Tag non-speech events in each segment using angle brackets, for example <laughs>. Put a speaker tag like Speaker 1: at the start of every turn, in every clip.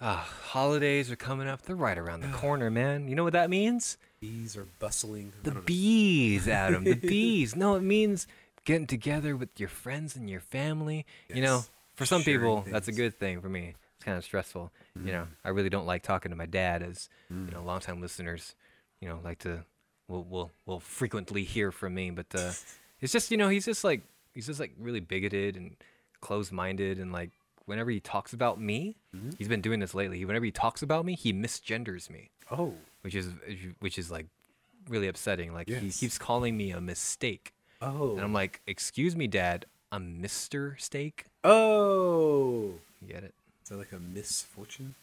Speaker 1: Ah, holidays are coming up. They're right around the corner, man. You know what that means?
Speaker 2: Bees are bustling. I
Speaker 1: The
Speaker 2: don't know.
Speaker 1: bees, Adam. the bees. No, it means getting together with your friends and your family. You know,
Speaker 2: Yes.
Speaker 1: for some
Speaker 2: Sharing
Speaker 1: people, that's a
Speaker 2: things.
Speaker 1: good thing. For me, it's kind of stressful. You know, I really don't like talking to my dad, as you
Speaker 2: Mm.
Speaker 1: know, longtime listeners, you know, like to will will will frequently hear from me. But
Speaker 2: <laughs>
Speaker 1: uh, it's just you know, he's just like he's just like really bigoted and closed-minded, and like whenever he talks about me,
Speaker 2: Mm-hmm.
Speaker 1: he's been doing this lately. Whenever he talks about me, he misgenders me
Speaker 2: Oh,
Speaker 1: which is which is like really upsetting. Like he
Speaker 2: Yes.
Speaker 1: keeps calling me a mistake,
Speaker 2: oh,
Speaker 1: and I'm like, "Excuse me, Dad, I'm Mister Steak."
Speaker 2: oh.
Speaker 1: You get it?
Speaker 2: Is that like a misfortune?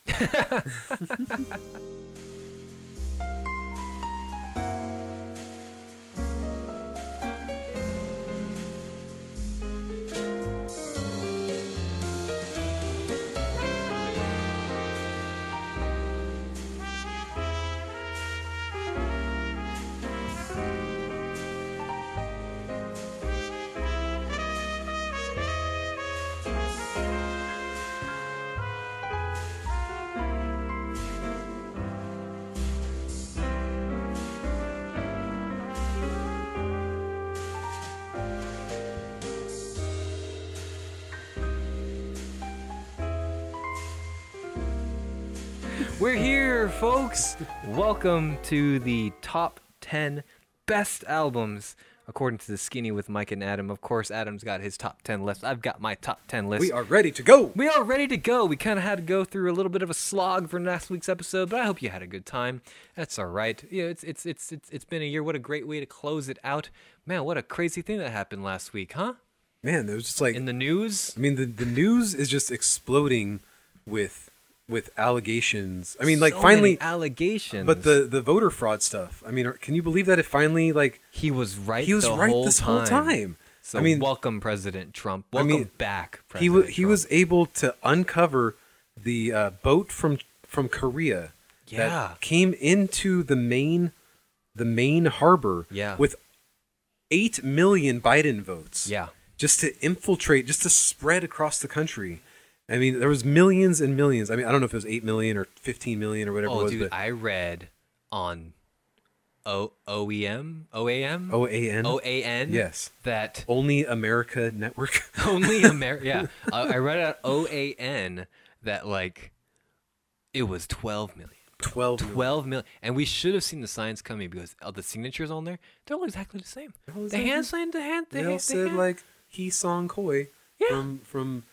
Speaker 1: We're here, folks. Welcome to the top ten best albums according to the Skinny with Mike and Adam. Of course, Adam's got his top ten list. I've got my top ten list.
Speaker 2: We are ready to go.
Speaker 1: We are ready to go. We kind of had to go through a little bit of a slog for last week's episode, but I hope you had a good time. That's all right. Yeah, it's it's it's it's, it's been a year. What a great way to close it out, man. What a crazy thing that happened last week, huh?
Speaker 2: Man, there's just like
Speaker 1: In the news.
Speaker 2: I mean, the, the news is just exploding with with allegations. I mean, like
Speaker 1: So
Speaker 2: finally,
Speaker 1: many allegations.
Speaker 2: but the the voter fraud stuff. I mean, are- can you believe that it finally like
Speaker 1: he was right.
Speaker 2: he was
Speaker 1: the
Speaker 2: right
Speaker 1: whole
Speaker 2: this
Speaker 1: time.
Speaker 2: whole time?
Speaker 1: So
Speaker 2: I mean,
Speaker 1: welcome President Trump.
Speaker 2: I
Speaker 1: Welcome
Speaker 2: mean,
Speaker 1: back,
Speaker 2: he
Speaker 1: President
Speaker 2: was he
Speaker 1: Trump.
Speaker 2: was able to uncover the uh, boat from from Korea
Speaker 1: Yeah.
Speaker 2: that came into the main the main harbor
Speaker 1: Yeah.
Speaker 2: with eight million Biden votes.
Speaker 1: Yeah.
Speaker 2: just to infiltrate, just to spread across the country. I mean, there was millions and millions. I mean, I don't know if it was eight million or fifteen million or whatever it
Speaker 1: Oh,
Speaker 2: was,
Speaker 1: dude,
Speaker 2: but
Speaker 1: I read on O E OEM OAM
Speaker 2: OAN,
Speaker 1: OAN
Speaker 2: E Yes.
Speaker 1: that
Speaker 2: Only America Network.
Speaker 1: <laughs>
Speaker 2: <laughs>
Speaker 1: only America. Yeah, I, I read out O A N that like it was twelve million.
Speaker 2: Twelve. million.
Speaker 1: Twelve million, and we should have seen the signs coming because all the signatures on there, they're all exactly the same.
Speaker 2: They're all
Speaker 1: The
Speaker 2: exactly-
Speaker 1: hand sign, the hand, the
Speaker 2: They all
Speaker 1: hand, the
Speaker 2: said
Speaker 1: hand.
Speaker 2: like um, He Song Koi
Speaker 1: Yeah.
Speaker 2: from from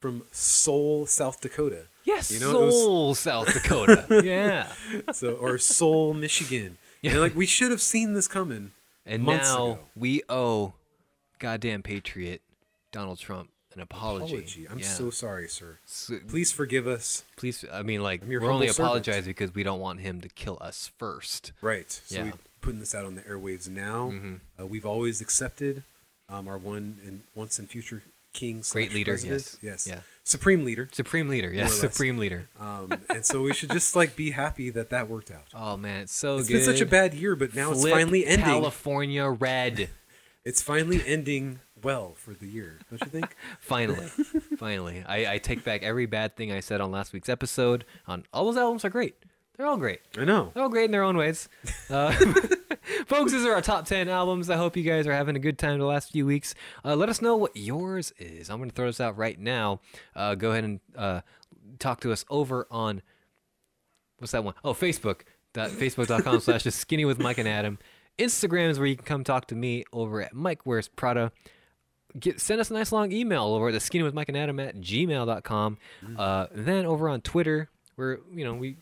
Speaker 2: from Seoul, South Dakota.
Speaker 1: yes,
Speaker 2: you know, it was-
Speaker 1: Seoul, South
Speaker 2: <laughs>
Speaker 1: Dakota. yeah,
Speaker 2: So
Speaker 1: <laughs>
Speaker 2: or Seoul, Michigan.
Speaker 1: Yeah.
Speaker 2: Yeah. like we should have seen this coming.
Speaker 1: and
Speaker 2: months
Speaker 1: now
Speaker 2: ago.
Speaker 1: we owe goddamn patriot Donald Trump an apology.
Speaker 2: Apology. I'm
Speaker 1: Yeah.
Speaker 2: so sorry, sir.
Speaker 1: So-
Speaker 2: Please forgive us.
Speaker 1: please. I mean, like
Speaker 2: I'm your
Speaker 1: we're only
Speaker 2: humble servant.
Speaker 1: apologizing because we don't want him to kill us first.
Speaker 2: Right. So
Speaker 1: Yeah. Mm-hmm.
Speaker 2: we're putting this out on the airwaves now. Uh, we've always accepted um, our one and once and future king. slash
Speaker 1: Great leader,
Speaker 2: president.
Speaker 1: yes.
Speaker 2: Yes.
Speaker 1: Yeah.
Speaker 2: Supreme leader.
Speaker 1: Supreme leader, yes,
Speaker 2: More or less.
Speaker 1: supreme leader.
Speaker 2: Um, and so we should just like be happy that that worked out.
Speaker 1: Oh man, it's <laughs> so
Speaker 2: It's
Speaker 1: good.
Speaker 2: been such a bad year, but now it's
Speaker 1: Flip
Speaker 2: finally ending.
Speaker 1: California red.
Speaker 2: <laughs> It's finally ending well for the year, don't
Speaker 1: <laughs>
Speaker 2: you think?
Speaker 1: Finally, finally, I, I take back every bad thing I said on last week's episode. On all those albums are great. They're all great.
Speaker 2: I know.
Speaker 1: They're all great in their own
Speaker 2: <laughs>
Speaker 1: ways. Uh, <laughs> folks, these are our top 10 albums. I hope you guys are having a good time the last few weeks. Uh, let us know what yours is. I'm going to throw this out right now. Uh, go ahead and uh, talk to us over on what's that one? Oh, Facebook. Dot, <laughs> Facebook.com slash just skinny with Mike and Adam. Instagram is where you can come talk to me over at Mike Wears Prada. Get, send us a nice long email over at the skinny with Mike and Adam at gmail.com.
Speaker 2: Mm.
Speaker 1: Uh, then over on Twitter, where, you know, we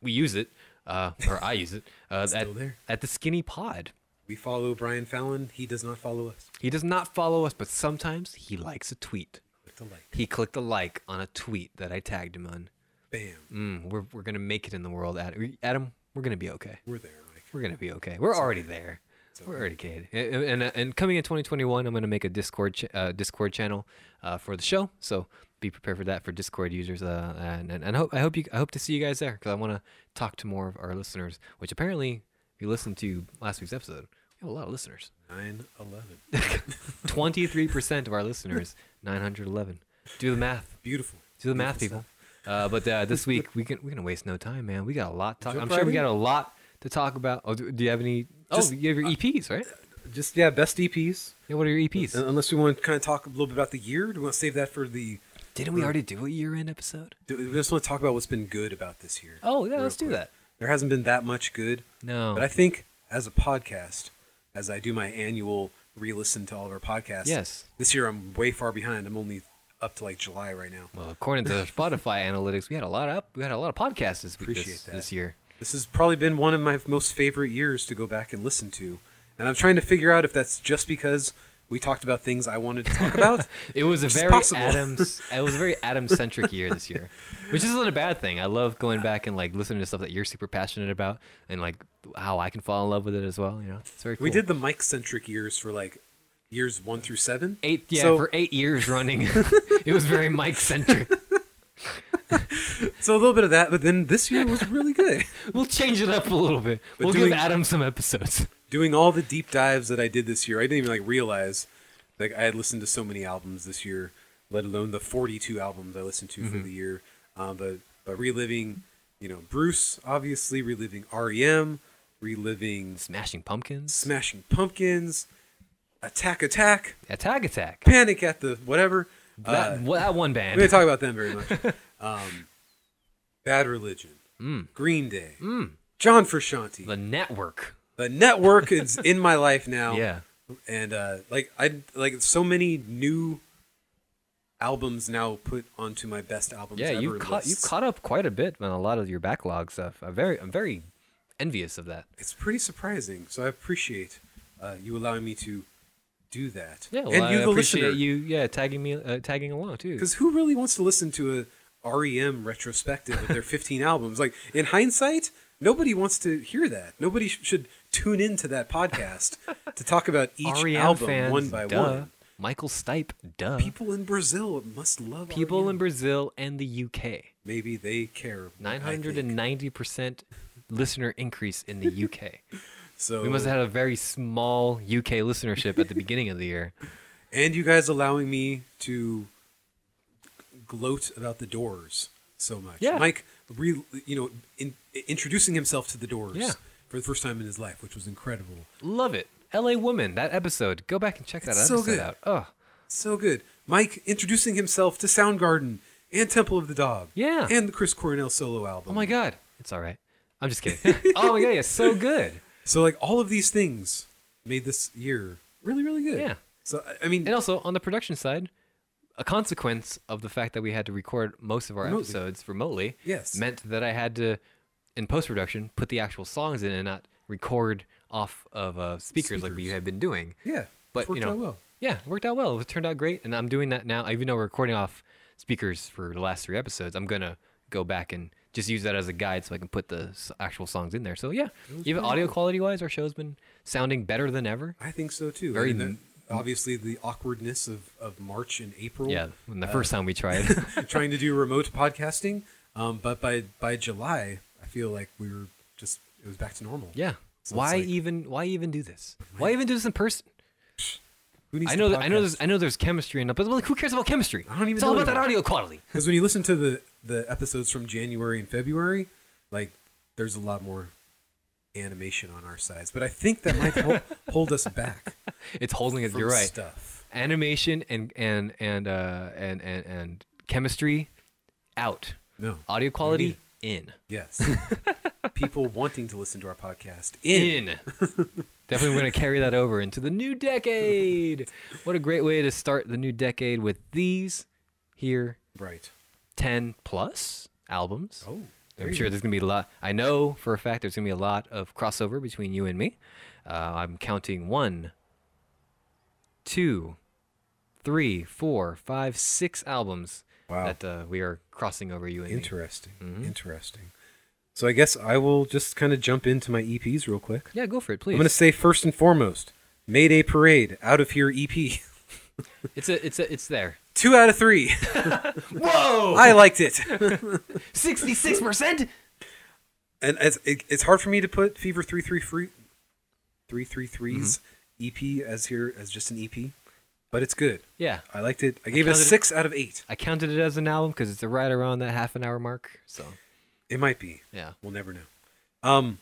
Speaker 1: we use it, uh, or I use it uh,
Speaker 2: Still
Speaker 1: at,
Speaker 2: there.
Speaker 1: at the Skinny Pod.
Speaker 2: We follow Brian Fallon. He does not follow us.
Speaker 1: He does not follow us, but sometimes he likes a tweet.
Speaker 2: Click the like.
Speaker 1: He clicked a like on a tweet that I tagged him on.
Speaker 2: Bam.
Speaker 1: Mm, we're we're gonna make it in the world, Adam. Adam, we're gonna be okay.
Speaker 2: We're there, Mike.
Speaker 1: We're gonna be okay. We're already there. We're already good. And, and and coming in 2021, I'm gonna make a Discord ch- uh, Discord channel uh, for the show. So be prepared for that for Discord users. Uh, and and, and I hope I hope you I hope to see you guys there because I want to talk to more of our listeners. Which apparently, if you listened to last week's episode, we have a lot of listeners.
Speaker 2: 9 11.
Speaker 1: 23% of our listeners, 911. Do the math.
Speaker 2: Beautiful.
Speaker 1: Do the math,
Speaker 2: Beautiful
Speaker 1: people.
Speaker 2: stuff.
Speaker 1: Uh, but uh, <laughs> this week we can we can waste no time, man. We got a lot to talk.
Speaker 2: Jump
Speaker 1: I'm sure we
Speaker 2: right in.
Speaker 1: got a lot to talk about. Oh, do, do you have any?
Speaker 2: Just-
Speaker 1: oh, you have your EPs, right?
Speaker 2: Just yeah, best EPs.
Speaker 1: Yeah, what are your E EPs?
Speaker 2: Un- Unless we want to kind of talk a little bit about the year. Do we want to save that for the?
Speaker 1: Didn't we already do a year-end episode?
Speaker 2: do We just want to talk about what's been good about this year.
Speaker 1: Oh yeah,
Speaker 2: Real
Speaker 1: let's do
Speaker 2: quick.
Speaker 1: that.
Speaker 2: There hasn't been that much good,
Speaker 1: No.
Speaker 2: but I think as a podcast, as I do my annual re-listen to all of our podcasts.
Speaker 1: Yes.
Speaker 2: This year I'm way far behind. I'm only up to like July right now.
Speaker 1: well, according <laughs> to Spotify analytics, we had a lot of we had a lot of podcasts this, week,
Speaker 2: Appreciate
Speaker 1: this,
Speaker 2: that.
Speaker 1: this year.
Speaker 2: This has probably been one of my most favorite years to go back and listen to. And I'm trying to figure out if that's just because we talked about things I wanted to talk about.
Speaker 1: <laughs> It was a
Speaker 2: It's
Speaker 1: very <laughs>
Speaker 2: possible.
Speaker 1: Adams. It was a very Adam-centric year this year, which isn't a bad thing. I love going back and like listening to stuff that you're super passionate about, and like how I can fall in love with it as well. You know, it's very. Cool.
Speaker 2: We did the mic centric years for like years one through seven.
Speaker 1: eight. Yeah,
Speaker 2: So,
Speaker 1: for eight years running, <laughs> it was very Mike-centric.
Speaker 2: so a little bit of that, but then this year was really good. <laughs>
Speaker 1: We'll change it up a little bit.
Speaker 2: But
Speaker 1: we'll
Speaker 2: doing-
Speaker 1: give Adam some episodes.
Speaker 2: Doing all the deep dives that I did this year, I didn't even like realize like I had listened to so many albums this year, let alone the 42 albums I listened to
Speaker 1: Mm-hmm.
Speaker 2: for the year. Um, but but reliving, you know, Bruce obviously reliving REM, reliving
Speaker 1: Smashing Pumpkins,
Speaker 2: Smashing Pumpkins, Attack Attack,
Speaker 1: Attack Attack.
Speaker 2: Panic at the whatever.
Speaker 1: That,
Speaker 2: Uh,
Speaker 1: wha- that one
Speaker 2: we didn't
Speaker 1: band.
Speaker 2: talk about them
Speaker 1: <laughs>
Speaker 2: very much. Um, Bad Religion,
Speaker 1: Mm.
Speaker 2: Green Day, John Frusciante.
Speaker 1: The Network.
Speaker 2: the network is in my life now.
Speaker 1: <laughs> Yeah.
Speaker 2: and uh, like I like so many new albums now put onto my best albums.
Speaker 1: Yeah,
Speaker 2: ever
Speaker 1: you caught you
Speaker 2: lists.
Speaker 1: caught up quite a bit on a lot of your backlog stuff. I'm very I'm very envious of that.
Speaker 2: It's pretty surprising, so I appreciate uh, you allowing me to do that.
Speaker 1: Yeah, well,
Speaker 2: and
Speaker 1: I
Speaker 2: you, the
Speaker 1: appreciate
Speaker 2: listener,
Speaker 1: you yeah tagging me uh, tagging along too.
Speaker 2: because who really wants to listen to a REM retrospective of
Speaker 1: <laughs>
Speaker 2: their 15 albums? Like in hindsight, nobody wants to hear that. Nobody sh- should tune into that podcast to talk about
Speaker 1: <laughs>
Speaker 2: each
Speaker 1: REM
Speaker 2: album
Speaker 1: E fans,
Speaker 2: one by
Speaker 1: duh.
Speaker 2: one.
Speaker 1: Michael Stipe, duh. People,
Speaker 2: People in Brazil must love REM.
Speaker 1: in Brazil and the UK.
Speaker 2: maybe they care. I
Speaker 1: Nine hundred
Speaker 2: think.
Speaker 1: and ninety percent listener increase in the UK.
Speaker 2: <laughs> so
Speaker 1: we
Speaker 2: Oh.
Speaker 1: must have had a very small UK listenership
Speaker 2: <laughs>
Speaker 1: at the beginning of the year.
Speaker 2: and you guys allowing me to gloat about the Doors so much.
Speaker 1: Yeah.
Speaker 2: Mike, re, you know, in, introducing himself to the Doors
Speaker 1: Yeah.
Speaker 2: for the first time in his life, which was incredible.
Speaker 1: Love it. LA Woman, that episode. Go back and check that
Speaker 2: It's so
Speaker 1: episode
Speaker 2: good.
Speaker 1: out. Oh,
Speaker 2: So good. Mike introducing himself to Soundgarden and Temple of the Dog.
Speaker 1: Yeah.
Speaker 2: And the Chris Cornell solo album.
Speaker 1: oh my god. It's all right. I'm just kidding. <laughs> oh my god, it's so good.
Speaker 2: So like all of these things made this year really really good.
Speaker 1: Yeah.
Speaker 2: So I- I mean
Speaker 1: And also on the production side, a consequence of the fact that we had to record most of our
Speaker 2: Remotely.
Speaker 1: episodes remotely
Speaker 2: Yes.
Speaker 1: meant that I had to in post production put the actual songs in and not record off of uh, speakers, like we
Speaker 2: Speakers.
Speaker 1: had been doing.
Speaker 2: yeah.
Speaker 1: But
Speaker 2: it's worked
Speaker 1: you know,
Speaker 2: out well.
Speaker 1: yeah, it worked out well. It turned out great, and I'm doing that now. Even though we're recording off speakers for the last three episodes, I'm gonna go back and just use that as a guide so I can put the s- actual songs in there. So yeah, even audio quality wise, our show's been sounding better than ever.
Speaker 2: I think so too.
Speaker 1: Very
Speaker 2: I mean, the-
Speaker 1: m-
Speaker 2: obviously the awkwardness of, of March and April.
Speaker 1: Yeah, when
Speaker 2: Uh,
Speaker 1: the first time we tried.
Speaker 2: <laughs> trying to do remote podcasting, um, but by by July, I feel like we were just it was back to normal.
Speaker 1: yeah.
Speaker 2: So it's
Speaker 1: why
Speaker 2: like-
Speaker 1: even? Why even do this? Why even do this in person?
Speaker 2: Who needs
Speaker 1: I
Speaker 2: to
Speaker 1: know. That, I know.
Speaker 2: podcast?
Speaker 1: There's. I know. There's chemistry and but like, who cares about chemistry?
Speaker 2: I don't even
Speaker 1: It's all
Speaker 2: know
Speaker 1: about that
Speaker 2: anymore.
Speaker 1: audio quality.
Speaker 2: Because when you listen to the the episodes from January and February, like there's a lot more animation on our sides, but I think that might
Speaker 1: <laughs>
Speaker 2: hol- hold us back.
Speaker 1: It's holding it.
Speaker 2: from
Speaker 1: You're right.
Speaker 2: Stuff.
Speaker 1: Animation and and and uh and and and chemistry out.
Speaker 2: No.
Speaker 1: Audio quality in. <laughs>
Speaker 2: Yes. People wanting to listen to our podcast in. <laughs>
Speaker 1: In. Definitely going to carry that over into the new decade. What a great way to start the new decade with these here
Speaker 2: Right.
Speaker 1: 10 plus albums.
Speaker 2: Oh. there
Speaker 1: I'm
Speaker 2: you
Speaker 1: sure
Speaker 2: go.
Speaker 1: there's going to be a lot. I know for a fact there's going to be a lot of crossover between you and me. Uh, I'm counting one, two, three, four, five, six albums
Speaker 2: Wow.
Speaker 1: that uh, we are crossing over you and me. Mm-hmm.
Speaker 2: Interesting. Interesting. So I guess I will just kind of jump into my EPs real quick.
Speaker 1: Yeah, go for it, please.
Speaker 2: I'm going to say first and foremost, Mayday Parade, Out of Here EP.
Speaker 1: It's a, it's a, it's there.
Speaker 2: <laughs> Two out
Speaker 1: <laughs>
Speaker 2: of three.
Speaker 1: Whoa!
Speaker 2: I liked it.
Speaker 1: 66%?
Speaker 2: And it's, it, it's hard for me to put Fever
Speaker 1: Mm-hmm.
Speaker 2: E 333 333's EP as here as just an EP. but it's good.
Speaker 1: Yeah.
Speaker 2: I liked it. I gave it a
Speaker 1: counted it-
Speaker 2: six out of eight.
Speaker 1: I counted it as an album because it's right around that half an hour mark. So
Speaker 2: It might be.
Speaker 1: yeah,
Speaker 2: We'll never know. Um,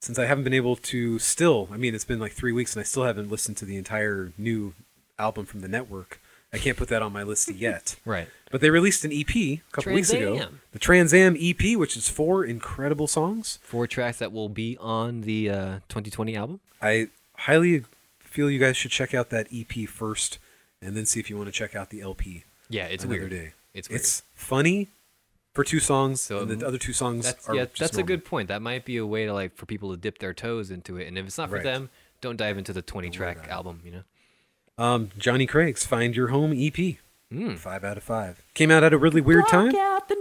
Speaker 2: since I haven't been able to still, I mean, it's been like three weeks and I still haven't listened to the entire new album from the network. I can't put that on my
Speaker 1: <laughs>
Speaker 2: list yet.
Speaker 1: right.
Speaker 2: But they released an EP a couple weeks
Speaker 1: Trans
Speaker 2: ago.
Speaker 1: Am.
Speaker 2: The Trans Am EP, which is four incredible songs.
Speaker 1: Four tracks that will be on the uh, 2020 album.
Speaker 2: I highly feel you guys should check out that EP first and then see if you want to check out the LP
Speaker 1: Yeah, it's
Speaker 2: another
Speaker 1: weird.
Speaker 2: day.
Speaker 1: It's weird.
Speaker 2: funny for two songs,
Speaker 1: So
Speaker 2: and
Speaker 1: m-
Speaker 2: the other two songs
Speaker 1: That's
Speaker 2: are
Speaker 1: yeah,
Speaker 2: just
Speaker 1: that's
Speaker 2: normal.
Speaker 1: a good point. That might be a way to like for people to dip their toes into it. And if it's not for
Speaker 2: Right.
Speaker 1: them, don't dive into the 20 track album. You know.
Speaker 2: Um, Johnny Craig's Find Your Home EP.
Speaker 1: Mm.
Speaker 2: Five out of five. Came out at a really weird time.
Speaker 1: out the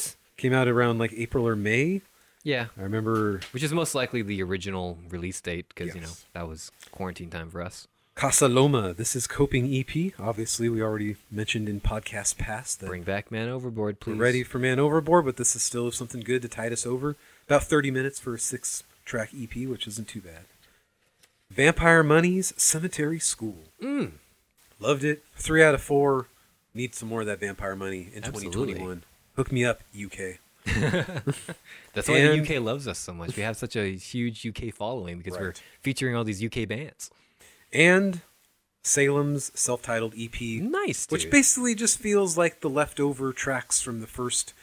Speaker 1: noise.
Speaker 2: Came out around like April or May.
Speaker 1: Yeah,
Speaker 2: I remember
Speaker 1: which is most likely the original release date because you know
Speaker 2: Yes.
Speaker 1: that was quarantine time for us.
Speaker 2: Casa Loma, This is Coping EP. Obviously, we already mentioned in podcast past that
Speaker 1: Bring back Man Overboard,
Speaker 2: we're
Speaker 1: please.
Speaker 2: ready for Man Overboard, but this is still something good to tide us over. About 30 minutes for a six track EP, which isn't too bad. Vampire Money's Cemetery School.
Speaker 1: Mm.
Speaker 2: Loved it. Three out of four. Need some more of that Vampire Money in
Speaker 1: Absolutely.
Speaker 2: 2021. Hook me up, UK.
Speaker 1: That's why the
Speaker 2: And-
Speaker 1: UK loves us so much. We have such a huge UK following because we're
Speaker 2: Right.
Speaker 1: featuring all these UK bands.
Speaker 2: and Salem's self-titled EP,
Speaker 1: Nice, Mm. dude.
Speaker 2: which basically just feels like the leftover tracks from the first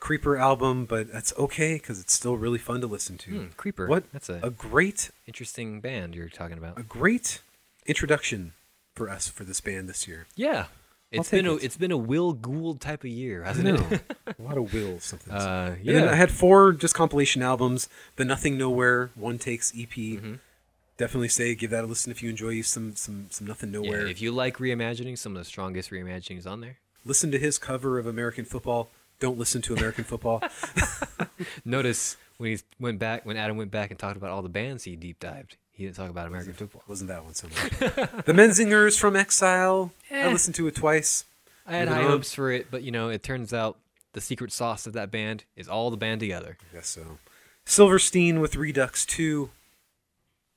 Speaker 2: Creeper album, but that's okay because it's still really fun to listen to.
Speaker 1: Hmm, Creeper.
Speaker 2: What?
Speaker 1: That's a,
Speaker 2: A Uh, great,
Speaker 1: interesting band you're talking about.
Speaker 2: a great introduction for us for this band this year.
Speaker 1: yeah, it's
Speaker 2: take
Speaker 1: been a
Speaker 2: it.
Speaker 1: it's been a Will Gould type of year,
Speaker 2: I
Speaker 1: hasn't
Speaker 2: know
Speaker 1: <laughs> it?
Speaker 2: a lot of will something.
Speaker 1: Uh,
Speaker 2: And then
Speaker 1: yeah.
Speaker 2: I had four just compilation albums: the Nothing Nowhere, One Takes EP.
Speaker 1: Mm-hmm.
Speaker 2: Definitely say give that a listen if you enjoy some some some Nothing
Speaker 1: Yeah,
Speaker 2: Nowhere.
Speaker 1: if you like reimagining, some of the strongest reimaginings on there.
Speaker 2: listen to his cover of American Football. Don't listen to American Football. <laughs>
Speaker 1: Notice when he went back when Adam went back and talked about all the bands he deep dived. He didn't talk about American football.
Speaker 2: Wasn't that one so much? the Menzingers from Exile. I
Speaker 1: Eh.
Speaker 2: listened to it twice.
Speaker 1: I had
Speaker 2: Moving
Speaker 1: high
Speaker 2: on.
Speaker 1: hopes for it, but you know, it turns out the secret sauce of that band is all the band together.
Speaker 2: I guess so. Silverstein with Redux 2.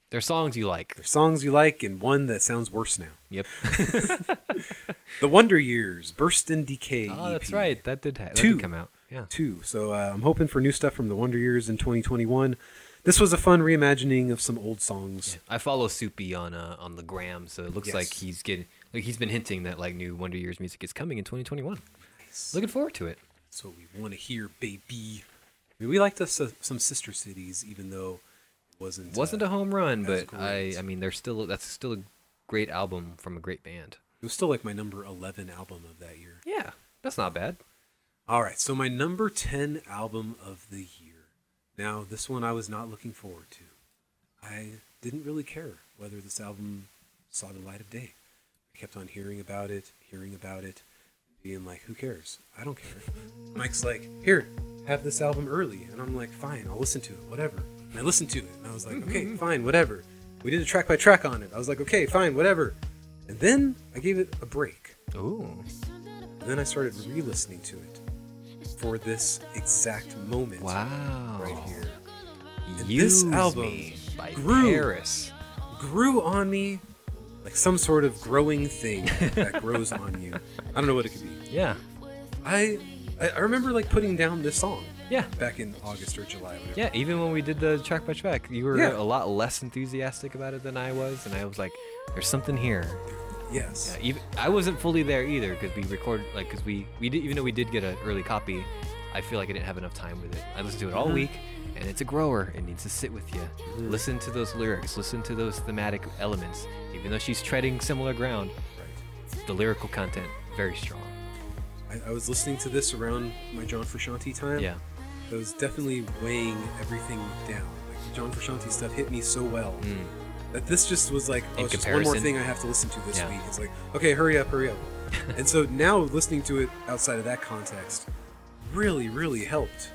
Speaker 1: They're songs you like.
Speaker 2: There's songs you like and one that sounds worse now.
Speaker 1: Yep.
Speaker 2: The Wonder Years, Burst and Decay.
Speaker 1: oh, that's
Speaker 2: EP.
Speaker 1: right. That did, ha- that
Speaker 2: Two.
Speaker 1: did come out. Yeah.
Speaker 2: Two. So uh, I'm hoping for new stuff from the Wonder Years in 2021. This was a fun reimagining of some old songs.
Speaker 1: I follow Soupy on uh, on the gram, so it looks
Speaker 2: Yes.
Speaker 1: like he's getting like he's been hinting that like new Wonder Years music is coming in 2021. Looking forward to it.
Speaker 2: So we want to hear, baby. I mean, we liked us, uh, some Sister Cities, even though it wasn't.
Speaker 1: Wasn't
Speaker 2: uh,
Speaker 1: a home run,
Speaker 2: that's
Speaker 1: but I
Speaker 2: great.
Speaker 1: I mean, there's still that's still a great album from a great band.
Speaker 2: It was still like my number 11 album of that year.
Speaker 1: Yeah, that's not bad.
Speaker 2: All right, so my number 10 album of the year. Now, this one I was not looking forward to. I didn't really care whether this album saw the light of day. I kept on hearing about it, hearing about it, being like, who cares? I don't care. Mike's like, here, have this album early. And I'm like, fine, I'll listen to it, whatever. And I listened to it, and I was like, okay, fine, whatever. We did a track by track on it. I was like, okay, fine, whatever. And then I gave it a break.
Speaker 1: Ooh,
Speaker 2: And then I started re listening to it for this exact moment
Speaker 1: wow.
Speaker 2: right here. And
Speaker 1: Use
Speaker 2: this album
Speaker 1: Me by
Speaker 2: grew.
Speaker 1: Paris.
Speaker 2: Grew on me like some sort of growing thing
Speaker 1: <laughs>
Speaker 2: that grows on you. I don't know what it could be.
Speaker 1: Yeah,
Speaker 2: I I I remember like putting down this song
Speaker 1: yeah,
Speaker 2: back in August or July. Whatever.
Speaker 1: yeah. Even when we did the track by track, you were
Speaker 2: Yeah.
Speaker 1: a lot less enthusiastic about it than I was, and I was like, "There's something here."
Speaker 2: Yes.
Speaker 1: Yeah, even, Uh, I wasn't fully there either because we recorded like because we we did, even though we did get an early copy, I feel like I didn't have enough time with it. I listened to it
Speaker 2: Mm-hmm.
Speaker 1: all week, and it's a grower. It needs to sit with you. Listen to those lyrics. Listen to those thematic elements. Even though she's treading similar ground,
Speaker 2: Right.
Speaker 1: the lyrical content very strong.
Speaker 2: I, I was listening to this around my John Frusciante time.
Speaker 1: Yeah,
Speaker 2: I was definitely weighing everything down. Like the John Frusciante stuff hit me so well that this just was like, oh,
Speaker 1: Hmm. In
Speaker 2: it's just one more
Speaker 1: comparison.
Speaker 2: thing I have to listen to this
Speaker 1: Yeah.
Speaker 2: week. It's like, okay, hurry up,
Speaker 1: <laughs>
Speaker 2: hurry up. and so now listening to it outside of that context really, really helped.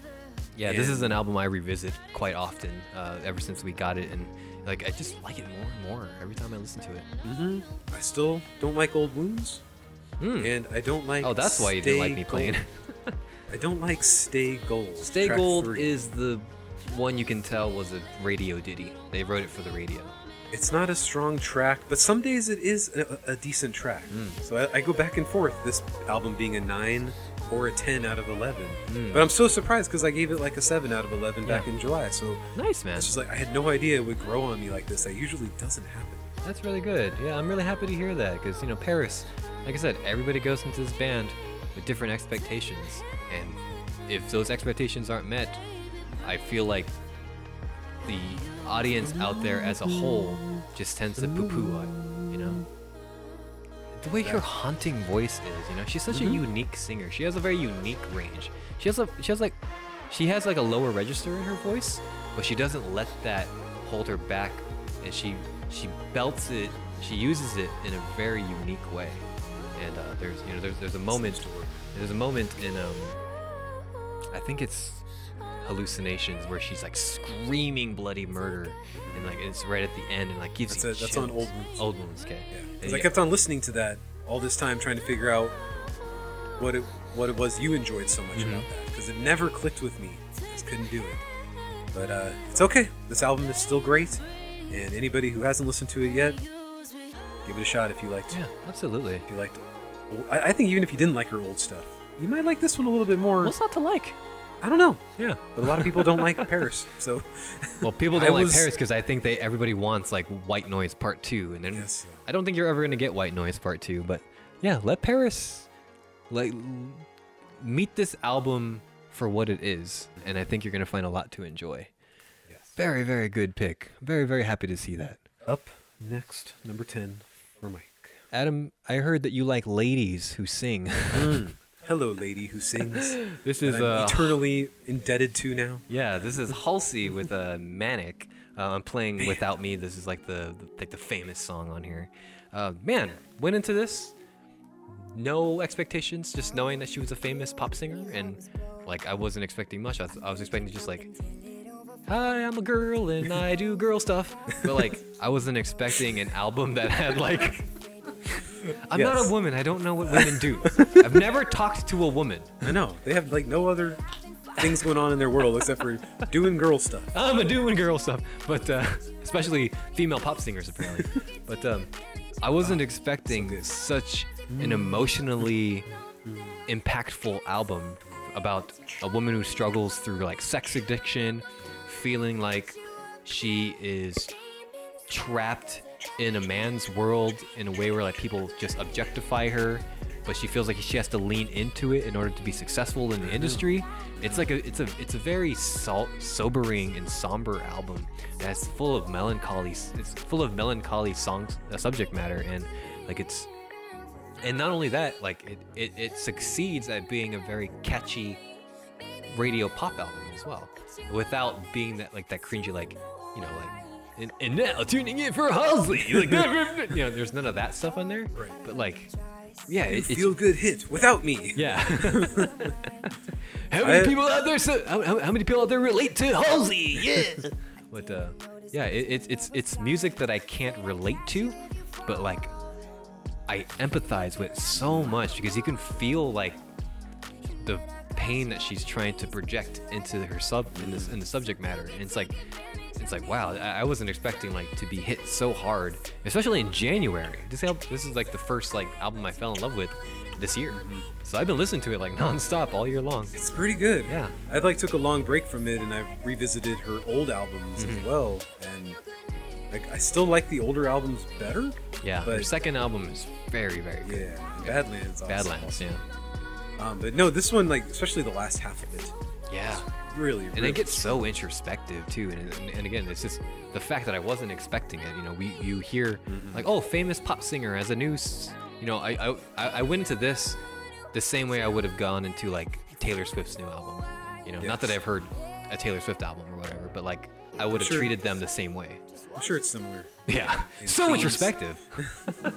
Speaker 1: yeah. This is an
Speaker 2: And-
Speaker 1: album I revisit quite often uh, ever since we got it, and like I just like it more and more every time I listen to it.
Speaker 2: Mm-hmm. I still don't like old wounds,
Speaker 1: Hmm.
Speaker 2: and I don't like.
Speaker 1: Oh, that's why you didn't like
Speaker 2: Stay
Speaker 1: me playing. <laughs>
Speaker 2: Gold. I don't like Stay Gold.
Speaker 1: Stay
Speaker 2: track
Speaker 1: Gold
Speaker 2: three.
Speaker 1: is the one you can tell was a radio ditty. They wrote it for the radio.
Speaker 2: it's not a strong track, but some days it is a, a decent track. So I, I go back and forth. This album being a nine or a ten out of eleven, but I'm so surprised because I gave it like a seven out of eleven back
Speaker 1: Yeah.
Speaker 2: in July. So
Speaker 1: Nice, man.
Speaker 2: it's just like I had no idea it would grow on me like this. That usually doesn't happen.
Speaker 1: That's really good. Yeah, I'm really happy to hear that because, you know, Paris, like I said, everybody goes into this band with different expectations. And if those expectations aren't met, I feel like the audience out there as a whole just tends to poo poo on, it, you know? The way her haunting voice is, you know, she's such
Speaker 2: Mm-hmm.
Speaker 1: a unique singer. She has a very unique range. She has a she has like she has like a lower register in her voice, but she doesn't let that hold her back and she she belts it, she uses it in a very unique way. And uh, there's you know there's there's a moment there's a moment in um I think it's hallucinations where she's like screaming bloody murder and like it's right at the end and like gives
Speaker 2: That's
Speaker 1: you
Speaker 2: it, that's on
Speaker 1: chills.
Speaker 2: Old Wounds.
Speaker 1: old ones okay
Speaker 2: Yeah,
Speaker 1: And
Speaker 2: 'Cause I kept on listening to that all this time, trying to figure out what it what it was you enjoyed so much about that because it never clicked with me. I just couldn't do it. But uh, it's okay. This album is still great, and anybody who hasn't listened to it yet, give it a shot if you liked.
Speaker 1: yeah absolutely
Speaker 2: If you liked, it. Well, I, I think even if you didn't like her old stuff, you might like this one a little bit more.
Speaker 1: What's not to like?
Speaker 2: I don't know,
Speaker 1: Yeah.
Speaker 2: but a lot of people don't like Paris, so
Speaker 1: Well, people
Speaker 2: I
Speaker 1: don't like
Speaker 2: was-
Speaker 1: Paris because I think they everybody wants like White Noise Part Two, and then
Speaker 2: Yes.
Speaker 1: I don't think you're ever gonna get White Noise Part Two. But yeah, let Paris like l- meet this album for what it is, and I think you're gonna find a lot to enjoy.
Speaker 2: Yes.
Speaker 1: Very, very good pick. Very, very happy to see that.
Speaker 2: <laughs> up next, number ten for Mike.
Speaker 1: Adam, I heard that you like ladies who sing. <laughs>
Speaker 2: Hello, lady who sings.
Speaker 1: this is
Speaker 2: that I'm
Speaker 1: uh,
Speaker 2: eternally indebted to now.
Speaker 1: yeah, this is Halsey with a uh, manic. Uh, I'm playing without me. This is like the, the like the famous song on here. Uh, man, went into this no expectations, just knowing that she was a famous pop singer, and like I wasn't expecting much. I was, I was expecting just like, hi, I'm a girl and I do girl stuff, but like I wasn't expecting an album that had like. <laughs> I'm not
Speaker 2: Yes.
Speaker 1: a woman. I don't know what women do. I've never talked to a woman.
Speaker 2: I know they have like no other things going on in their world except for doing girl stuff.
Speaker 1: I'm a doing girl stuff, but uh, especially female pop singers apparently. but um, I wasn't expecting such an emotionally impactful album about a woman who struggles through like sex addiction, feeling like she is trapped in a man's world in a way where like people just objectify her but she feels like she has to lean into it in order to be successful in the industry it's like a it's a it's a very salt sobering and somber album that's full of melancholy it's full of melancholy songs uh, subject matter and like it's and not only that like it, it it succeeds at being a very catchy radio pop album as well, without being that like that cringy like, you know like. And, and now tuning in for Halsey, <laughs> like you know, there's none of that stuff on there.
Speaker 2: Right.
Speaker 1: But like, yeah, it, it's-
Speaker 2: Feel good hit without <laughs> me.
Speaker 1: yeah. how many
Speaker 2: I-
Speaker 1: people out there? So, how, how, how many people out there relate to Halsey? Yeah. but uh, yeah, it, it's it's it's music that I can't relate to, but like I empathize with so much because you can feel like the pain that she's trying to project into her sub in this in the subject matter, and it's like. It's like wow, I I wasn't expecting like to be hit so hard, especially in January. This al- this is like the first like album I fell in love with this year, so I've been listening to it like nonstop all year long.
Speaker 2: It's pretty good.
Speaker 1: Yeah.
Speaker 2: I like took a long break from it and I revisited her old albums
Speaker 1: Mm-hmm.
Speaker 2: as well. And like I still like the older albums better.
Speaker 1: Yeah, her
Speaker 2: But
Speaker 1: second album is very very good.
Speaker 2: yeah, Badlands. also.
Speaker 1: Badlands, yeah,
Speaker 2: Um, but no, this one like especially the last half of it.
Speaker 1: yeah,
Speaker 2: Really,
Speaker 1: and it gets so introspective too. And, and, and again, it's just the fact that I wasn't expecting it. You know, we you hear like oh, famous pop singer as a new, s- you know, I I- I, I went into this the same way I would have gone into like Taylor Swift's new album. You know, not that
Speaker 2: Yes.
Speaker 1: I've heard a Taylor Swift album or whatever, but like I would have
Speaker 2: Sure.
Speaker 1: treated them the same way.
Speaker 2: I'm sure it's similar.
Speaker 1: Yeah,
Speaker 2: <laughs> And
Speaker 1: so
Speaker 2: themes.
Speaker 1: introspective.
Speaker 2: <laughs>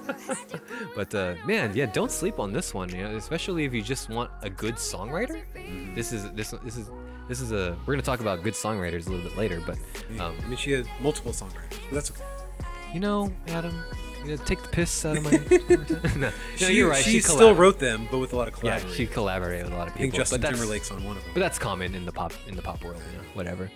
Speaker 1: but uh, man, yeah, don't sleep on this one. You know, especially if you just want a good songwriter. This is this this is this is a. We're gonna talk about good songwriters a little bit later, but
Speaker 2: Yeah.
Speaker 1: um,
Speaker 2: I mean, she had multiple songwriters. But that's okay.
Speaker 1: you know, Adam, you know, take the piss out of
Speaker 2: <laughs>
Speaker 1: my. <laughs> no, no,
Speaker 2: she,
Speaker 1: you're right.
Speaker 2: She,
Speaker 1: She,
Speaker 2: still
Speaker 1: collabor-
Speaker 2: wrote them, but with a lot of
Speaker 1: Yeah,
Speaker 2: collaboration.
Speaker 1: she collaborated with a lot of
Speaker 2: I
Speaker 1: people.
Speaker 2: think Justin
Speaker 1: but that's,
Speaker 2: Timberlake's on one of them.
Speaker 1: But that's common in the pop in the pop world, you know, whatever.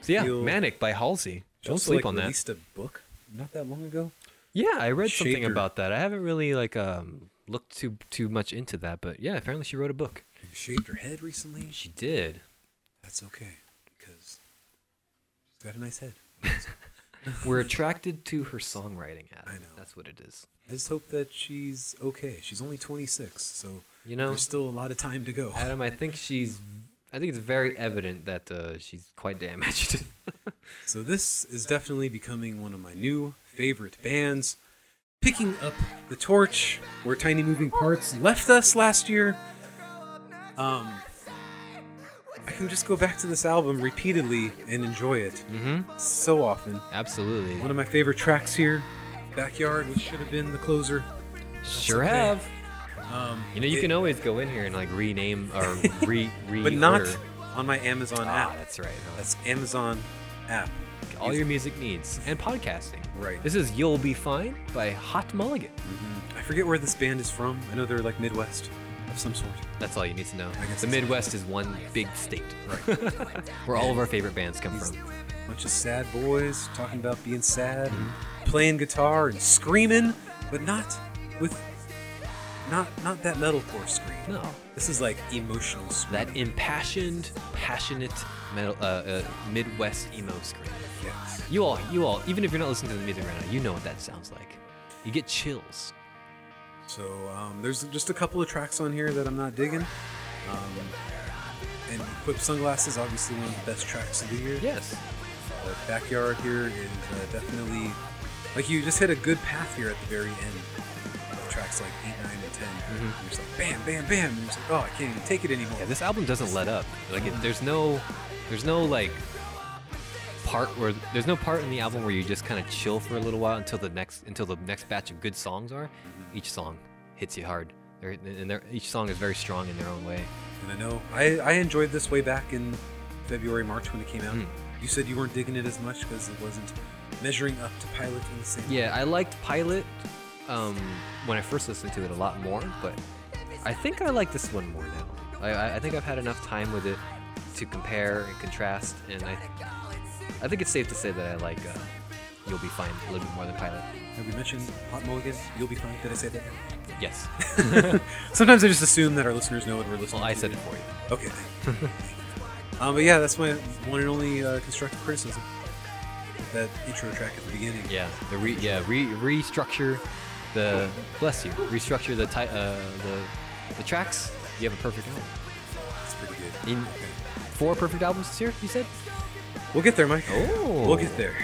Speaker 1: So yeah,
Speaker 2: Feel-
Speaker 1: "Manic" by Halsey. Don't
Speaker 2: Also,
Speaker 1: sleep
Speaker 2: like,
Speaker 1: on that.
Speaker 2: Released a book not that long ago.
Speaker 1: Yeah, I read something
Speaker 2: Shaker.
Speaker 1: about that. I haven't really like um looked too too much into that, but yeah, apparently she wrote a book.
Speaker 2: Shaved her head recently.
Speaker 1: She did.
Speaker 2: That's okay because she's got a nice head.
Speaker 1: <laughs> We're attracted to her songwriting, Adam.
Speaker 2: I know.
Speaker 1: That's what it is.
Speaker 2: I just hope that she's okay. She's only 26, so
Speaker 1: You know,
Speaker 2: there's still a lot of time to go.
Speaker 1: Adam, I think she's I think it's very evident that uh, she's quite damaged. <laughs>
Speaker 2: So this is definitely becoming one of my new favorite bands. Picking up the torch where Tiny Moving Parts left us last year. Um, I can just go back to this album repeatedly and enjoy it
Speaker 1: mhm.
Speaker 2: so often.
Speaker 1: Absolutely.
Speaker 2: One of my favorite tracks here, Backyard, which should have been the closer.
Speaker 1: Sure
Speaker 2: okay.
Speaker 1: have.
Speaker 2: Um,
Speaker 1: You know, you
Speaker 2: it-
Speaker 1: can always go in here and like rename
Speaker 2: <laughs>
Speaker 1: or re re
Speaker 2: but not on my Amazon
Speaker 1: Ah,
Speaker 2: app.
Speaker 1: that's right. No,
Speaker 2: That's Amazon app.
Speaker 1: all your music needs and podcasting.
Speaker 2: Right.
Speaker 1: This is "You'll Be Fine" by Hot Mulligan.
Speaker 2: I forget where this band is from. I know they're like Midwest of some sort.
Speaker 1: That's all you need to know.
Speaker 2: guess
Speaker 1: The
Speaker 2: that's-
Speaker 1: Midwest is one big state, <laughs> where all of our favorite bands come from.
Speaker 2: bunch of sad boys talking about being sad and playing guitar and screaming, but not with not not that metalcore scream.
Speaker 1: No,
Speaker 2: This is like emotional scream.
Speaker 1: that impassioned, passionate metal, uh, uh, Midwest emo scream.
Speaker 2: yes.
Speaker 1: You all, you all, even if you're not listening to the music right now, you know what that sounds like. You get chills.
Speaker 2: So um, there's just a couple of tracks on here that I'm not digging. Um, and Equip Sunglasses, obviously one of the best tracks of the year.
Speaker 1: Yes.
Speaker 2: The Uh, backyard here is uh, definitely like you just hit a good path here at the very end. of Tracks like eight, nine, and 10 You're just like bam, bam, bam. And you're just like, oh, I can't even take it anymore.
Speaker 1: Yeah, this album doesn't let up. Like, it, there's no, there's no like part where there's no part in the album where you just kind of chill for a little while until the next until the next batch of good songs are. Each song hits you hard, they're, and they're, each song is very strong in their own way.
Speaker 2: And I know I, I enjoyed this way back in February, March when it came out.
Speaker 1: Mhm.
Speaker 2: You said you weren't digging it as much because it wasn't measuring up to Pilot in the same.
Speaker 1: Yeah, I liked Pilot um, when I first listened to it a lot more, but I think I like this one more now. I- I, I think I've had enough time with it to compare and contrast, and I, I think it's safe to say that I like uh, You'll Be Fine a little bit more than Pilot.
Speaker 2: Have we mentioned Hot Mulligan? You'll be fine. Did I say that?
Speaker 1: <laughs> Yes.
Speaker 2: Sometimes I just assume that our listeners know what we're listening.
Speaker 1: Well, I
Speaker 2: to.
Speaker 1: said it for you.
Speaker 2: Okay. <laughs> thank you. um, but yeah, that's my one and only uh, constructive criticism. That intro track at the beginning.
Speaker 1: Yeah. The re, yeah re, restructure the bless you restructure the ti- uh, the the tracks. You have a perfect album.
Speaker 2: It's pretty good.
Speaker 1: In four perfect albums this year, you said.
Speaker 2: We'll get there, Mike.
Speaker 1: Oh.
Speaker 2: We'll get there.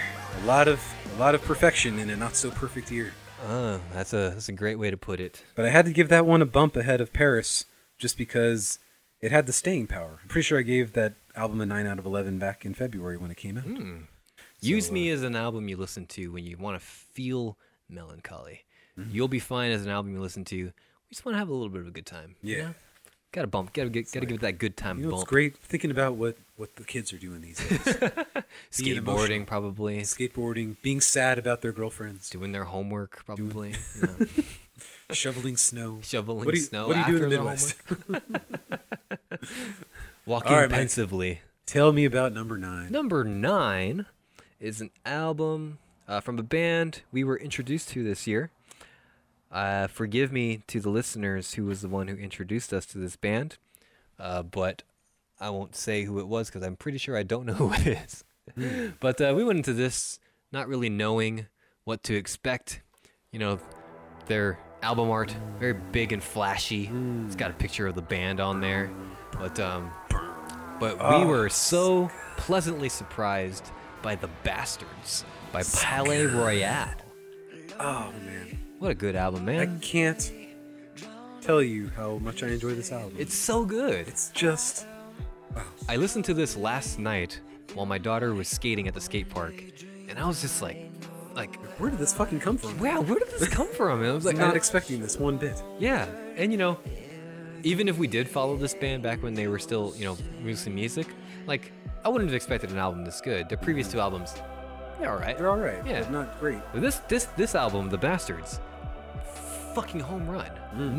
Speaker 2: A lot of a lot of perfection in a not so perfect year.
Speaker 1: Uh, that's a that's a great way to put it.
Speaker 2: But I had to give that one a bump ahead of Paris just because it had the staying power. I'm pretty sure I gave that album a 9 out of 11 back in February when it came out.
Speaker 1: Hmm, Use
Speaker 2: So, uh,
Speaker 1: Me as an album you listen to when you want to feel melancholy.
Speaker 2: Mm-hmm.
Speaker 1: You'll be fine as an album you listen to. We just want to have a little bit of a good time. you
Speaker 2: Yeah.
Speaker 1: know? Gotta bump. Gotta get. Gotta give it that good time
Speaker 2: You know,
Speaker 1: bump.
Speaker 2: it's great thinking about what, what the kids are doing
Speaker 1: <laughs>
Speaker 2: these days. being emotional.
Speaker 1: Skateboarding probably.
Speaker 2: Skateboarding, being sad about their girlfriends,
Speaker 1: Doing their homework probably. you
Speaker 2: <laughs>
Speaker 1: know.
Speaker 2: shoveling snow.
Speaker 1: Shoveling
Speaker 2: What do you-
Speaker 1: snow.
Speaker 2: What do you do in the
Speaker 1: after their
Speaker 2: Midwest?
Speaker 1: homework. Walking
Speaker 2: All right, Mike.
Speaker 1: pensively.
Speaker 2: <laughs> Tell me about number nine.
Speaker 1: Number nine is an album uh, from a band we were introduced to this year. Uh, forgive me to the listeners who was the one who introduced us to this band, uh, but I won't say who it was because I'm pretty sure I don't <laughs> know who it is. but uh, we went into this not really knowing what to expect. You know, their album art very big and flashy. It's got a picture of the band on there, but um, but
Speaker 2: Oh.
Speaker 1: we were so pleasantly surprised by the bastards by Palais Royale.
Speaker 2: Oh, man.
Speaker 1: What a good album,
Speaker 2: I
Speaker 1: man!
Speaker 2: can't tell you how much I enjoy this album.
Speaker 1: It's so good.
Speaker 2: it's just.
Speaker 1: I listened to this last night while my daughter was skating at the skate park, and I was just like, like,
Speaker 2: Where did this fucking come from?
Speaker 1: wow, where did this come from? And I was
Speaker 2: I
Speaker 1: like,
Speaker 2: was not
Speaker 1: I-
Speaker 2: expecting this one bit.
Speaker 1: Yeah, and you know, even if we did follow this band back when they were still, you know, releasing music, like I wouldn't have expected an album this good. Their previous two albums, they're all right.
Speaker 2: They're all right,
Speaker 1: Yeah.
Speaker 2: but not great.
Speaker 1: But this this this album, The Bastards, fucking home run,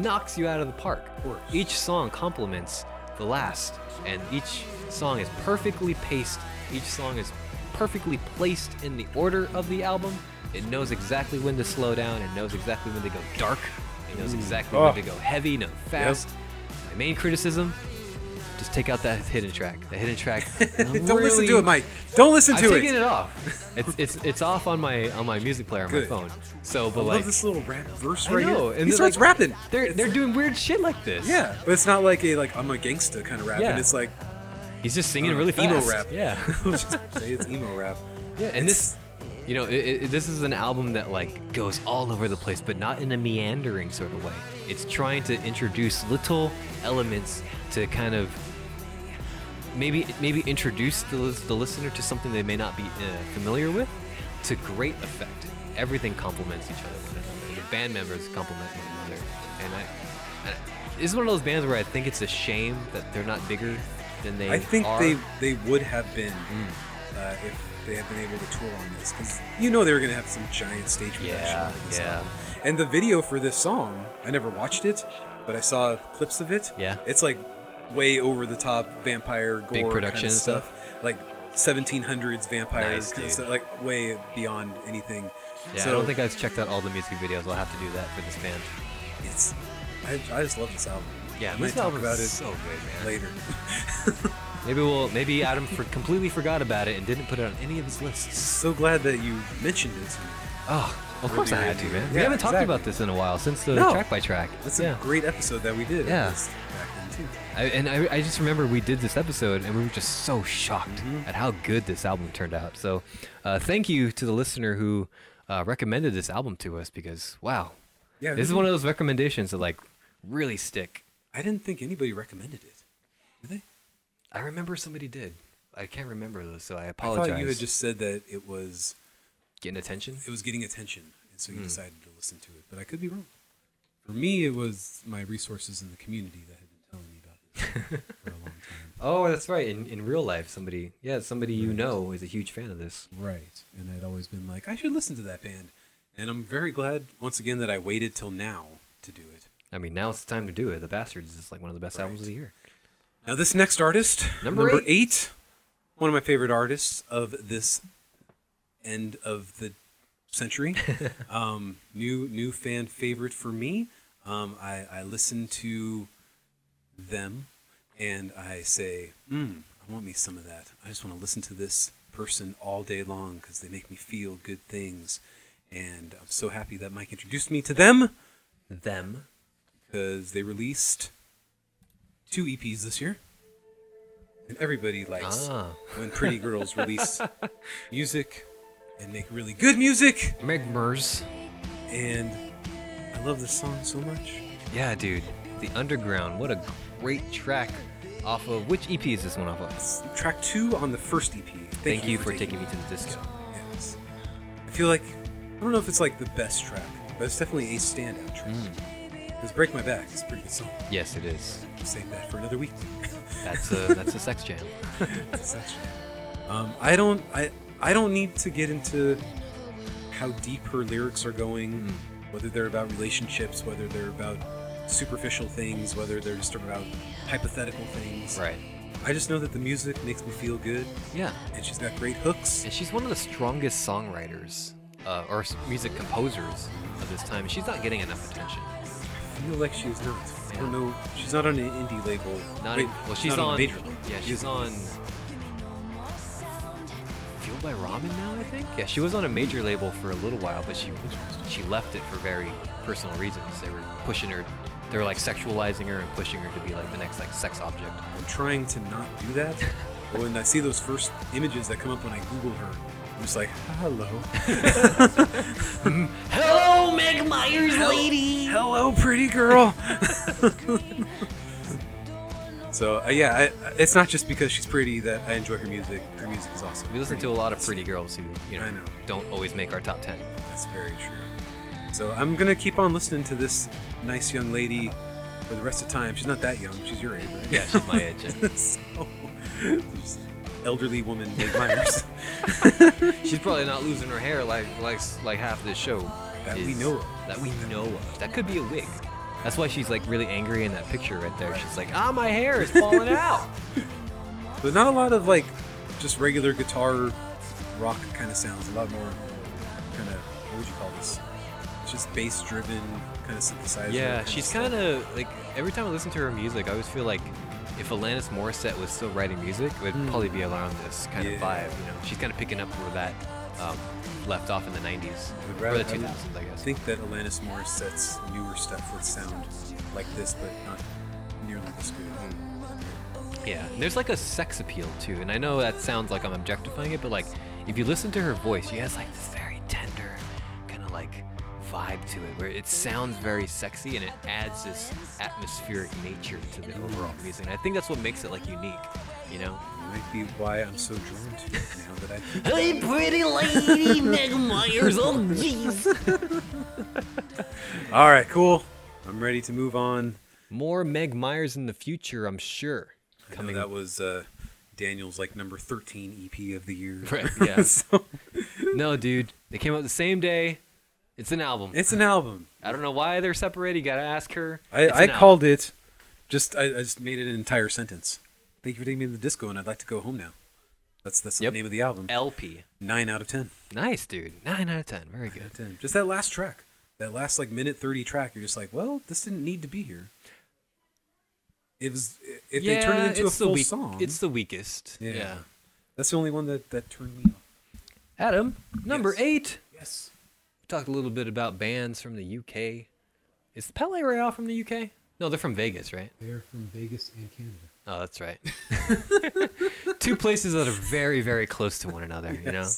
Speaker 1: knocks you out of the park.
Speaker 2: Mm. course.
Speaker 1: Each song complements the last, and each song is perfectly paced. Each song is perfectly placed in the order of the album. It knows exactly when to slow down. It knows exactly when to go dark. It knows exactly
Speaker 2: Oh.
Speaker 1: when to go heavy, no fast. My main criticism: just take out that hidden track. The hidden track. Don't
Speaker 2: <laughs> Don't listen to it, Mike. Don't listen
Speaker 1: I've
Speaker 2: to
Speaker 1: taken
Speaker 2: it.
Speaker 1: it off. <laughs> It's it's it's off on my on my music player on
Speaker 2: Good.
Speaker 1: my phone. So, but
Speaker 2: I
Speaker 1: like
Speaker 2: love this little rap verse
Speaker 1: I
Speaker 2: right
Speaker 1: know,
Speaker 2: here.
Speaker 1: and
Speaker 2: he
Speaker 1: they're
Speaker 2: starts
Speaker 1: like-
Speaker 2: rapping.
Speaker 1: they're they're doing weird shit like this.
Speaker 2: Yeah, but it's not like a like I'm a gangsta kind of rap.
Speaker 1: Yeah.
Speaker 2: And it's like <laughs>
Speaker 1: he's just singing really fast.
Speaker 2: Uh, emo rap.
Speaker 1: Yeah.
Speaker 2: let's just say it's emo rap.
Speaker 1: Yeah, and this, you know, i i this is an album that like goes all over the place, but not in a meandering sort of way. It's trying to introduce little elements to kind of maybe maybe introduce the, lis- the listener to something they may not be uh, familiar with, to great effect. Everything complements each other. One another. The band members complement one another, and I. And this is one of those bands where I think it's a shame that they're not bigger than they
Speaker 2: I think
Speaker 1: are.
Speaker 2: they they would have been
Speaker 1: Hmm.
Speaker 2: uh, if they had been able to tour on this because you know they were gonna have some giant stage production.
Speaker 1: Yeah,
Speaker 2: for this
Speaker 1: yeah.
Speaker 2: album. And the video for this song, I never watched it, but I saw clips of it.
Speaker 1: Yeah.
Speaker 2: it's like way over the top vampire gore
Speaker 1: Big production
Speaker 2: kind
Speaker 1: and
Speaker 2: of
Speaker 1: stuff?
Speaker 2: stuff. like 1700s vampires
Speaker 1: Nice,
Speaker 2: kind of
Speaker 1: dude.
Speaker 2: stuff, like way beyond anything.
Speaker 1: Yeah,
Speaker 2: so
Speaker 1: I don't think I've checked out all the music videos. I'll have to do that for this band.
Speaker 2: it's. I, I just love this album.
Speaker 1: Yeah,
Speaker 2: we
Speaker 1: this
Speaker 2: talk
Speaker 1: album
Speaker 2: about
Speaker 1: is
Speaker 2: it
Speaker 1: so good, man.
Speaker 2: later.
Speaker 1: Maybe we'll maybe Adam for, completely forgot about it and didn't put it on any of his lists.
Speaker 2: So glad that you mentioned it to me.
Speaker 1: Oh, of course I had to, man. we
Speaker 2: Yeah,
Speaker 1: haven't talked
Speaker 2: exactly.
Speaker 1: about this in a while since the
Speaker 2: No.
Speaker 1: track by track.
Speaker 2: That's
Speaker 1: yeah,
Speaker 2: a great episode that we did.
Speaker 1: Yeah.
Speaker 2: This back then too.
Speaker 1: I, and I, I just remember we did this episode and we were just so shocked
Speaker 2: Mm-hmm.
Speaker 1: at how good this album turned out. So, uh, thank you to the listener who uh, recommended this album to us because wow,
Speaker 2: Yeah,
Speaker 1: this is
Speaker 2: who-
Speaker 1: one of those recommendations that like really stick.
Speaker 2: I didn't think anybody recommended it. Did they?
Speaker 1: I remember somebody did. I can't remember though, so I
Speaker 2: I
Speaker 1: apologize.
Speaker 2: thought you had just said that it was
Speaker 1: getting attention.
Speaker 2: it was getting attention, and
Speaker 1: Hmm.
Speaker 2: so you decided to listen to it. But I could be wrong. For me, it was my resources in the community that had been telling me
Speaker 1: <laughs>
Speaker 2: about it for a long time.
Speaker 1: Oh, that's right. In in real life, somebody, yeah, somebody you know is a huge fan of this.
Speaker 2: Right, and I'd always been like, I should listen to that band, and I'm very glad once again that I waited till now to do it.
Speaker 1: I mean, now it's the time to do it. The Bastards is like one of the best albums of the year.
Speaker 2: Now, this next artist,
Speaker 1: Number
Speaker 2: eight. one of my favorite artists of this end of the century, um, new new fan favorite for me. Um, I, I listen to them, and I say, mm, I want me some of that. I just want to listen to this person all day long because they make me feel good things, and I'm so happy that Mike introduced me to them
Speaker 1: Them.
Speaker 2: because they released two EPs this year, and everybody likes
Speaker 1: Ah.
Speaker 2: when pretty girls release music and make really good music.
Speaker 1: Meg Mers.
Speaker 2: And I love this song so much.
Speaker 1: Yeah, dude. The Underground. What a great track off of. Which EP is this one off of?
Speaker 2: It's track two on the first EP. Thank,
Speaker 1: Thank you for taking me to the disco.
Speaker 2: Yes. I feel like I don't know if it's like the best track, but it's definitely a standout track.
Speaker 1: Mm.
Speaker 2: Because "Break My Back" is a pretty good song.
Speaker 1: Yes, it is.
Speaker 2: Save that for another
Speaker 1: <laughs>
Speaker 2: week.
Speaker 1: That's <laughs> a that's a sex jam.
Speaker 2: Essentially. Um, I don't I I don't need to get into how deep her lyrics are going,
Speaker 1: Mm.
Speaker 2: whether they're about relationships, whether they're about superficial things, whether they're just about hypothetical things.
Speaker 1: Right.
Speaker 2: I just know that the music makes me feel good,
Speaker 1: Yeah.
Speaker 2: and she's got great hooks.
Speaker 1: And she's one of the strongest songwriters uh, or s- music composers of this time. She's not getting enough attention.
Speaker 2: I feel like she's not. I
Speaker 1: Yeah.
Speaker 2: don't know. She's not on an indie label.
Speaker 1: Not
Speaker 2: Wait,
Speaker 1: in, well, she's
Speaker 2: not
Speaker 1: on.
Speaker 2: a major label.
Speaker 1: Yeah, she's on. Fueled by Ramen now, I think. Yeah, she was on a major label for a little while, but she she left it for very personal reasons. They were pushing her. They were like sexualizing her and pushing her to be like the next like sex object.
Speaker 2: I'm trying to not do that.
Speaker 1: <laughs>
Speaker 2: but when I see those first images that come up when I Google her, I'm just like, hello.
Speaker 1: Hello, Meg Myers, lady.
Speaker 2: Hello, pretty girl. <laughs> so uh, yeah, I- I, it's not just because she's pretty that I enjoy her music. Her music is awesome.
Speaker 1: We listen to a lot of pretty girls who you know,
Speaker 2: I know.
Speaker 1: don't always make our top ten.
Speaker 2: That's very true. So I'm gonna keep on listening to this nice young lady for the rest of time. She's not that young. She's your age, right?
Speaker 1: Yeah, she's my age. and
Speaker 2: <laughs> so, just elderly woman Meg Myers
Speaker 1: She's probably not losing her hair like like like half this show.
Speaker 2: That we know of.
Speaker 1: That we know of. That could be a wig. That's why she's like really angry in that picture right there. She's like, ah, my hair is falling
Speaker 2: <laughs>
Speaker 1: out.
Speaker 2: <laughs> but not a lot of like just regular guitar rock kind of sounds. A lot more kind of what would you call this? It's just bass driven kind of synthesizer.
Speaker 1: Yeah,
Speaker 2: kinda
Speaker 1: she's
Speaker 2: stuff.
Speaker 1: kind of like every time I listen to her music, I always feel like if Alanis Morissette was still writing music, it would probably be around this kind
Speaker 2: Hmm. Yeah.
Speaker 1: of vibe. You know, she's kind of picking up where that um, left off in the '90s
Speaker 2: Would
Speaker 1: or
Speaker 2: rather-
Speaker 1: the
Speaker 2: I would
Speaker 1: 2000s, I guess.
Speaker 2: I think that Alanis Morissette's newer stuff would sound like this, but not nearly this good.
Speaker 1: Hmm. Yeah, there's like a sex appeal too, and I know that sounds like I'm objectifying it, but like if you listen to her voice, she has like this very tender kind of like vibe to it, where it sounds very sexy and it adds this atmospheric nature to the overall music. And I think that's what makes it like unique, you know?
Speaker 2: Might be why I'm so drawn to it now that I think
Speaker 1: Hey, pretty <laughs> lady, Meg Myers, oh jeez.
Speaker 2: All right, cool. I'm ready to move on.
Speaker 1: More Meg Myers in the future, I'm sure.
Speaker 2: I know
Speaker 1: Coming
Speaker 2: that was uh, Daniel's like number 13 EP of the year. <laughs>
Speaker 1: Right, yeah.
Speaker 2: So,
Speaker 1: No, dude, they came out the same day. It's an album.
Speaker 2: it's an album.
Speaker 1: I don't know why they're separated. You gotta ask her.
Speaker 2: I,
Speaker 1: It's
Speaker 2: I
Speaker 1: an album.
Speaker 2: called it. Just I, I just made it an entire sentence. Thank you for taking me to the disco, and I'd like to go home now. That's that's
Speaker 1: Yep.
Speaker 2: the name of the album.
Speaker 1: LP.
Speaker 2: Nine out of ten.
Speaker 1: Nice, dude. Nine out of ten. Very
Speaker 2: Out
Speaker 1: good.
Speaker 2: of ten. Just that last track, that last like minute thirty track. You're just like, well, this didn't need to be here. It was if they turned it into a
Speaker 1: it's the
Speaker 2: full
Speaker 1: weak-
Speaker 2: song.
Speaker 1: It's the weakest. Yeah.
Speaker 2: Yeah. that's the only one that that turned me off.
Speaker 1: Adam, number
Speaker 2: Yes.
Speaker 1: eight.
Speaker 2: Yes.
Speaker 1: We talked a little bit about bands from the UK. Is Pele Royale from the UK? No, they're from Vegas, right?
Speaker 2: They're from Vegas and Canada.
Speaker 1: Oh, that's
Speaker 2: <laughs>
Speaker 1: right. Two places that are very, very close to one another, you know?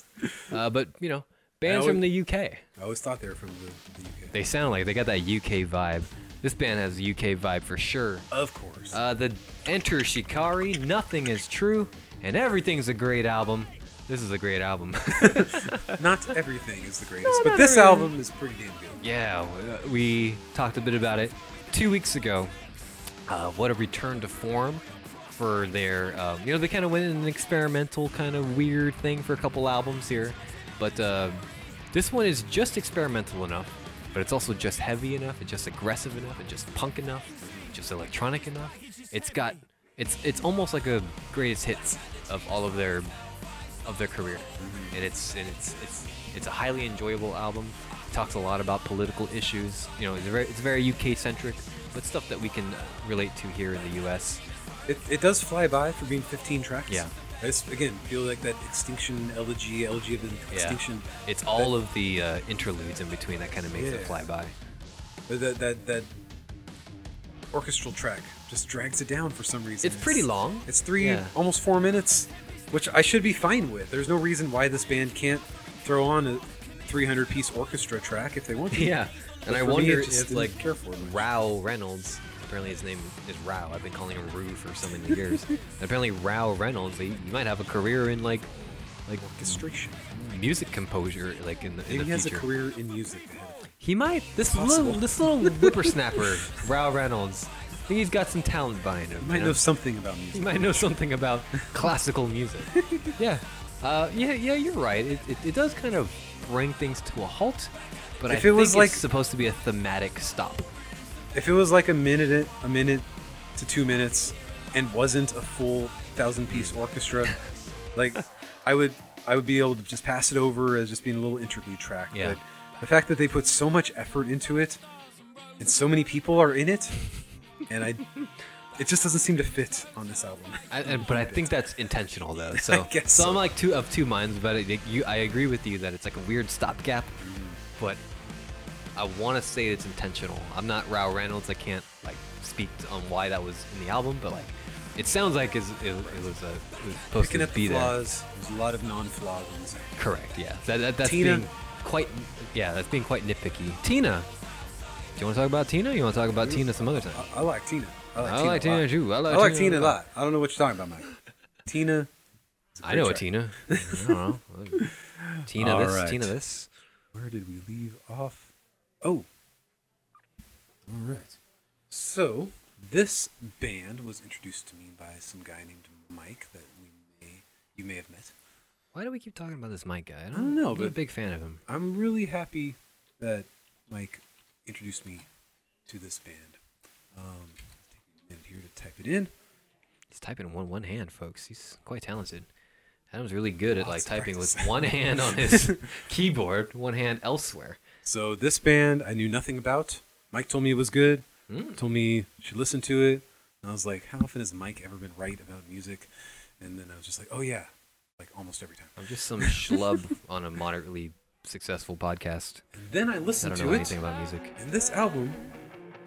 Speaker 1: Uh, but, you know, bands from
Speaker 2: would-
Speaker 1: the UK.
Speaker 2: I always thought they were from the, the UK.
Speaker 1: They sound like they got that UK vibe. This band has a UK vibe for sure.
Speaker 2: of course.
Speaker 1: Uh, the Enter Shikari, Nothing is True, and Everything's a great album. This is a great album. <laughs>
Speaker 2: not everything is the greatest, but this album is pretty damn good.
Speaker 1: yeah, we- we talked a bit about it two weeks ago. Uh, what a return to form for their, um, you know, they kind of went in an experimental kind of weird thing for a couple albums here, but uh, this one is just experimental enough, but it's also just heavy enough, and just aggressive enough, and just punk enough, just electronic enough. It's got, it's it's almost like a greatest hits of all of their of their career, and it's and it's it's it's a highly enjoyable album. It talks a lot about political issues. You know, it's very it's very UK centric, but stuff that we can uh, relate to here in the US.
Speaker 2: It, it does fly by for being 15 tracks.
Speaker 1: Yeah.
Speaker 2: I just, again, feel like that extinction elegy, elegy of the extinction.
Speaker 1: it's all of the uh, interludes in between that kind of makes it
Speaker 2: Yeah.
Speaker 1: fly by.
Speaker 2: But that, that that orchestral track just drags it down for some reason.
Speaker 1: It's pretty long.
Speaker 2: It's three, <laughs>
Speaker 1: Yeah.
Speaker 2: almost four minutes, which I should be fine with. There's no reason why this band can't throw on a 300 piece orchestra track if they want
Speaker 1: <laughs>
Speaker 2: to.
Speaker 1: Yeah, and
Speaker 2: But
Speaker 1: I
Speaker 2: for me,
Speaker 1: wonder
Speaker 2: it just
Speaker 1: if
Speaker 2: didn't
Speaker 1: like
Speaker 2: care for me.
Speaker 1: Rao Reynolds. Apparently his name is Rao. I've been calling him Rue for so many
Speaker 2: <laughs>
Speaker 1: years. And apparently Rao Reynolds, he, he might have a career in like like
Speaker 2: orchestration.
Speaker 1: music composure, like in the, in
Speaker 2: Maybe
Speaker 1: the
Speaker 2: he has a
Speaker 1: future.
Speaker 2: career in music. ahead of him.
Speaker 1: He might. This
Speaker 2: Possible.
Speaker 1: little this
Speaker 2: <laughs>
Speaker 1: little whippersnapper, Rao Reynolds. I think he's got some talent behind him.
Speaker 2: He might
Speaker 1: you know? <laughs>
Speaker 2: know something about music.
Speaker 1: He might know something about classical music.
Speaker 2: <laughs>
Speaker 1: yeah, uh, yeah, yeah. You're right. It, it, it does kind of bring things to a halt. But I
Speaker 2: If it
Speaker 1: think
Speaker 2: was like-
Speaker 1: it's supposed to be a thematic stop.
Speaker 2: If it was like a minute, a minute to two minutes, and wasn't a full
Speaker 1: <laughs>
Speaker 2: thousand-piece orchestra, like I would, I would be able to just pass it over as just being a little interlude track.
Speaker 1: Yeah.
Speaker 2: But the fact that they put so much effort into it, and so many people are in it, and I, it just doesn't seem to fit on this album.
Speaker 1: <laughs> I, and, but I think that's intentional
Speaker 2: <laughs>
Speaker 1: though. So,
Speaker 2: guess
Speaker 1: so I'm
Speaker 2: so.
Speaker 1: like two of two minds about it. Like, You, I agree with you that it's like a weird stopgap, but I want to say it's intentional. I'm not Rao Reynolds. I can't like speak to- on why that was in the album, but like it sounds like it's, it, it was a it was supposed
Speaker 2: Looking
Speaker 1: to
Speaker 2: at
Speaker 1: be
Speaker 2: the
Speaker 1: there.
Speaker 2: flaws, there's a lot of non-flaws in this. album.
Speaker 1: Correct. Yeah. That, that that's
Speaker 2: Tina.
Speaker 1: being quite yeah that's being quite nitpicky. Tina, do you want to talk about Tina? Or you want to talk about Tina some other time?
Speaker 2: I, I like Tina. I like
Speaker 1: I like
Speaker 2: Tina, a lot.
Speaker 1: Tina too. I like Tina a
Speaker 2: Tina a lot. I don't know what you're talking about, Mike.
Speaker 1: <laughs>
Speaker 2: Tina. is a
Speaker 1: I
Speaker 2: great
Speaker 1: know a
Speaker 2: track.
Speaker 1: Tina. I don't know.
Speaker 2: <laughs>
Speaker 1: Tina
Speaker 2: All
Speaker 1: this.
Speaker 2: right.
Speaker 1: Tina this.
Speaker 2: Where did we leave off? Oh. All right. So, this band was introduced to me by some guy named Mike that we may you may have met.
Speaker 1: Why do we keep talking about this Mike guy? I don't,
Speaker 2: don't know,
Speaker 1: I'm not a
Speaker 2: but-
Speaker 1: big fan of him.
Speaker 2: I'm really happy that Mike introduced me to this band. Um, take a minute here to type it in.
Speaker 1: He's typing in one one hand, folks. He's quite talented. Adam's really good at like
Speaker 2: Lots of
Speaker 1: typing with
Speaker 2: practice.
Speaker 1: one hand on
Speaker 2: <laughs>
Speaker 1: his keyboard, one hand elsewhere.
Speaker 2: So this band I knew nothing about. Mike told me it was good.
Speaker 1: Hmm.
Speaker 2: Told me I should listen to it. And I was like, how often has Mike ever been right about music? And then I was just like, oh yeah, like almost every time.
Speaker 1: I'm just some
Speaker 2: <laughs>
Speaker 1: schlub on a moderately successful podcast.
Speaker 2: And then I
Speaker 1: I
Speaker 2: listened
Speaker 1: don't
Speaker 2: to
Speaker 1: know
Speaker 2: it,
Speaker 1: anything about music.
Speaker 2: and this album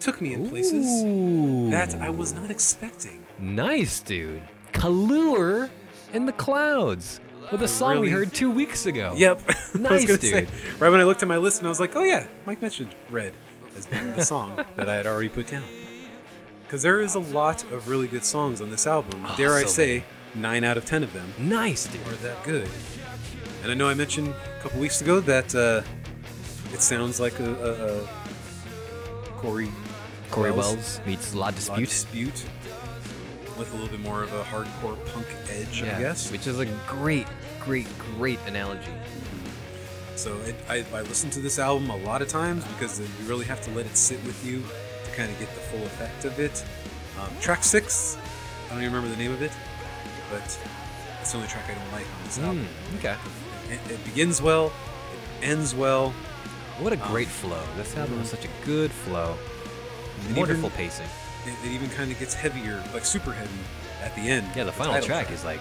Speaker 2: took me in places
Speaker 1: Ooh,
Speaker 2: that I was not expecting.
Speaker 1: nice, dude. Kalur in the clouds with a song we
Speaker 2: Really?
Speaker 1: heard two weeks ago.
Speaker 2: Yep. <laughs> I was
Speaker 1: Nice,
Speaker 2: gonna
Speaker 1: dude.
Speaker 2: right when I looked at my list and I was like, oh yeah, Mike mentioned Red as being the
Speaker 1: <laughs>
Speaker 2: song that I had already put down. Because there is a lot of really good songs on this album.
Speaker 1: Oh,
Speaker 2: Dare I
Speaker 1: so
Speaker 2: say, nine out of ten of them
Speaker 1: Nice, dude.
Speaker 2: are that good. And I know I mentioned a couple weeks ago that uh, it sounds like a, a, a Corey
Speaker 1: Corey
Speaker 2: Wells.
Speaker 1: Wells meets La
Speaker 2: Lot
Speaker 1: Dispute.
Speaker 2: dispute with a little bit more of a hardcore punk edge, I guess.
Speaker 1: which is a great, great, great analogy.
Speaker 2: So it, I, I listened to this album a lot of times because you really have to let it sit with you to kind of get the full effect of it. Um, track six, I don't even remember the name of it, but it's the only track I don't like on this album.
Speaker 1: okay.
Speaker 2: It, it begins well, it ends well.
Speaker 1: What
Speaker 2: Um,
Speaker 1: a great flow. This album
Speaker 2: hmm.
Speaker 1: is such a good flow.
Speaker 2: And
Speaker 1: Wonderful
Speaker 2: even-
Speaker 1: pacing.
Speaker 2: It, it even kind of gets heavier, like super heavy at the end.
Speaker 1: Yeah, the final
Speaker 2: title
Speaker 1: track, is like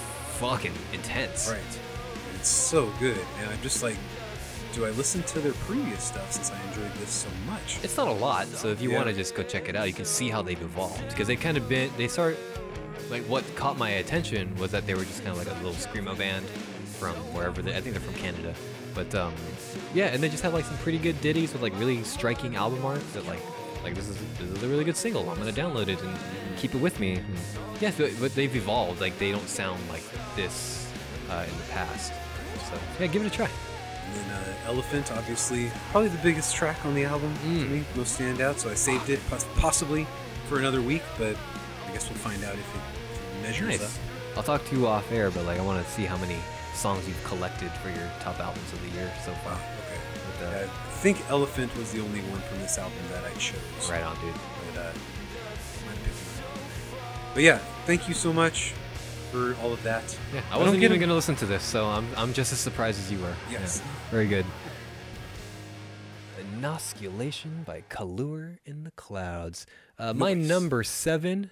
Speaker 1: fucking intense.
Speaker 2: Right. And It's so good, and I'm just like, do I listen to their previous stuff since I enjoyed this so much?
Speaker 1: It's not a lot, so if you
Speaker 2: Yeah.
Speaker 1: want to just go check it out, you can see how they've evolved because they kind of been they start like what caught my attention was that they were just kind of like a little screamo band from wherever they I think they're from Canada, but um, yeah, and they just have like some pretty good ditties with like really striking album art that like like this is this is a really good single. I'm gonna download it and keep it with me. Yes, but, but they've evolved. Like they don't sound like this uh, in the past. So yeah, give it a try.
Speaker 2: And then uh, Elephant, obviously, probably the biggest track on the album
Speaker 1: Mm.
Speaker 2: to me, most standout. So I saved it pos- possibly for another week, but I guess we'll find out if it measures up.
Speaker 1: Nice. I'll talk to you off air, but like I want to see how many songs you've collected for your top albums of the year so far.
Speaker 2: Wow, okay.
Speaker 1: With, uh,
Speaker 2: I think Elephant was the only one from this album that I chose.
Speaker 1: Right on, dude.
Speaker 2: But, uh, might have picked another one. but yeah, thank you so much for all of that.
Speaker 1: Yeah, I
Speaker 2: don't
Speaker 1: wasn't
Speaker 2: get
Speaker 1: even
Speaker 2: him-
Speaker 1: gonna listen to this, so I'm I'm just as surprised as you were. Yeah.
Speaker 2: Yes.
Speaker 1: Very good. Inoculation by Kalur in the Clouds. Uh, my
Speaker 2: Nice.
Speaker 1: number seven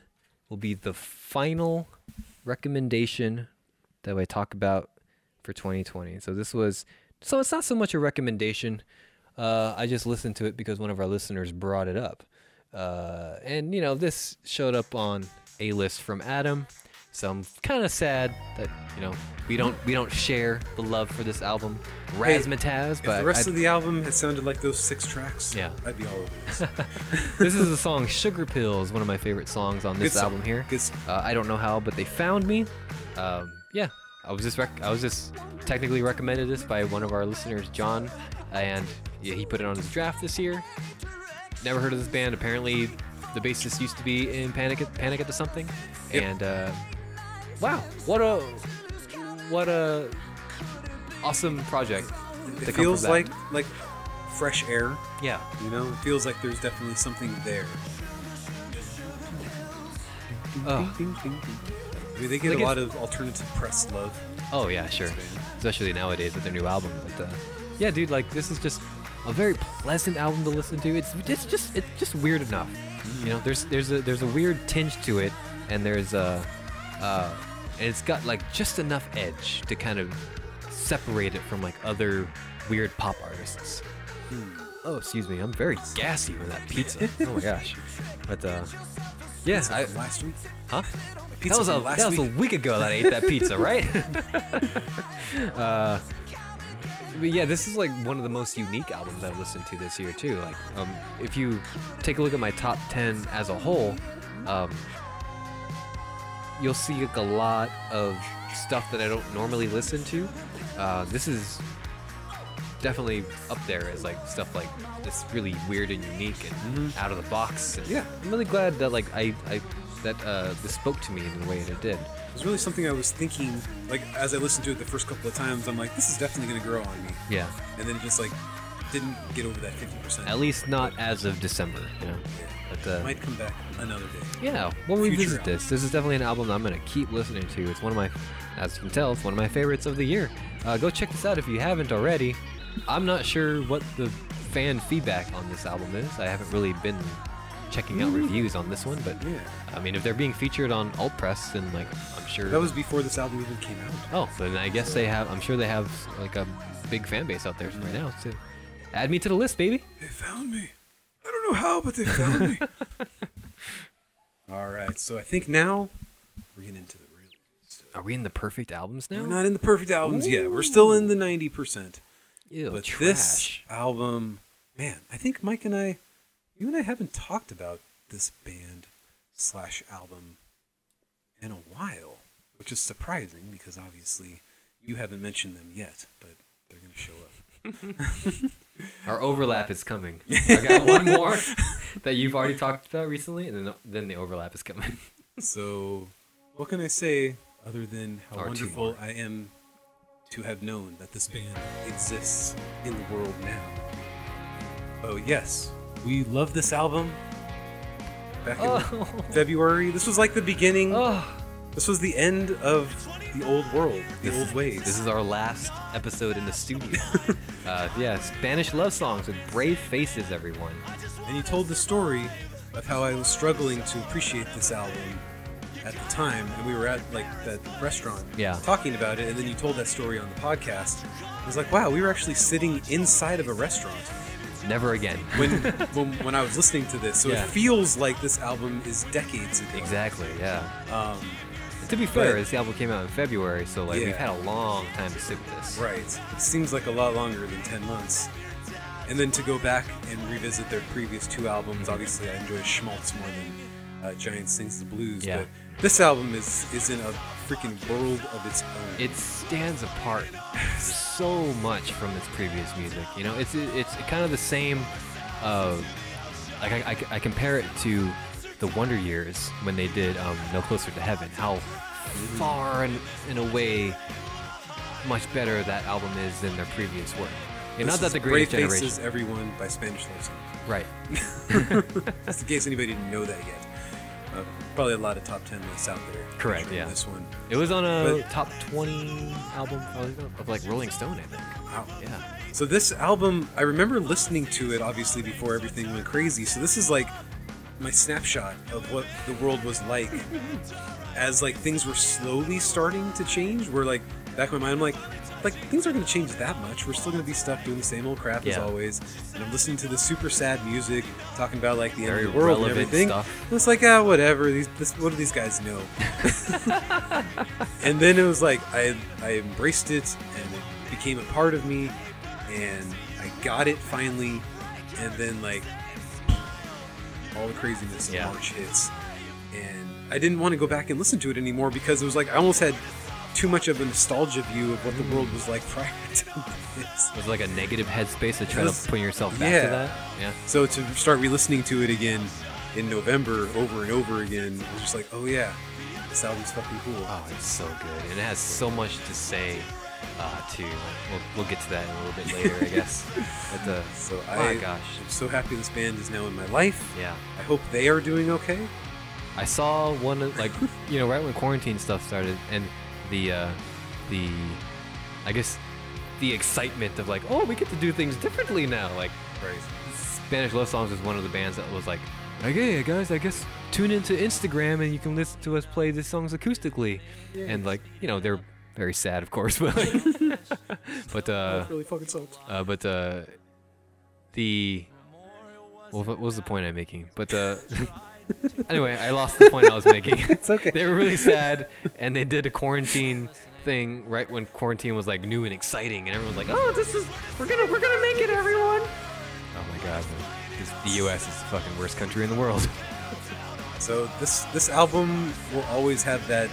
Speaker 1: will be the final recommendation that I talk about for 2020. So this was so it's not so much a recommendation. Uh, I just listened to it because one of our listeners brought it up, uh, and you know this showed up on a list from Adam. So I'm kind of sad that you know we don't we don't share the love for this album,
Speaker 2: Hey,
Speaker 1: Razzmatazz.
Speaker 2: If
Speaker 1: but
Speaker 2: the rest
Speaker 1: I-
Speaker 2: of the album had sounded like those six tracks,
Speaker 1: Yeah.
Speaker 2: I'd be all over this.
Speaker 1: <laughs> this is the song "Sugar Pills," one of my favorite songs
Speaker 2: <laughs>
Speaker 1: on this
Speaker 2: Good song.
Speaker 1: album here.
Speaker 2: Good song.
Speaker 1: Uh, I don't know how, but they found me. Um, yeah, I was just rec- I was just technically recommended this by one of our listeners, John, and yeah, he put it on his draft this year. Never heard of this band. Apparently, the bassist used to be in Panic at, Panic at the Something,
Speaker 2: Yep.
Speaker 1: and uh, wow, what a what a awesome project. to come
Speaker 2: it
Speaker 1: from
Speaker 2: feels
Speaker 1: that.
Speaker 2: like like fresh air.
Speaker 1: yeah.
Speaker 2: You know, it feels like there's definitely something there.
Speaker 1: Ugh.
Speaker 2: Ah. I mean, they get
Speaker 1: Like
Speaker 2: a
Speaker 1: if-
Speaker 2: lot of alternative press love.
Speaker 1: Oh yeah, sure. Especially nowadays with their new album. But uh, yeah, dude, like this is just a very pleasant album to listen to. It's it's just it's just weird enough. You know, there's there's a there's a weird tinge to it, and there's a uh, and it's got like just enough edge to kind of separate it from like other weird pop artists. Oh, excuse me, I'm very gassy with that pizza. oh my gosh. But uh, yeah,
Speaker 2: Pizza
Speaker 1: I,
Speaker 2: from last week.
Speaker 1: huh?
Speaker 2: Pizza
Speaker 1: that was, a,
Speaker 2: from last
Speaker 1: that was
Speaker 2: week.
Speaker 1: a week ago that I ate that pizza,
Speaker 2: <laughs>
Speaker 1: right? uh, but yeah, this is like one of the most unique albums I've listened to this year too. Like, um, if you take a look at my top ten as a whole, um, you'll see like a lot of stuff that I don't normally listen to. Uh, this is definitely up there as like stuff like that's really weird and unique and out of the box. And
Speaker 2: Mm-hmm. Yeah.
Speaker 1: I'm really glad that like I, I that uh, this spoke to me in the way that it did.
Speaker 2: It was really something I was thinking. Like as I listened to it the first couple of times, I'm like, this is definitely gonna grow on me.
Speaker 1: Yeah.
Speaker 2: And then it just like didn't get over that 50%.
Speaker 1: At least not as of December, you know. But, uh,
Speaker 2: Might come back another day.
Speaker 1: yeah, we'll
Speaker 2: Future
Speaker 1: revisit
Speaker 2: album.
Speaker 1: this. This is definitely an album that I'm going to keep listening to. It's one of my, as you can tell, it's one of my favorites of the year. Uh, go check this out if you haven't already. I'm not sure what the fan feedback on this album is. I haven't really been checking out reviews on this one, but
Speaker 2: Mm. Yeah.
Speaker 1: I mean, if they're being featured on Alt Press, then like I'm sure
Speaker 2: That was before this album even came out.
Speaker 1: Oh, then I guess they have. I'm sure they have like a big fan base out there right now too. Add me to the list, baby.
Speaker 2: They found me. I don't know how, but they found
Speaker 1: <laughs>
Speaker 2: me. All right, so I think now we're getting into the real.
Speaker 1: Are we in the perfect albums now?
Speaker 2: We're not in the perfect albums yet. We're still in the 90%.
Speaker 1: Ew,
Speaker 2: But
Speaker 1: trash.
Speaker 2: this album, man, I think Mike and I, you and I haven't talked about this band slash album in a while, which is surprising because obviously you haven't mentioned them yet, but they're going to show up.
Speaker 1: Our overlap is
Speaker 2: <laughs>
Speaker 1: coming. I got one more that you've already talked about recently, and then then the overlap is <laughs> coming.
Speaker 2: So, what can I say other than how
Speaker 1: Or two
Speaker 2: wonderful
Speaker 1: more.
Speaker 2: I am to have known that this band exists in the world now? Oh, yes, we love this album. Back in
Speaker 1: Oh.
Speaker 2: <laughs> February, this was like the beginning,
Speaker 1: Oh,
Speaker 2: this was the end of the old world, the old ways.
Speaker 1: this is our last episode in the
Speaker 2: <laughs>
Speaker 1: studio. uh, yeah, Spanish love songs with brave faces, everyone.
Speaker 2: and he told the story of how I was struggling to appreciate this album at the time, and we were at like that restaurant,
Speaker 1: Yeah.
Speaker 2: talking about it, and then you told that story on the podcast. I was like, wow, we were actually sitting inside of a restaurant
Speaker 1: Never again. <laughs>
Speaker 2: when when, when I was listening to this, so
Speaker 1: Yeah.
Speaker 2: it feels like this album is decades ago.
Speaker 1: Exactly. Yeah.
Speaker 2: Um,
Speaker 1: To be fair,
Speaker 2: But-
Speaker 1: this album came out in February, so like we've
Speaker 2: Yeah.
Speaker 1: had a long time to sit with this.
Speaker 2: right. It seems like a lot longer than ten months. And then to go back and revisit their previous two albums, obviously I enjoy Schmaltz more than uh, Giant Sings the Blues.
Speaker 1: Yeah.
Speaker 2: But this album is is in a freaking world of its own.
Speaker 1: It stands apart so much from its previous music. You know, it's it's kind of the same. Uh, like I, I, I compare it to the Wonder Years when they did um, No Closer to Heaven. How far and in a way much better that album is than their previous work. And
Speaker 2: This
Speaker 1: not that
Speaker 2: is
Speaker 1: the Greatest
Speaker 2: Brave
Speaker 1: Generation,
Speaker 2: Faces Everyone by Spanish Love Song. <laughs>
Speaker 1: right?
Speaker 2: Just in case anybody didn't know that yet. Uh, probably a lot of top ten lists out there.
Speaker 1: Correct,
Speaker 2: featuring
Speaker 1: yeah.
Speaker 2: This one.
Speaker 1: It was on a
Speaker 2: But-
Speaker 1: top twenty album of- of like Rolling Stone, I think.
Speaker 2: Wow.
Speaker 1: Yeah.
Speaker 2: So this album, I remember listening to it obviously before everything went crazy. So this is like my snapshot of what the world was like as like things were slowly starting to change. We're like back in my mind, I'm like like things aren't going to change that much. We're still going to be stuck doing the same old crap as
Speaker 1: Yeah.
Speaker 2: always. And I'm listening to the super sad music talking about like the
Speaker 1: Very
Speaker 2: end of the world and
Speaker 1: relevant
Speaker 2: everything.
Speaker 1: stuff.
Speaker 2: And it's like ah, whatever. These this, what do these guys know? and then it was like I I embraced it and it became a part of me and I got it finally and then like all the craziness of
Speaker 1: Yeah.
Speaker 2: March hits and I didn't want to go back and listen to it anymore because it was like I almost had too much of a nostalgia view of what the
Speaker 1: Mm.
Speaker 2: world was like <laughs> prior to this.
Speaker 1: It was like a negative headspace to try
Speaker 2: was-
Speaker 1: to put yourself back
Speaker 2: yeah.
Speaker 1: to that. Yeah.
Speaker 2: So to start re-listening to it again in November over and over again, I was just like, oh yeah, this album's fucking cool.
Speaker 1: Oh, it's so good, and it has so much to say, uh, too. We'll, we'll get to that in a little bit later, I guess. But uh,
Speaker 2: So
Speaker 1: my
Speaker 2: I
Speaker 1: gosh,
Speaker 2: am so happy this band is now in my life.
Speaker 1: yeah.
Speaker 2: I hope they are doing okay.
Speaker 1: I saw one of, like you know right when quarantine stuff started, and the uh, the I guess the excitement of like oh we get to do things differently now. Like
Speaker 2: Right.
Speaker 1: Spanish Love Songs was one of the bands that was like, okay guys, I guess tune into Instagram and you can listen to us play these songs acoustically, and like you know they're very sad of course, <laughs> but like, but uh,
Speaker 2: really fucking sucks.
Speaker 1: uh, but uh, the well, what was the point I'm making? But uh, <laughs> anyway, I lost the point I was making. <laughs>
Speaker 2: It's okay.
Speaker 1: they were really sad, and they did a quarantine thing right when quarantine was like new and exciting, and everyone was like, "Oh, this is we're gonna we're gonna make it, everyone!" Oh my god, man. This, the U.S. is the fucking worst country in the world. <laughs>
Speaker 2: So this this album will always have that.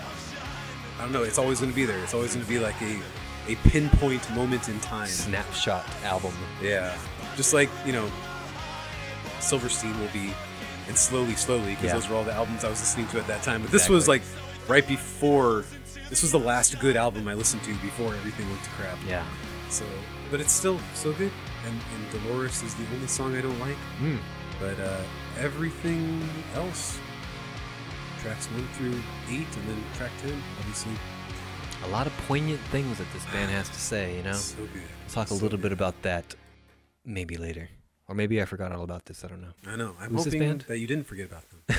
Speaker 2: I don't know. It's always going to be there. It's always going to be like a a pinpoint moment in time.
Speaker 1: Snapshot album.
Speaker 2: Yeah. Just like you know, Silverstein will be, and slowly, slowly, because
Speaker 1: Yeah.
Speaker 2: those were all the albums I was listening to at that time. But this was like
Speaker 1: Exactly.
Speaker 2: right before this was the last good album I listened to before everything went to crap.
Speaker 1: Yeah.
Speaker 2: So, but it's still so good. And, and Dolores is the only song I don't like.
Speaker 1: Mm.
Speaker 2: But uh, everything else, tracks one through eight, and then track ten, obviously,
Speaker 1: A lot of poignant things that this band has to say, you know?
Speaker 2: so good.
Speaker 1: We'll talk a
Speaker 2: So
Speaker 1: little
Speaker 2: good.
Speaker 1: bit about that maybe later. Or maybe I forgot all about this. I don't know.
Speaker 2: I know. I'm
Speaker 1: Who's this
Speaker 2: hoping
Speaker 1: band?
Speaker 2: that you didn't forget about them.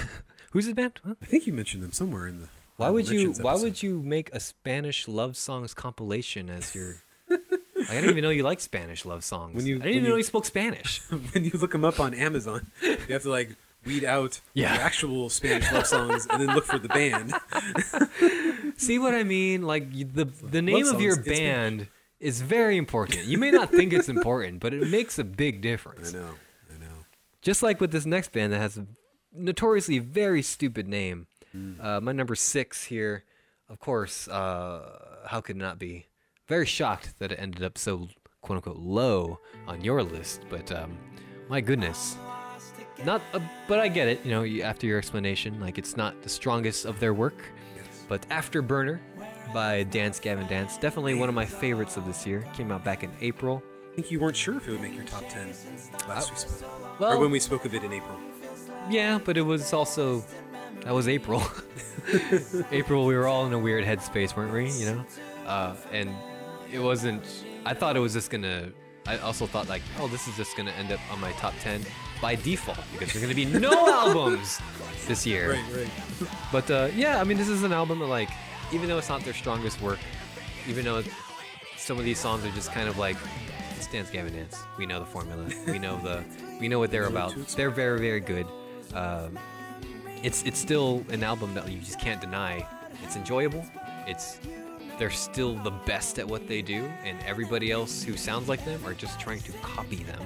Speaker 1: Who's this band? Huh?
Speaker 2: I think you mentioned them somewhere in the.
Speaker 1: <laughs> Why would you?
Speaker 2: Richards
Speaker 1: Why
Speaker 2: episode.
Speaker 1: would you make a Spanish love songs compilation as your? Like, I didn't even know you liked Spanish love songs.
Speaker 2: When you-
Speaker 1: I didn't
Speaker 2: when
Speaker 1: even know
Speaker 2: you-
Speaker 1: you spoke Spanish.
Speaker 2: <laughs> when you look them up on Amazon, you have to like weed out
Speaker 1: Yeah.
Speaker 2: the actual Spanish love songs and then look for the
Speaker 1: <laughs>
Speaker 2: band.
Speaker 1: See what I mean? Like you- the the name of your
Speaker 2: songs in Spanish.
Speaker 1: band is very important. You may not think it's important, but it makes a big
Speaker 2: I
Speaker 1: difference.
Speaker 2: know, I know.
Speaker 1: Just like with this next band that has a notoriously very stupid name. Uh, my number six here, of course. Uh, how could it not be? Very shocked that it ended up so quote unquote low on your list, but um, my goodness. Not, uh, but I get it. You know, you, after your explanation, like it's not the strongest of their work, but Afterburner by Dance Gavin Dance, definitely one of my favorites of this year. Came out back in April.
Speaker 2: I think you weren't sure if it would make your top ten last we spoke,
Speaker 1: Uh, well-
Speaker 2: or when we spoke of it in April.
Speaker 1: Yeah, but it was also that was April. <laughs> April, we were all in a weird headspace, weren't we? You know, uh, and it wasn't. I thought it was just gonna. I also thought like, oh, this is just gonna end up on my top ten by default because there's gonna be no albums this year.
Speaker 2: Right, right.
Speaker 1: But uh, yeah, I mean, this is an album that, like, even though it's not their strongest work, even though some of these songs are just kind of like, it's Dance Gavin Dance. We know the formula. We know the, we know what they're about. They're very, very good. Um, it's it's still an album that you just can't deny. It's enjoyable. It's they're still the best at what they do, and everybody else who sounds like them are just trying to copy them,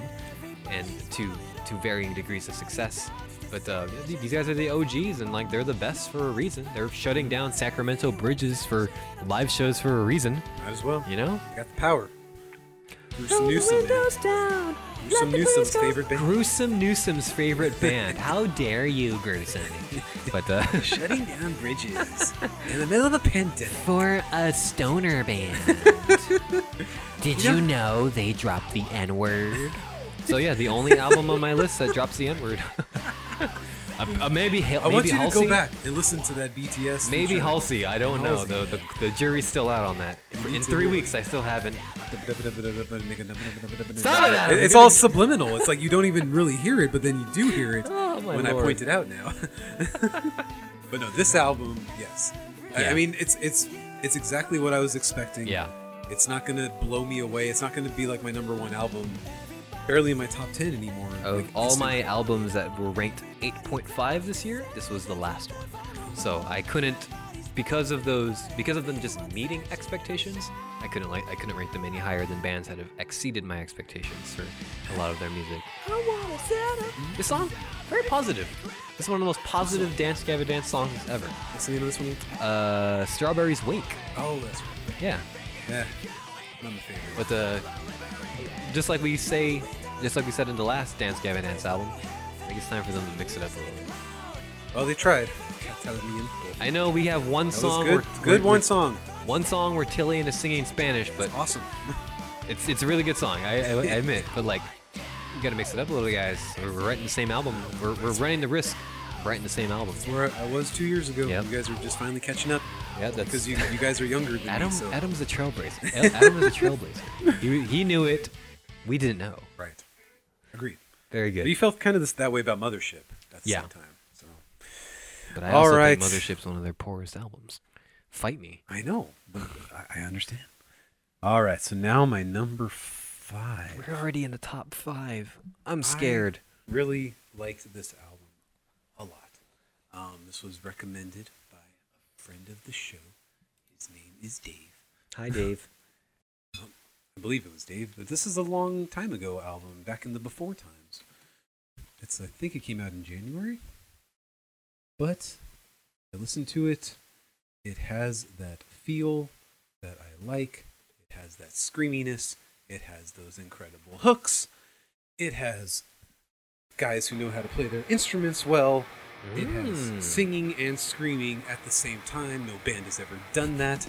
Speaker 1: and to to varying degrees of success. But uh, th- these guys are the OGs, and like they're the best for a reason. They're shutting down Sacramento bridges for live shows for a reason.
Speaker 2: Might as well.
Speaker 1: You know,
Speaker 2: Got the power. Bruce Newsome, man.
Speaker 1: down.
Speaker 2: Gruesome Newsome's favorite band.
Speaker 1: Gruesome Newsome's favorite
Speaker 2: <laughs>
Speaker 1: band. How dare you, Gruesome? But uh,
Speaker 2: Shutting down bridges in the middle of a pandemic.
Speaker 1: For a stoner <laughs> band. Did you know they dropped the N word? So yeah, the only album on my list that drops the N word. <laughs> uh, uh, maybe Hal-
Speaker 2: I want
Speaker 1: maybe
Speaker 2: you to
Speaker 1: Halsey.
Speaker 2: go back and listen to that BTS.
Speaker 1: Maybe
Speaker 2: feature.
Speaker 1: Halsey. I don't know. The, the the jury's still out on that. In three weeks, I still haven't. Stop it, Adam.
Speaker 2: It's all subliminal. It's like you don't even really hear it, but then you do hear it
Speaker 1: Oh, my
Speaker 2: when I
Speaker 1: lord.
Speaker 2: point it out now. <laughs> but no, this album, yes. I- I,
Speaker 1: Yeah.
Speaker 2: mean, it's it's it's exactly what I was expecting.
Speaker 1: Yeah.
Speaker 2: It's not gonna blow me away. It's not gonna be like my number one album, barely in my top ten anymore.
Speaker 1: Of
Speaker 2: Like,
Speaker 1: all
Speaker 2: it's-
Speaker 1: my albums that were ranked 8.5 this year, this was the last one. So I couldn't, because of those, because of them just meeting expectations, I couldn't like I couldn't rate them any higher than bands that have exceeded my expectations for a lot of their music. Mm, This song, very positive. This is one of the most positive dance gabba dance songs ever.
Speaker 2: What's the name of this one?
Speaker 1: Uh, Strawberry's Wake.
Speaker 2: Oh, that's right.
Speaker 1: Yeah,
Speaker 2: Yeah. Not my favorite.
Speaker 1: but the just like we say, just like we said in the last Dance Gavin Dance album, I think it's time for them to mix it up a little bit.
Speaker 2: Well, they tried. Catalan.
Speaker 1: I know we have one
Speaker 2: That
Speaker 1: song.
Speaker 2: was good.
Speaker 1: Where,
Speaker 2: Good
Speaker 1: where-
Speaker 2: one song.
Speaker 1: One song where Tillian is singing Spanish, but
Speaker 2: Awesome.
Speaker 1: it's it's a really good song. I, I, I admit, but like, you gotta mix it up a little, guys. We're we're writing the same album. We're, we're running the risk. of Writing the same album.
Speaker 2: Where I was two years ago.
Speaker 1: Yep.
Speaker 2: You guys are just finally catching up.
Speaker 1: Yeah, that's
Speaker 2: Because you, you guys are younger than
Speaker 1: Adam.
Speaker 2: me. So.
Speaker 1: Adam's a trailblazer. Ad- Adam is a trailblazer. he, he knew it. We didn't know.
Speaker 2: Right. Agreed.
Speaker 1: Very
Speaker 2: But you
Speaker 1: good.
Speaker 2: felt kind of this, that way about Mothership at the
Speaker 1: Yeah.
Speaker 2: same time. So
Speaker 1: But I
Speaker 2: All
Speaker 1: also
Speaker 2: right.
Speaker 1: think Mothership's one of their poorest albums. Fight me.
Speaker 2: I know. But I, I understand. All right. So now my number five.
Speaker 1: We're already in the top five. I'm
Speaker 2: I
Speaker 1: scared.
Speaker 2: really liked this album a lot. Um, this was recommended by a friend of the show. His name is Dave.
Speaker 1: Hi, Dave.
Speaker 2: I believe it was Dave, but this is a long time ago album, back in the before times. It's I think it came out in January. But I listened to it. It has that feel that I like. It has that screaminess. It has those incredible hooks. It has guys who know how to play their instruments well. It has singing and screaming at the same time. No band has ever done that.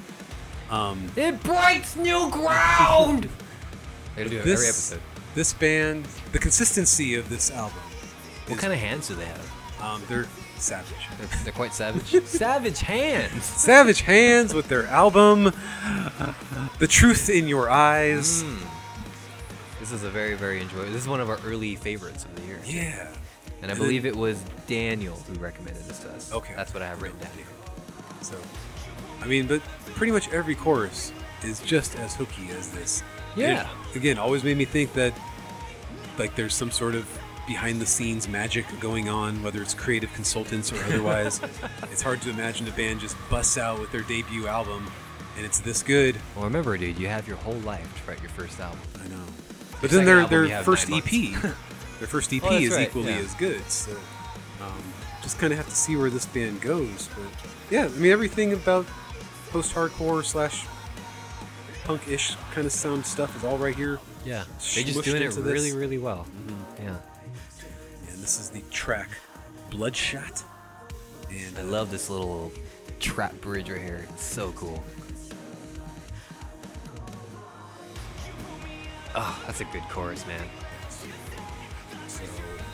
Speaker 2: Um,
Speaker 1: It breaks new ground. they do it every
Speaker 2: this,
Speaker 1: episode.
Speaker 2: this band, the consistency of this album,
Speaker 1: What kind of hands do they have?
Speaker 2: um, they're savage.
Speaker 1: They're, they're quite savage. <laughs> savage hands.
Speaker 2: Savage Hands with their album, The Truth in Your Eyes.
Speaker 1: Mm. This is a very, very enjoyable. This is one of our early favorites of the year.
Speaker 2: Yeah.
Speaker 1: And I
Speaker 2: And
Speaker 1: believe it was Daniel who recommended this to us.
Speaker 2: Okay.
Speaker 1: That's what I have written down.
Speaker 2: So, I mean, but pretty much every chorus is just as hooky as this. And it,
Speaker 1: Yeah.
Speaker 2: again, always made me think that, like, there's some sort of behind the scenes magic going on, whether it's creative consultants or
Speaker 1: <laughs>
Speaker 2: otherwise. it's hard to imagine a band just busts out with their debut album and it's this good.
Speaker 1: Well, remember, dude, you have your whole life to write your first album.
Speaker 2: I know.
Speaker 1: Your second
Speaker 2: But then their,
Speaker 1: album, you
Speaker 2: their
Speaker 1: have
Speaker 2: first
Speaker 1: nine
Speaker 2: EP, <laughs> their first EP
Speaker 1: Oh, that's
Speaker 2: is
Speaker 1: right,
Speaker 2: equally
Speaker 1: yeah.
Speaker 2: as good. So um, just kind of have to see where this band goes. But yeah, I mean everything about post-hardcore slash punk-ish kind of sound stuff is all right here.
Speaker 1: Yeah. They're just
Speaker 2: Smushed
Speaker 1: doing it
Speaker 2: into this.
Speaker 1: really, really well. Yeah.
Speaker 2: And this is the track "Bloodshot." And uh,
Speaker 1: I love this little trap bridge right here. It's so cool. Oh, that's a good chorus, man.
Speaker 2: so,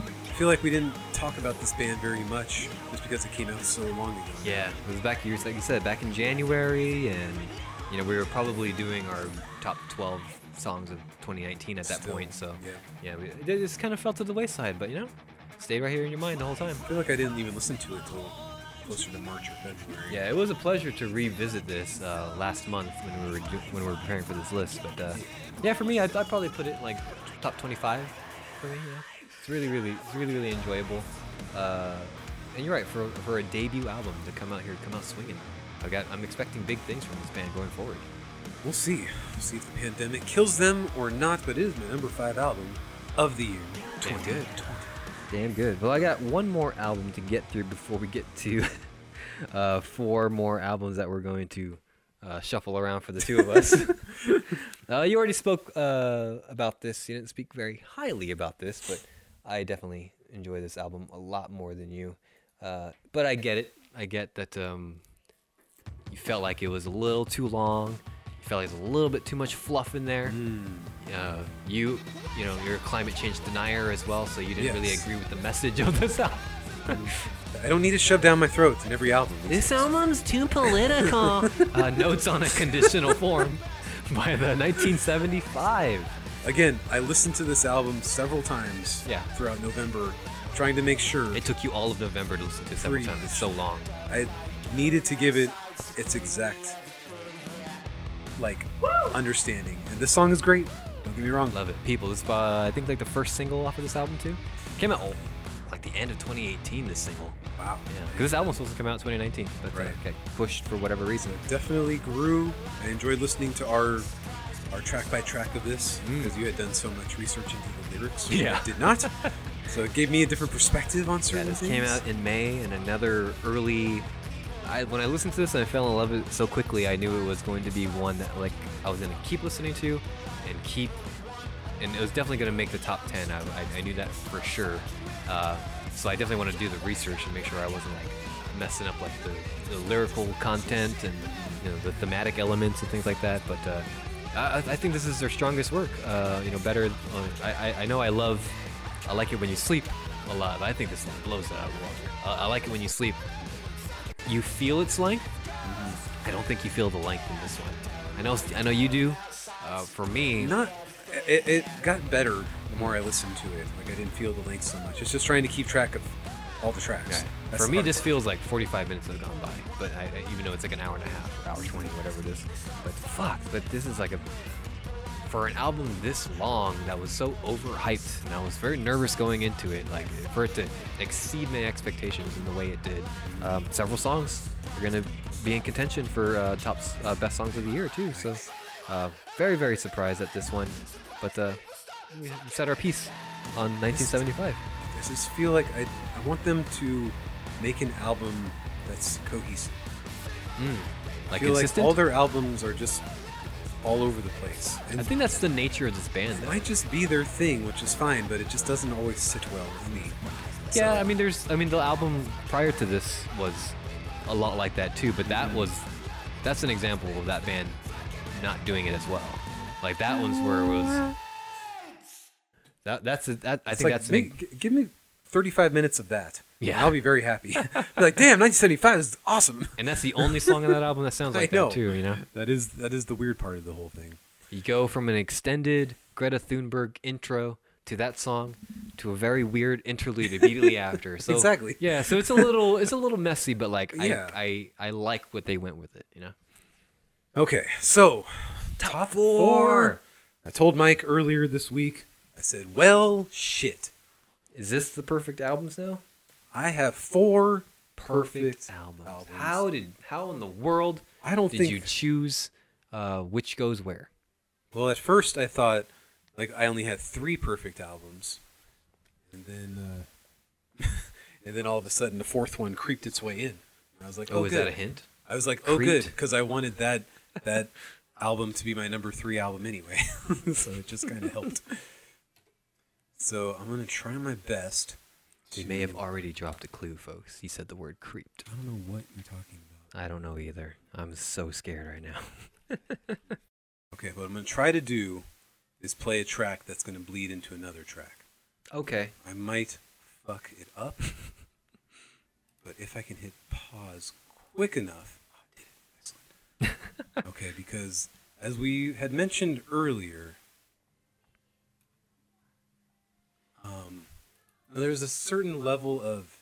Speaker 2: I feel like we didn't talk about this band very much, just because it came out so long ago.
Speaker 1: Yeah, it was back years, like you said, back in January, and you know we were probably doing our top 12 songs of 2019 at that
Speaker 2: Still,
Speaker 1: point. So
Speaker 2: yeah.
Speaker 1: yeah, we, it just kind of fell to the wayside, but you know, stayed right here in your mind the whole time.
Speaker 2: I feel like I didn't even listen to it till closer to March or February.
Speaker 1: Yeah, it was a pleasure to revisit this uh, last month when we were do- when we were preparing for this list. But uh, yeah, for me, I'd, I'd probably put it in, like top 25 for me. Yeah, it's really, really, it's really, really enjoyable. Uh, and you're right for for a debut album to come out here, come out swinging. I got, I'm expecting big things from this band going forward.
Speaker 2: We'll see. We'll see if the pandemic kills them or not, but it is my number five album of the year.
Speaker 1: Damn
Speaker 2: 2020.
Speaker 1: good. Damn good. Well, I got one more album to get through before we get to <laughs> uh, four more albums that we're going to uh, shuffle around for the two of <laughs> us. uh, you already spoke uh, about this. You didn't speak very highly about this, but I definitely enjoy this album a lot more than you. Uh, but I get it. I get that um, you felt like it was a little too long. You felt like there was a little bit too much fluff in there. Uh, you, you know, you're a climate change denier as well, so you didn't really
Speaker 2: Yes.
Speaker 1: agree with the message of this album.
Speaker 2: I don't need to shove down my throat in every album.
Speaker 1: This album's too political. <laughs> uh, notes on a conditional form by the 1975.
Speaker 2: Again, I listened to this album several times
Speaker 1: Yeah.
Speaker 2: throughout November, trying to make sure
Speaker 1: It took you all of November to listen to it several
Speaker 2: Three.
Speaker 1: times. It's so long.
Speaker 2: I needed to give it its exact like understanding. And this song is great. Don't get me wrong.
Speaker 1: Love it. People, this is, uh, I think like the first single off of this album too. Came out oh, like the end of 2018. This single.
Speaker 2: Wow.
Speaker 1: Yeah. Because this album's supposed to come out in 2019, but
Speaker 2: Right.
Speaker 1: okay, pushed for whatever reason.
Speaker 2: definitely grew. I enjoyed listening to our our track by track of this because you had done so much research into the lyrics. which
Speaker 1: Yeah.
Speaker 2: I did not. <laughs> so it gave me a different perspective on
Speaker 1: Yeah,
Speaker 2: certain
Speaker 1: this
Speaker 2: things.
Speaker 1: came out in May, and another early. I, when I listened to this, and I fell in love with it so quickly. I knew it was going to be one that like I was gonna keep listening to, and keep, and it was definitely gonna make the top ten. I, I, I knew that for sure. Uh, so I definitely wanted to do the research and make sure I wasn't like messing up like the, the lyrical content and you know the thematic elements and things like that. But uh, I, I I think this is their strongest work. Uh, you know, better. I, I, I know I love I like it when you sleep a lot. But I think this blows that out of the water. Uh, I like it when you sleep. You feel its length. I don't think you feel the length in this one. I know. I know you do. Uh, for me,
Speaker 2: Not. It, it got better the more I listened to it. Like I didn't feel the length so much. It's just trying to keep track of all the tracks. That's
Speaker 1: for
Speaker 2: the
Speaker 1: me,
Speaker 2: hard
Speaker 1: this
Speaker 2: part.
Speaker 1: feels like 45 minutes have gone by. But I, I- even though it's like an hour and a half or hour 20, whatever it is. But fuck. But this is like a for an album this long that was so overhyped, and I was very nervous going into it, like for it to exceed my expectations in the way it did. Um, several songs are gonna be in contention for uh, top s- uh, best songs of the year too. So, uh, very very surprised at this one, but uh, we set our piece on 1975.
Speaker 2: I just feel like I, I want them to make an album that's cohesive.
Speaker 1: Like
Speaker 2: I feel like
Speaker 1: consistent.
Speaker 2: all their albums are just all over the place. And
Speaker 1: I think that's the nature of this band.
Speaker 2: It
Speaker 1: though.
Speaker 2: might just be their thing, which is fine, but it just doesn't always sit well with me.
Speaker 1: Yeah,
Speaker 2: so-
Speaker 1: I mean, there's, I mean, the album prior to this was a lot like that too, but
Speaker 2: Mm-hmm.
Speaker 1: that was, that's an example of that band not doing it as well. Like that one's where it was. That that's a, that I
Speaker 2: It's
Speaker 1: think
Speaker 2: like,
Speaker 1: that's an,
Speaker 2: make, g- give me 35 minutes of that.
Speaker 1: Yeah.
Speaker 2: and I'll be very happy. <laughs> be like, damn, 1975 is awesome.
Speaker 1: and that's the only song on that album that sounds
Speaker 2: <laughs> I
Speaker 1: like
Speaker 2: know.
Speaker 1: that too. You know,
Speaker 2: That is that is the weird part of the whole thing.
Speaker 1: you go from an extended Greta Thunberg intro to that song to a very weird interlude
Speaker 2: <laughs>
Speaker 1: immediately after. So
Speaker 2: Exactly.
Speaker 1: yeah, so it's a little it's a little messy, but like
Speaker 2: Yeah.
Speaker 1: I, I I like what they went with it. You know.
Speaker 2: Okay, so top
Speaker 1: four.
Speaker 2: I told Mike earlier this week. I said, well, shit.
Speaker 1: Is this the perfect albums now?
Speaker 2: I have four
Speaker 1: perfect,
Speaker 2: perfect,
Speaker 1: albums.
Speaker 2: albums.
Speaker 1: How did how in the world
Speaker 2: I don't
Speaker 1: did
Speaker 2: think
Speaker 1: you choose uh, which goes where?
Speaker 2: Well, at first I thought like I only had three perfect albums, and then uh, <laughs> and then all of a sudden the fourth one creeped its way in. I was like,
Speaker 1: Oh,
Speaker 2: oh,
Speaker 1: is
Speaker 2: good.
Speaker 1: that a hint?
Speaker 2: I was like, oh,
Speaker 1: Creeped?
Speaker 2: good, because I wanted that that album to be my number three album anyway, <laughs> so it just kind of helped. So I'm gonna try my best.
Speaker 1: We may have already dropped a clue, folks. He said the word creeped.
Speaker 2: I don't know what you're talking about.
Speaker 1: I don't know either. I'm so scared right now.
Speaker 2: Okay, what I'm gonna try to do is play a track that's gonna bleed into another track.
Speaker 1: Okay.
Speaker 2: I might fuck it up, <laughs> but if I can hit pause quick enough, I did it.
Speaker 1: <laughs>
Speaker 2: Excellent. okay, because as we had mentioned earlier, um, there's a certain level of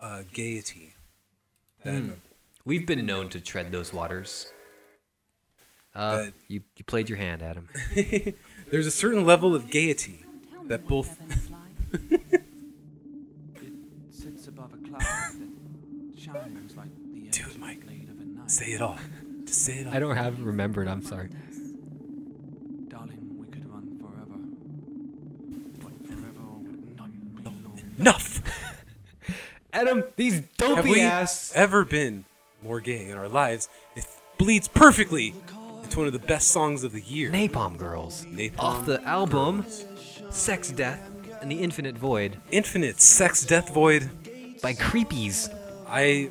Speaker 2: uh, gaiety that
Speaker 1: We've been known to tread those waters. Uh,
Speaker 2: But-
Speaker 1: you, you played your hand, Adam.
Speaker 2: there's a certain level of gaiety that both
Speaker 3: It sits above a cloud that shines like the
Speaker 2: Do it,
Speaker 3: edge of
Speaker 2: Mike.
Speaker 3: the blade of a knife.
Speaker 2: say it all. Just say it
Speaker 1: <laughs>
Speaker 2: all.
Speaker 1: I don't have it remembered. I'm sorry.
Speaker 3: Darling, we could run forever. But forever would not be long.
Speaker 2: Enough.
Speaker 1: Adam, these
Speaker 2: Have
Speaker 1: dopey
Speaker 2: we
Speaker 1: ass.
Speaker 2: ever been more gay in our lives? It bleeds perfectly into one of the best songs of the year.
Speaker 1: Napalm Girls.
Speaker 2: Napalm
Speaker 1: Off the album Sex, Death, and the Infinite Void
Speaker 2: Infinite Sex Death Void.
Speaker 1: by Creepies.
Speaker 2: I.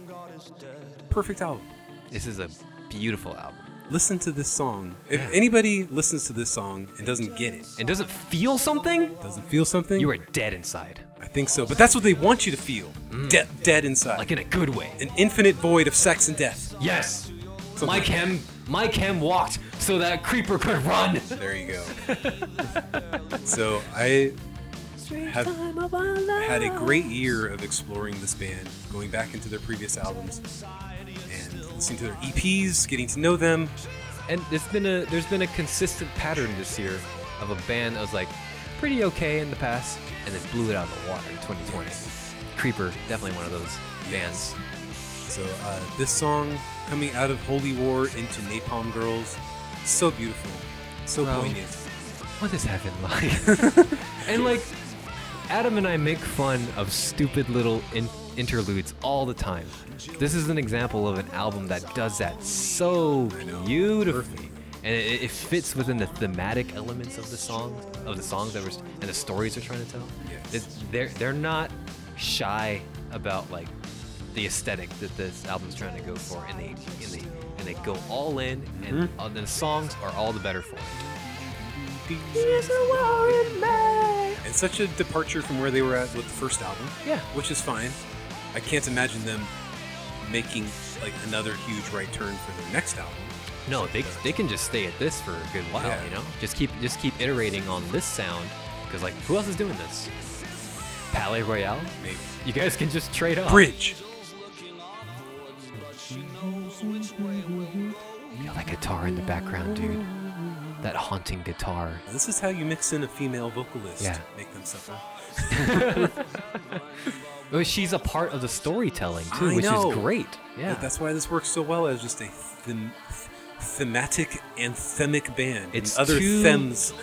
Speaker 2: Perfect album.
Speaker 1: This is a beautiful album.
Speaker 2: Listen to this song. If
Speaker 1: Yeah.
Speaker 2: anybody listens to this song and doesn't get it,
Speaker 1: And does it feel something?
Speaker 2: doesn't feel something,
Speaker 1: You are dead inside,
Speaker 2: I think so. But that's what they want you to feel. De- dead inside.
Speaker 1: Mm. like in a good way.
Speaker 2: An infinite void of sex and death.
Speaker 1: Yes,
Speaker 2: Something
Speaker 1: Mike
Speaker 2: like that.
Speaker 1: Hem, Mike Hem walked so that creeper could run.
Speaker 2: There you
Speaker 1: <laughs>
Speaker 2: go. so I <laughs> have had a great year of exploring this band, going back into their previous albums and listening to their EPs, getting to know them.
Speaker 1: And it's been a there's been a consistent pattern this year of a band that was like pretty okay in the past, and then blew it out of the water in 2020. Creeper, definitely one of those bands.
Speaker 2: So uh, this song coming out of Holy War into Napalm Girls, so beautiful, so
Speaker 1: Well,
Speaker 2: poignant.
Speaker 1: What is heaven like? <laughs> and like, Adam and I make fun of stupid little in- interludes all the time. This is an example of an album that does that so beautifully, and it, it fits within the thematic elements of the songs, of the songs that were, and the stories they're trying to tell.
Speaker 2: Yes.
Speaker 1: It's- they're they're not shy about like the aesthetic that this album's trying to go for, and they and they and they go all in, and uh, the songs are all the better for it.
Speaker 2: And such a departure from where they were at with the first album.
Speaker 1: Yeah.
Speaker 2: Which is fine. I can't imagine them making like another huge right turn for their next album.
Speaker 1: No, they, they can just stay at this for a good while,
Speaker 2: Yeah.
Speaker 1: you know. Just keep just keep iterating on this sound, because like who else is doing this? Palais Royale.
Speaker 2: Maybe.
Speaker 1: You guys can just trade off.
Speaker 2: Bridge.
Speaker 1: Yeah, that guitar in the background, dude. That haunting guitar.
Speaker 2: This is how you mix in a female vocalist.
Speaker 1: Yeah.
Speaker 2: Make them suffer.
Speaker 1: Oh, She's a part of the storytelling too,
Speaker 2: I
Speaker 1: which
Speaker 2: know.
Speaker 1: is great. Yeah.
Speaker 2: Like, that's why this works so well as just a them- thematic anthemic band.
Speaker 1: It's
Speaker 2: and other
Speaker 1: too-
Speaker 2: thems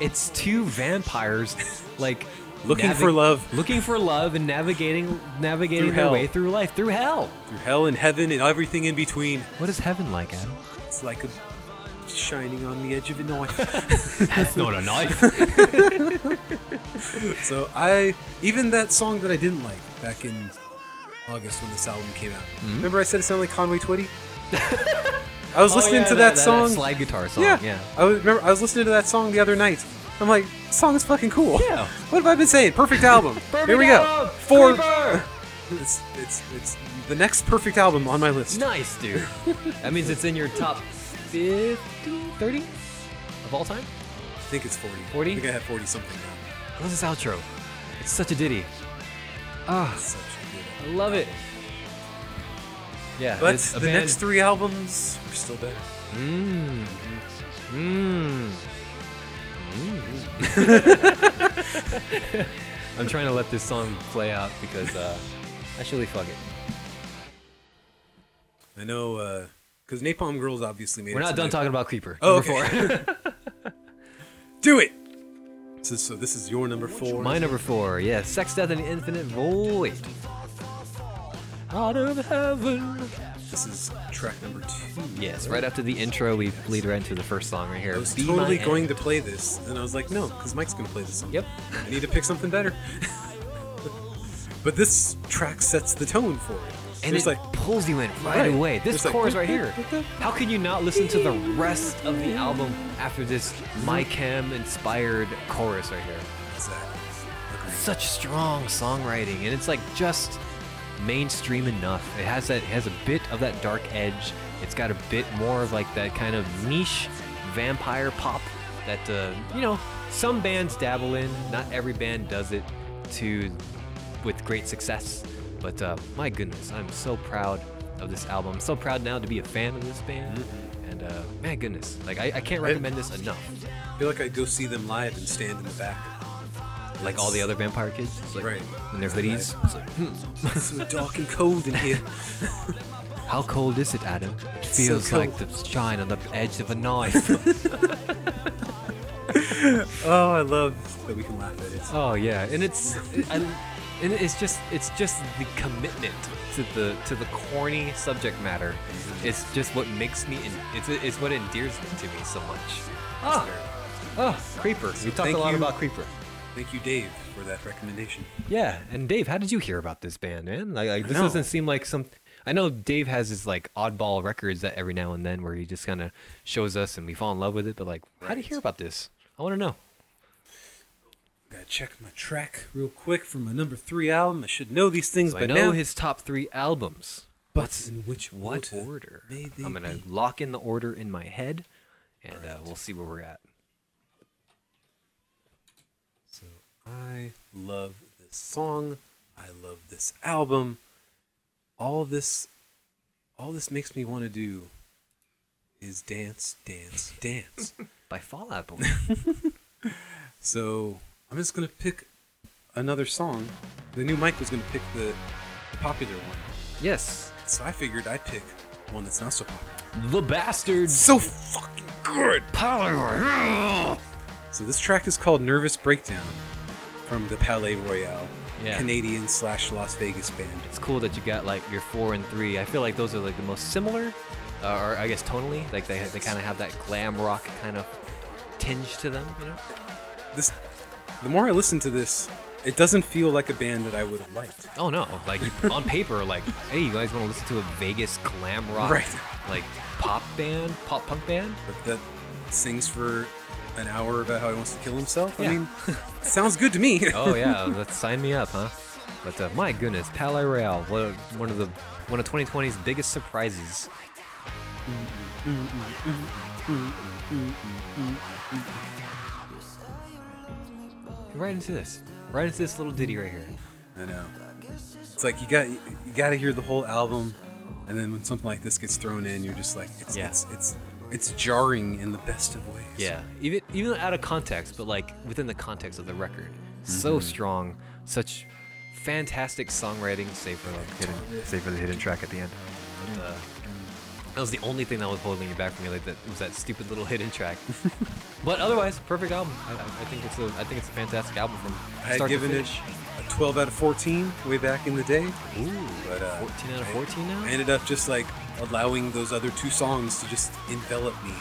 Speaker 1: it's two vampires, like
Speaker 2: Looking for love.
Speaker 1: looking for love, and navigating navigating
Speaker 2: Through
Speaker 1: their
Speaker 2: hell.
Speaker 1: way through life through hell.
Speaker 2: through hell and heaven and everything in between.
Speaker 1: What is heaven like, Adam?
Speaker 2: It's like a shining on the edge of a knife.
Speaker 1: <laughs> That's not a
Speaker 2: <laughs>
Speaker 1: knife.
Speaker 2: so I even that song that I didn't like back in August when this album came out.
Speaker 1: Mm-hmm.
Speaker 2: Remember I said it sounded like
Speaker 1: <laughs>
Speaker 2: Conway Twitty? I
Speaker 1: Oh,
Speaker 2: was listening to that, song.
Speaker 1: slide guitar song.
Speaker 2: yeah,
Speaker 1: Yeah. yeah.
Speaker 2: I was remember I was listening to that song the other night. I'm like, "This song is fucking cool.
Speaker 1: Yeah.
Speaker 2: <laughs> What have I been saying?
Speaker 1: <laughs>
Speaker 2: Perfect album. Here we go.
Speaker 1: Four.
Speaker 2: <laughs> It's it's it's the next perfect album on my list.
Speaker 1: Nice,
Speaker 2: <laughs>
Speaker 1: dude. that means it's in your top 50, 30 of all time.
Speaker 2: I think it's 40.
Speaker 1: 40?
Speaker 2: I think I have 40 something now.
Speaker 1: I love this outro. It's such a ditty. Ah,
Speaker 2: Such a good
Speaker 1: I love it. Yeah,
Speaker 2: But
Speaker 1: it's
Speaker 2: the
Speaker 1: a band-
Speaker 2: next three albums are still better.
Speaker 1: Mm. Mm. <laughs> I'm trying to let this song play out because uh, actually, fuck it.
Speaker 2: I know, because Napalm Girls obviously made
Speaker 1: We're
Speaker 2: it
Speaker 1: not
Speaker 2: to
Speaker 1: done
Speaker 2: my-
Speaker 1: talking about Creeper.
Speaker 2: Oh,
Speaker 1: Number
Speaker 2: <laughs> okay.
Speaker 1: four. <laughs>
Speaker 2: Do it! So, so this is your number four.
Speaker 1: My number four, yes. Sex, Death, and the Infinite Void. Out of heaven.
Speaker 2: This is track number two.
Speaker 1: Yes, right after the intro, we lead right into the first song right here.
Speaker 2: I was
Speaker 1: Be
Speaker 2: totally
Speaker 1: My
Speaker 2: going
Speaker 1: End.
Speaker 2: to play this, and I was like, no, because Mike's going to play this song.
Speaker 1: Yep.
Speaker 2: I need to pick something better. <laughs> but this track sets the tone for it.
Speaker 1: And
Speaker 2: it's
Speaker 1: it
Speaker 2: like,
Speaker 1: pulls you in right,
Speaker 2: Right.
Speaker 1: away. This
Speaker 2: It's like-
Speaker 1: chorus right
Speaker 2: <laughs>
Speaker 1: here. How can you not listen to the rest of the album after this My Chem inspired chorus right here?
Speaker 2: exactly. Agreed.
Speaker 1: Such strong songwriting, and it's like just mainstream enough. It has that it has a bit of that dark edge. It's got a bit more of like that kind of niche vampire pop that uh, you know some bands dabble in. Not every band does it to with great success. But uh, my goodness, I'm so proud of this album. I'm so proud now to be a fan of this band. And uh, my goodness, like I, I can't recommend this enough.
Speaker 2: I feel like I'd go see them live and stand in the back.
Speaker 1: Like all the other vampire kids, it's like,
Speaker 2: Right.
Speaker 1: in their hoodies. It's like, hmm.
Speaker 2: It's so dark and cold
Speaker 1: <laughs>
Speaker 2: in here.
Speaker 1: How cold is it, Adam? It
Speaker 2: so
Speaker 1: feels like the shine on the edge of a <laughs> knife.
Speaker 2: Oh, I love that we can laugh at it.
Speaker 1: oh yeah, and it's I, and it's just it's just the commitment to the to the corny subject matter. It's just what makes me en- it's it's what endears me to me so much. Ah, ah, creeper. We talked
Speaker 2: thank
Speaker 1: a lot
Speaker 2: you.
Speaker 1: about creeper.
Speaker 2: Thank you, Dave, for that recommendation.
Speaker 1: Yeah, and Dave, how did you hear about this band, man? Like, like this
Speaker 2: know.
Speaker 1: doesn't seem like some. I know Dave has his like oddball records that every now and then where he just kind of shows us and we fall in love with it. But like, how do you
Speaker 2: Right.
Speaker 1: hear about this? I want to know.
Speaker 2: Gotta check my track real quick from my number three album. I should know these things
Speaker 1: So
Speaker 2: by
Speaker 1: I know
Speaker 2: now.
Speaker 1: his top three albums.
Speaker 2: but in which
Speaker 1: What
Speaker 2: order?
Speaker 1: order?
Speaker 2: may they
Speaker 1: I'm gonna
Speaker 2: be?
Speaker 1: lock in the order in my head, and uh, we'll see where we're at.
Speaker 2: So I love this song. I love this album. All this, all this makes me want to do is dance, dance, dance.
Speaker 1: By Fallout
Speaker 2: <laughs>
Speaker 1: Boy.
Speaker 2: So I'm just gonna pick another song. The new Mike was gonna pick the, the popular one,
Speaker 1: yes,
Speaker 2: so I figured I'd pick one that's not so popular.
Speaker 1: the bastards.
Speaker 2: So fucking good.
Speaker 1: Power.
Speaker 2: So this track is called "Nervous Breakdown" from the Palais Royal,
Speaker 1: Yeah.
Speaker 2: Canadian slash Las Vegas band.
Speaker 1: It's cool that you got like your four and three. I feel like those are like the most similar, uh, or I guess tonally, like they they kind of have that glam rock kind of tinge to them, you know?
Speaker 2: This, the more I listen to this, it doesn't feel like a band that I would have liked.
Speaker 1: Oh no, like on paper, like <laughs> hey, you guys want to listen to a Vegas glam rock,
Speaker 2: Right.
Speaker 1: like pop band, pop punk band?
Speaker 2: But that sings for an hour about how he wants to kill himself.
Speaker 1: Yeah.
Speaker 2: I mean, sounds good to me.
Speaker 1: <laughs> oh yeah, let's sign me up, huh? But uh, my goodness, Palais Royale, one of- one of the one of 2020's biggest surprises. Right into this, right into this little ditty right here.
Speaker 2: I know. It's like you got you got to hear the whole album, and then when something like this gets thrown in, you're just like, it's
Speaker 1: Yeah.
Speaker 2: it's, it's it's jarring in the best of ways.
Speaker 1: Yeah, even even out of context, but like within the context of the record, so
Speaker 2: Mm-hmm.
Speaker 1: strong, such fantastic songwriting, save for like hidden, save for the hidden track at the end. But, uh, that was the only thing that was holding you back from me, like that was that stupid little <laughs> hidden track. but otherwise, perfect album. I, I think it's a I think it's a fantastic album from
Speaker 2: I had
Speaker 1: start to
Speaker 2: given it
Speaker 1: finish.
Speaker 2: a 12 out of 14 way back in the day,
Speaker 1: Ooh,
Speaker 2: but uh,
Speaker 1: 14 out of
Speaker 2: I-
Speaker 1: 14 now.
Speaker 2: I ended up just like allowing those other two songs to just envelop me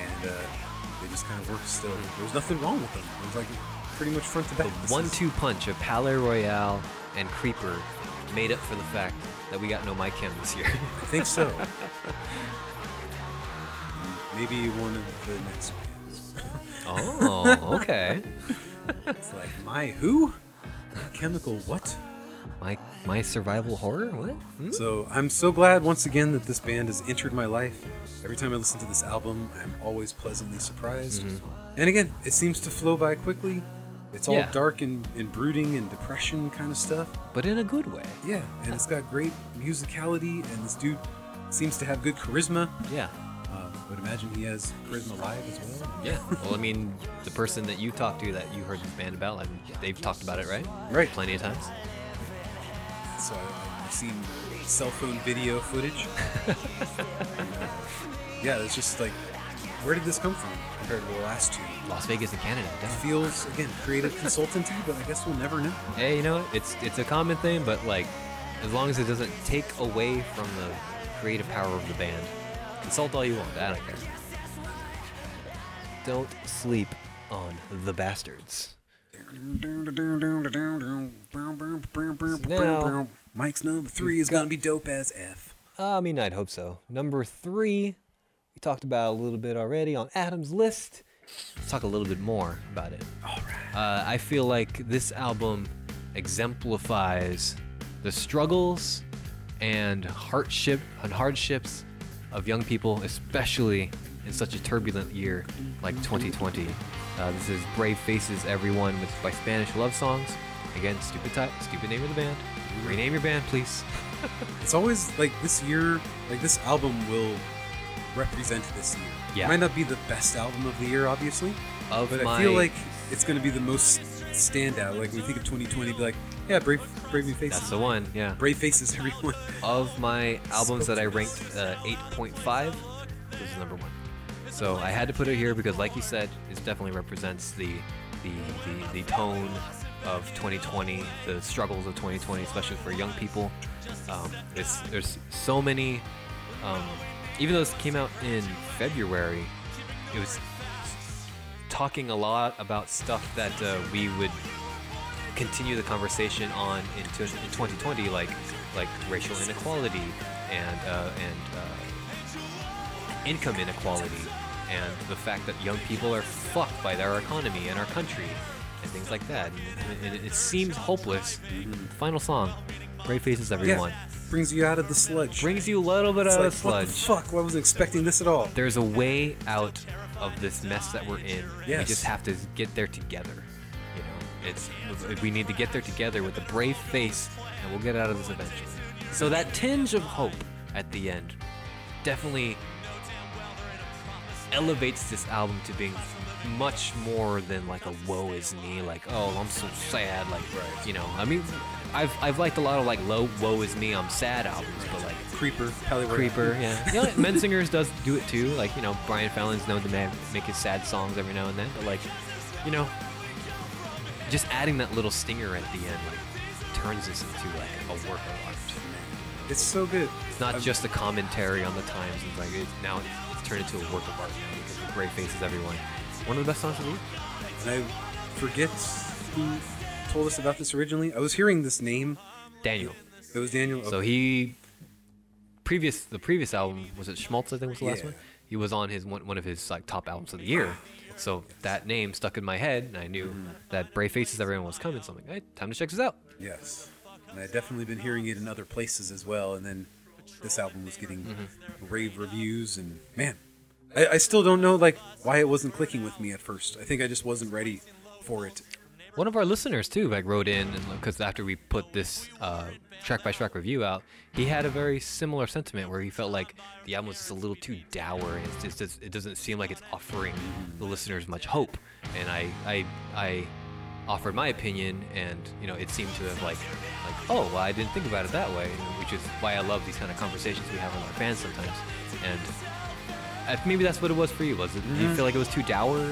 Speaker 2: and uh, they just kind of worked still.
Speaker 1: Hmm.
Speaker 2: There was nothing wrong with them. It was like pretty much front to back. This is-
Speaker 1: One-two punch of Palais Royale and Creeper made up for the fact that we got no Mike Kim this
Speaker 2: <laughs>
Speaker 1: year. <laughs>
Speaker 2: I think so. Mm, Maybe one of the next bands.
Speaker 1: oh, okay.
Speaker 2: It's like my who? Chemical what?
Speaker 1: My my survival horror? What? Hmm?
Speaker 2: So I'm so glad once again that this band has entered my life. Every time I listen to this album, I'm always pleasantly surprised. And again, it seems to flow by quickly. It's all
Speaker 1: Yeah.
Speaker 2: dark and, and brooding and depression kind of stuff.
Speaker 1: But in a good way.
Speaker 2: Yeah, and it's got great musicality, and this dude seems to have good charisma.
Speaker 1: Yeah.
Speaker 2: Uh, I would imagine he has charisma live as well.
Speaker 1: Yeah. Well, I mean, the person that you talked to that you heard this band about, like they've talked about it, right?
Speaker 2: Right.
Speaker 1: Plenty of times.
Speaker 2: So I- I've seen cell phone video footage. uh, yeah, it's just like, where did this come from compared to the last two?
Speaker 1: Las Vegas and Canada.
Speaker 2: It
Speaker 1: definitely.
Speaker 2: feels again creative consultancy, but I guess we'll never know.
Speaker 1: Hey, you know what? It's it's a common thing, but like, as long as it doesn't take away from the creative power of the band, consult all you want. I don't care. Don't sleep on the bastards. Now-
Speaker 2: Mike's number three is gonna be dope as f.
Speaker 1: I mean, I'd hope so. Number three, we talked about a little bit already on Adam's list. Let's talk a little bit more about it.
Speaker 2: All right.
Speaker 1: Uh, I feel like this album exemplifies the struggles and hardship and hardships of young people, especially in such a turbulent year like 2020. Uh, this is Brave Faces Everyone with by Spanish Love Songs. Again, stupid type, stupid name of the band. Rename your band, please.
Speaker 2: It's always like this year, like this album will represent this year.
Speaker 1: Yeah.
Speaker 2: It might not be the best album of the year, obviously,
Speaker 1: Of
Speaker 2: but
Speaker 1: my
Speaker 2: I feel like it's gonna be the most standout. Like when you think of 2020, be like, yeah, brave, brave new faces.
Speaker 1: that's the one, yeah.
Speaker 2: Brave faces, <laughs> everyone.
Speaker 1: of my albums that I ranked uh, 8.5, this is number one. So I had to put it here because, like you said, it definitely represents the the, the, the tone of 2020, the struggles of 2020, especially for young people. Um, it's, there's so many. Um, even though this came out in February, it was talking a lot about stuff that uh, we would continue the conversation on in, t- in 2020, like like racial inequality and uh, and uh, income inequality, and the fact that young people are fucked by our economy and our country, and things like that. And, and it, it seems hopeless. Final song, Brave Faces Everyone,
Speaker 2: Mm-hmm. Yeah, brings you out of the sludge.
Speaker 1: brings you a little bit
Speaker 2: it's
Speaker 1: out
Speaker 2: like,
Speaker 1: of sludge.
Speaker 2: what the fuck? Well, I wasn't expecting this at all.
Speaker 1: There's a way out of this mess that we're in. We
Speaker 2: Yes.
Speaker 1: just have to get there together. You know, it's we need to get there together with a brave face, and we'll get out of this eventually. So that tinge of hope at the end definitely elevates this album to being much more than like a woe is me, like oh I'm so sad, like you know. I mean, I've I've liked a lot of like low woe is me, I'm sad albums, but like
Speaker 2: Creeper, Hollywood.
Speaker 1: Creeper, yeah. You know, Mensingers does do it too. Like, you know, Brian Fallon's known to ma- make his sad songs every now and then. But, like, you know, just adding that little stinger at the end, like, turns this into, like, a work of art.
Speaker 2: It's so good.
Speaker 1: It's not
Speaker 2: I'm-
Speaker 1: just a commentary on the times. It's like, it, now it's turned into a work of art now because of Brave Faces Everyone. One of the best songs of the week.
Speaker 2: And I forget who told us about this originally. I was hearing this name.
Speaker 1: Daniel.
Speaker 2: It was Daniel.
Speaker 1: So he previous the previous album was it Schmaltz I think was the last
Speaker 2: Yeah.
Speaker 1: one. He was on his one, one of his like top albums of the year. So that name stuck in my head, and I knew that Brave Faces Everyone was coming. So I'm like, hey, time to check this out.
Speaker 2: Yes. And I've definitely been hearing it in other places as well. And then this album was getting
Speaker 1: Mm-hmm.
Speaker 2: rave reviews. And man, I, I still don't know like why it wasn't clicking with me at first. I think I just wasn't ready for it.
Speaker 1: One of our listeners too, like wrote in because after we put this uh, track by track review out, he had a very similar sentiment where he felt like the album was just a little too dour and it's just it's, it doesn't seem like it's offering the listeners much hope. And I I I offered my opinion, and you know it seemed to have like like oh well I didn't think about it that way, which is why I love these kind of conversations we have with our fans sometimes. And I, maybe that's what it was for you. Was it? Do you feel like it was too dour?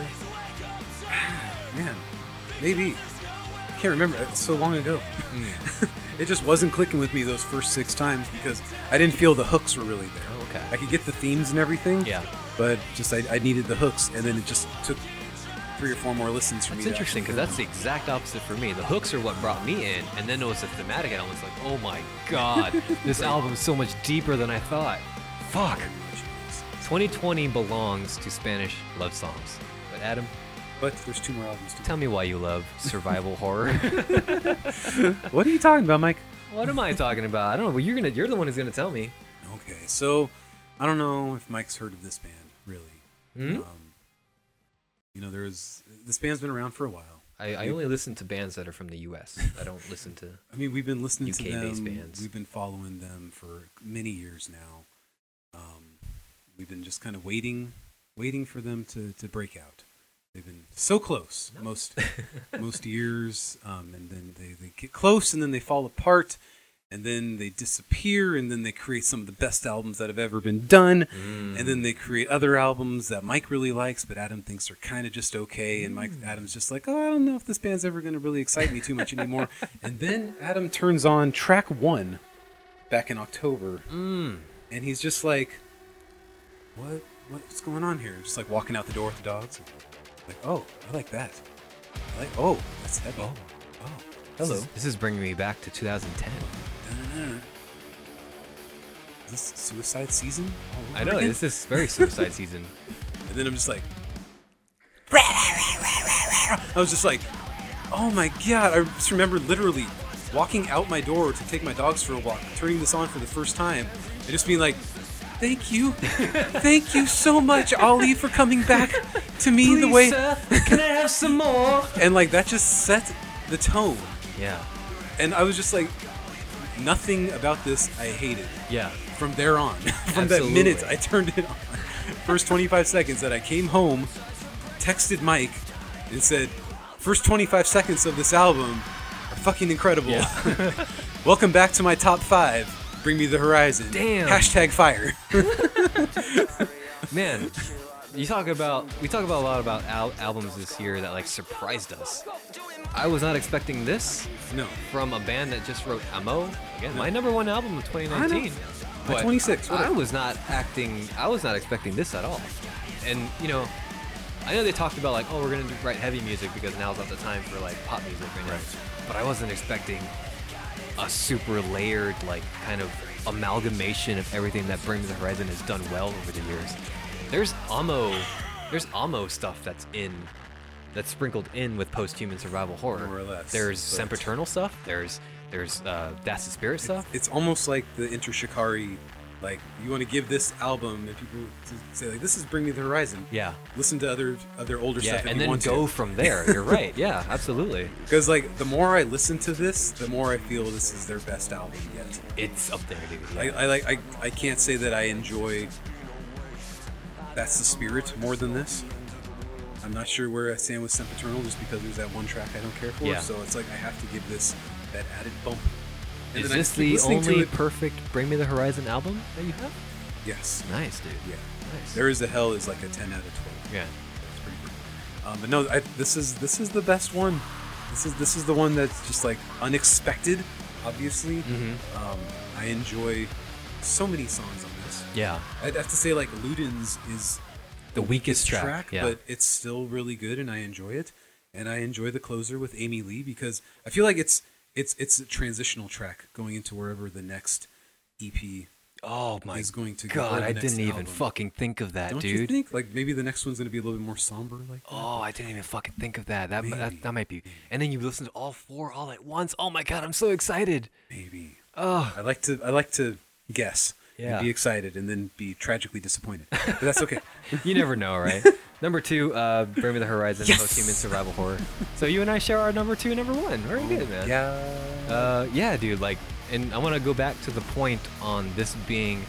Speaker 2: Man, maybe. I can't remember. It's so long ago.
Speaker 1: Hmm.
Speaker 2: <laughs> it just wasn't clicking with me those first six times because I didn't feel the hooks were really there.
Speaker 1: Oh, okay.
Speaker 2: I could get the themes and everything.
Speaker 1: Yeah.
Speaker 2: but just I, I needed the hooks, and then it just took three or four more listens for me.
Speaker 1: It's
Speaker 2: to
Speaker 1: interesting because
Speaker 2: actually-
Speaker 1: that's the exact opposite for me. The hooks are what brought me in, and then it was the thematic elements. Like, oh my god, <laughs> this album's so much deeper than I thought. Fuck. 2020 belongs to Spanish love songs. But Adam,
Speaker 2: But there's two more albums. To
Speaker 1: tell me why you love <laughs> survival horror.
Speaker 2: What are you talking about, Mike?
Speaker 1: what am I talking about? I don't know. Well, you're gonna, you're the one who's gonna tell me.
Speaker 2: Okay, so I don't know if Mike's heard of this band, really.
Speaker 1: Hmm?
Speaker 2: Um, you know, there's this band's been around for a while.
Speaker 1: I, I only listen to bands that are from the U.S. I don't listen <laughs> to.
Speaker 2: I mean, we've been listening to
Speaker 1: UK-based
Speaker 2: them.
Speaker 1: bands.
Speaker 2: We've been following them for many years now. Um, we've been just kind of waiting, waiting for them to, to break out. They've been so close most most years, um, and then they, they get close, and then they fall apart, and then they disappear, and then they create some of the best albums that have ever been done,
Speaker 1: Mm-hmm.
Speaker 2: and then they create other albums that Mike really likes, but Adam thinks are kind of just okay, and Mike
Speaker 1: Mm.
Speaker 2: Adam's just like, oh, I don't know if this band's ever going to really excite me too much anymore, <laughs> and then Adam turns on track one back in October,
Speaker 1: Mm.
Speaker 2: and he's just like, what what's going on here? Just like walking out the door with the dogs, like, oh, I like that. I like, oh, that's heavy. Oh, oh,
Speaker 1: This is, this is bringing me back to 2010.
Speaker 2: Is this suicide season? all over
Speaker 1: I know
Speaker 2: again?
Speaker 1: this is very suicide season.
Speaker 2: And then I'm just like, I was just like, oh my god! I just remember literally walking out my door to take my dogs for a walk, turning this on for the first time, and just being like, thank you, thank you so much, Ollie, for coming back to me the way.
Speaker 1: can I have some more?
Speaker 2: And like that just set the tone,
Speaker 1: Yeah,
Speaker 2: and I was just like, nothing about this I hated
Speaker 1: yeah.
Speaker 2: from there on. <laughs> from that
Speaker 1: Absolutely.
Speaker 2: minute I turned it on. First 25 seconds that I came home, texted Mike, and said, First 25 seconds of this album are fucking incredible. <laughs>
Speaker 1: <laughs>
Speaker 2: Welcome back to my top five. Bring me the horizon.
Speaker 1: Damn.
Speaker 2: Hashtag fire. <laughs>
Speaker 1: Man, you talk about we talk about a lot about al- albums this year that like surprised us. I was not expecting this
Speaker 2: no.
Speaker 1: from a band that just wrote Amo. Again, my number one album of 2019.
Speaker 2: My 26,
Speaker 1: I
Speaker 2: whatever.
Speaker 1: was not acting. I was not expecting this at all. And you know, I know they talked about like, oh, we're gonna write heavy music because now's not the time for like pop music right now. But I wasn't expecting a super layered like kind of amalgamation of everything that Bring Me the Horizon has done well over the years. There's Amo, there's Amo stuff that's in that's sprinkled in with post-human survival horror.
Speaker 2: More or less,
Speaker 1: There's
Speaker 2: but-
Speaker 1: Sempiternal stuff. There's there's uh, That's the Spirit stuff.
Speaker 2: It's almost like the Inter Shikari. Like, you want to give this album, and people say, like, this is Bring Me the Horizon.
Speaker 1: Yeah.
Speaker 2: Listen to other, other older
Speaker 1: Yeah,
Speaker 2: stuff if
Speaker 1: and
Speaker 2: you
Speaker 1: then
Speaker 2: want to.
Speaker 1: go from there. You're right. Yeah, <laughs> absolutely.
Speaker 2: Because like the more I listen to this, the more I feel this is their best album yet.
Speaker 1: It's up there, dude.
Speaker 2: I,
Speaker 1: Yeah.
Speaker 2: I like I, I can't say that I enjoy that's the spirit more than this. I'm not sure where I stand with Sempiternal just because there's that one track I don't care for.
Speaker 1: Yeah.
Speaker 2: So it's like I have to give this that added bump.
Speaker 1: Is
Speaker 2: I
Speaker 1: this
Speaker 2: keep
Speaker 1: the
Speaker 2: listening to
Speaker 1: only
Speaker 2: it-
Speaker 1: perfect Bring Me the Horizon album that you have?
Speaker 2: Yes.
Speaker 1: Nice, dude.
Speaker 2: Yeah.
Speaker 1: Nice.
Speaker 2: There is the hell is like a 10 out of 12.
Speaker 1: yeah.
Speaker 2: It's pretty good. Um, but no, I, this is this is the best one. This is this is the one that's just like unexpected. Obviously,
Speaker 1: Mm-hmm.
Speaker 2: um, I enjoy so many songs on this.
Speaker 1: Yeah.
Speaker 2: I'd have to say like Ludens is
Speaker 1: The weakest track. yeah.
Speaker 2: but it's still really good, and I enjoy it. And I enjoy the closer with Amy Lee because I feel like it's it's it's a transitional track going into wherever the next E EP.
Speaker 1: oh my
Speaker 2: is going to go on
Speaker 1: god,
Speaker 2: the
Speaker 1: I
Speaker 2: next
Speaker 1: didn't even
Speaker 2: album.
Speaker 1: fucking think of that,
Speaker 2: Don't
Speaker 1: dude.
Speaker 2: you think? Like maybe the next one's going to be a little bit more somber, like that?
Speaker 1: Oh, I didn't even fucking think of that. That,
Speaker 2: Maybe.
Speaker 1: that that might be. And then you listen to all four all at once. Oh my god, I'm so excited.
Speaker 2: maybe.
Speaker 1: Oh,
Speaker 2: I like to I like to guess
Speaker 1: Yeah.
Speaker 2: and be excited and then be tragically disappointed. But
Speaker 1: <laughs>
Speaker 2: that's okay.
Speaker 1: you never know,
Speaker 2: <laughs>
Speaker 1: right? number two, uh, Bring Me the Horizon,
Speaker 2: Yes!
Speaker 1: post-human survival horror. So you and I share our number two, and number one. Very good, man.
Speaker 2: yeah.
Speaker 1: Uh, yeah, dude. Like, and I want to go back to the point on this being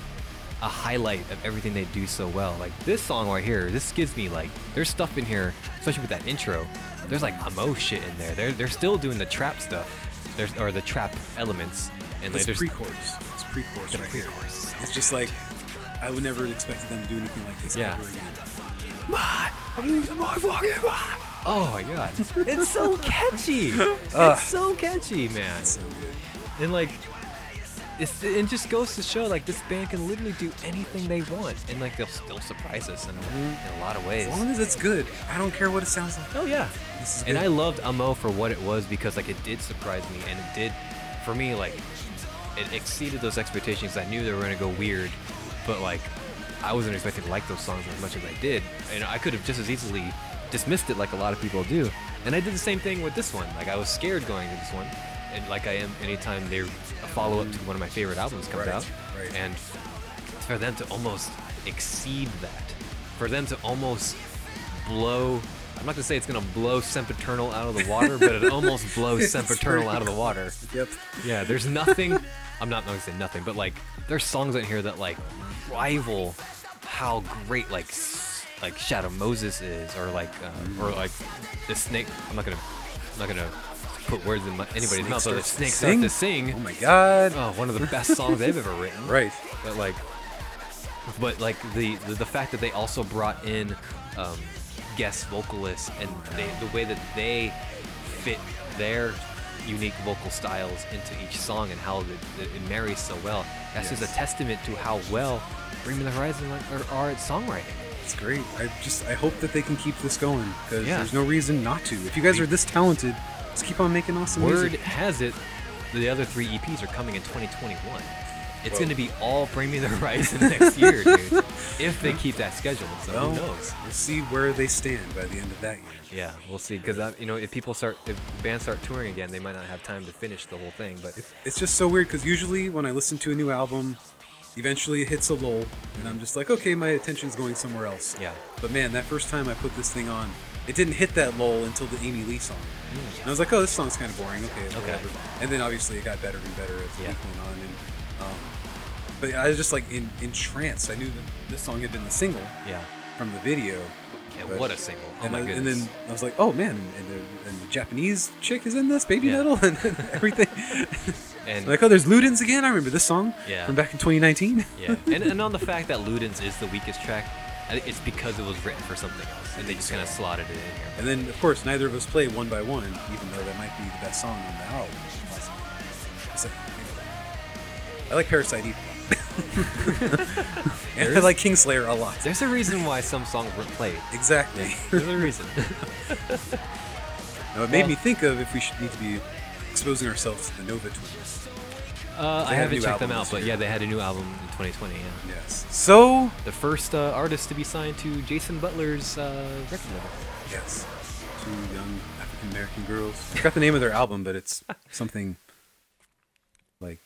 Speaker 1: a highlight of everything they do so well. Like this song right here, this gives me like there's stuff in here, especially with that intro. There's like emo shit in there. They're they're still doing the trap stuff. There's or the trap elements and like
Speaker 2: It's
Speaker 1: there's
Speaker 2: pre-chorus. It's pre-chorus
Speaker 1: The
Speaker 2: right
Speaker 1: pre-chorus is
Speaker 2: here. It's just like I would never have expected them to do anything like this
Speaker 1: Yeah.
Speaker 2: ever again.
Speaker 1: oh my god, it's so catchy. it's so catchy, man.
Speaker 2: So good.
Speaker 1: And like it's, it just goes to show like this band can literally do anything they want, and like they'll still surprise us in, in a lot of ways.
Speaker 2: As long as it's good, I don't care what it sounds like.
Speaker 1: Oh yeah.
Speaker 2: This is
Speaker 1: And
Speaker 2: good.
Speaker 1: I loved Amo for what it was because like it did surprise me and it did for me like it exceeded those expectations. I knew they were gonna go weird, but like I wasn't expecting to like those songs as much as I did. And I could have just as easily dismissed it like a lot of people do. And I did the same thing with this one. Like I was scared going to this one. And like I am anytime they're a follow up to one of my favorite albums comes
Speaker 2: Right,
Speaker 1: out.
Speaker 2: right.
Speaker 1: And for them to almost exceed that, for them to almost blow. I'm not gonna say it's gonna blow Sempiternal out of the water, but it <laughs> almost blows Sempiternal out of the water.
Speaker 2: Yep.
Speaker 1: Yeah, there's nothing. I'm not gonna say nothing, but like there's songs in here that like rival how great like s- like Shadow Moses is, or like um, or like the snake. I'm not gonna I'm not gonna put words in my, anybody's mouth, but the snake starts to
Speaker 2: Oh
Speaker 1: sing.
Speaker 2: my god.
Speaker 1: Oh, one of the best songs they've ever written
Speaker 2: Right.
Speaker 1: but like but like the the, the fact that they also brought in um, guest vocalists and they, the way that they fit their unique vocal styles into each song and how it, it marries so well that's just a testament to how well Bring Me the Horizon like, are, are at songwriting
Speaker 2: It's great. I just I hope that they can keep this going because
Speaker 1: Yeah.
Speaker 2: there's no reason not to. If you guys are this talented, let's keep on making awesome
Speaker 1: word
Speaker 2: music.
Speaker 1: has it the other three EPs are coming in 2021 it's
Speaker 2: Whoa.
Speaker 1: going to be all Bring Me the Horizon next year dude if they keep that schedule so
Speaker 2: Well,
Speaker 1: who knows
Speaker 2: We'll see where they stand by the end of that year.
Speaker 1: Yeah, we'll see. Because you know, if people start, if bands start touring again, they might not have time to finish the whole thing. But
Speaker 2: It's just so weird because usually when I listen to a new album, eventually it hits a lull, and I'm just like, okay, my attention's going somewhere else.
Speaker 1: Yeah.
Speaker 2: But man, that first time I put this thing on, it didn't hit that lull until the Amy Lee song.
Speaker 1: Hmm.
Speaker 2: And I was like, oh, this song's kind of boring. Okay, okay. whatever. And then obviously it got better and better as the
Speaker 1: Yeah.
Speaker 2: week went on. And, um, but I was just like in, entranced. I knew that this song had been the single
Speaker 1: yeah,
Speaker 2: from the video.
Speaker 1: yeah,
Speaker 2: but-
Speaker 1: what a single! Oh
Speaker 2: and,
Speaker 1: my
Speaker 2: I-
Speaker 1: goodness.
Speaker 2: and then I was like, oh man, and the, and the Japanese chick is in this, Baby
Speaker 1: Yeah.
Speaker 2: Metal, <laughs> and everything.
Speaker 1: And-
Speaker 2: Like, oh, there's Ludens again. I remember this song
Speaker 1: Yeah.
Speaker 2: from back in 2019.
Speaker 1: yeah, and, and on the fact that Ludens is the weakest track, I think it's because it was written for something else, and they just kind of slotted it in here.
Speaker 2: <laughs> And then, of course, neither of us play one by one, even though that might be the best song on the album. It's like, you know, I like
Speaker 1: <laughs>
Speaker 2: Parasite Eve. <laughs> and I like Kingslayer a lot.
Speaker 1: There's a reason why some songs weren't played.
Speaker 2: Exactly.
Speaker 1: There's a reason.
Speaker 2: <laughs> Now, it made
Speaker 1: Well-
Speaker 2: me think of if we should need to be exposing ourselves to the Nova Twins.
Speaker 1: Uh, I
Speaker 2: They had a
Speaker 1: haven't
Speaker 2: new
Speaker 1: checked them
Speaker 2: album
Speaker 1: out,
Speaker 2: this
Speaker 1: but
Speaker 2: year.
Speaker 1: yeah, they had a new album in 2020. Yeah,
Speaker 2: Yes. So,
Speaker 1: the first uh, artist to be signed to Jason Butler's uh, record label.
Speaker 2: yes, two young African American girls. I forgot the name of their album, but it's something like.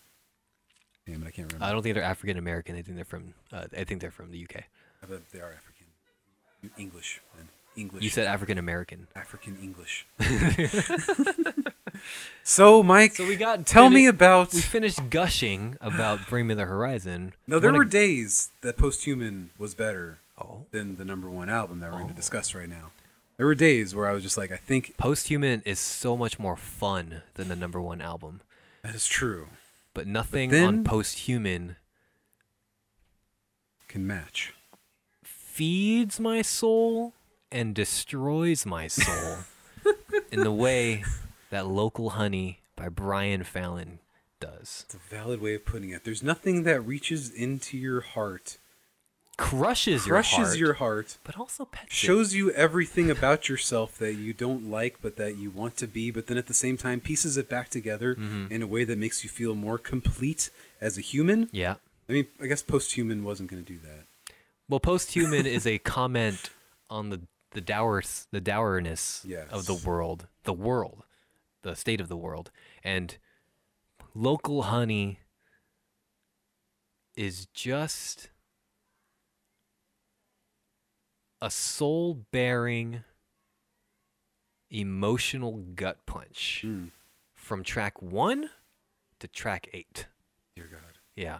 Speaker 2: Damn it, I can't remember.
Speaker 1: I don't think they're African American. I think they're from. Uh, I think they're from the UK.
Speaker 2: I bet they are African. English. Man. English.
Speaker 1: You said African American.
Speaker 2: African
Speaker 1: <laughs>
Speaker 2: English. <laughs> so, Mike,
Speaker 1: So we got.
Speaker 2: <laughs> tell me
Speaker 1: fini-
Speaker 2: about.
Speaker 1: We finished gushing about Bring Me the Horizon.
Speaker 2: No, there
Speaker 1: Wanna-
Speaker 2: were days that Posthuman was better
Speaker 1: Oh.
Speaker 2: than the number one album that we're going to discuss right now. There were days where I was just like, I think
Speaker 1: Posthuman is so much more fun than the number one album,
Speaker 2: that is true.
Speaker 1: but nothing on
Speaker 2: then-
Speaker 1: Posthuman
Speaker 2: Can match.
Speaker 1: feeds my soul and destroys my soul
Speaker 2: <laughs>
Speaker 1: in the way that Local Honey by Brian Fallon does.
Speaker 2: It's a valid way of putting it. There's nothing that reaches into your heart,
Speaker 1: Crushes your
Speaker 2: crushes
Speaker 1: heart,
Speaker 2: your heart,
Speaker 1: but also pets it.
Speaker 2: shows you everything about yourself that you don't like but that you want to be but then at the same time pieces it back together
Speaker 1: Mm-hmm.
Speaker 2: in a way that makes you feel more complete as a human
Speaker 1: Yeah.
Speaker 2: i mean i guess post-human wasn't going to do that
Speaker 1: Well, posthuman is a comment on the the dour the dourness of the
Speaker 2: Yes.
Speaker 1: world, the world, the state of the world, and local honey is just a soul bearing emotional gut punch
Speaker 2: Mm.
Speaker 1: from track one to track eight.
Speaker 2: dear god <laughs>
Speaker 1: Yeah.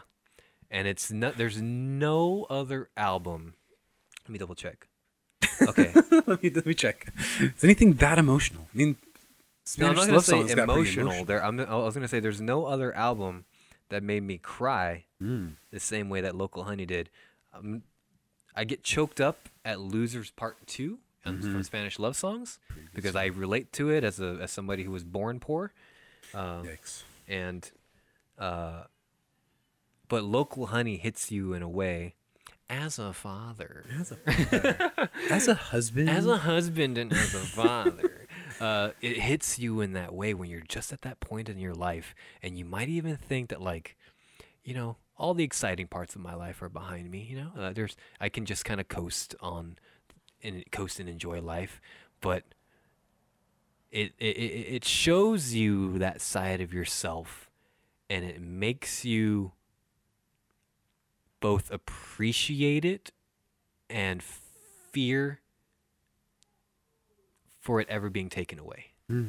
Speaker 1: And it's no, there's no other album. Let me double check.
Speaker 2: <laughs>
Speaker 1: Okay.
Speaker 2: let, me, let me check is anything that emotional i mean
Speaker 1: no, I'm
Speaker 2: Spanish
Speaker 1: not
Speaker 2: love
Speaker 1: gonna say
Speaker 2: songs got pretty
Speaker 1: emotional. There, I'm, I was gonna say there's no other album that made me cry
Speaker 2: Mm.
Speaker 1: the same way that Local Honey did. Um, I get choked up at Losers Part Two um,
Speaker 2: Mm-hmm.
Speaker 1: from Spanish love songs because I relate to it as a as somebody who was born poor.
Speaker 2: yikes
Speaker 1: and uh, but local honey hits you in a way as a
Speaker 2: <gasps>
Speaker 1: father, <gasps>
Speaker 2: As a, <laughs> as a husband,
Speaker 1: as a husband, and as a father. <laughs> Uh, it hits you in that way when you're just at that point in your life, and you might even think that like, you know, all the exciting parts of my life are behind me. You know, uh, there's I can just kind of coast on, and coast and enjoy life, but it, it it it shows you that side of yourself and it makes you both appreciate it and fear for it ever being taken away. Hmm.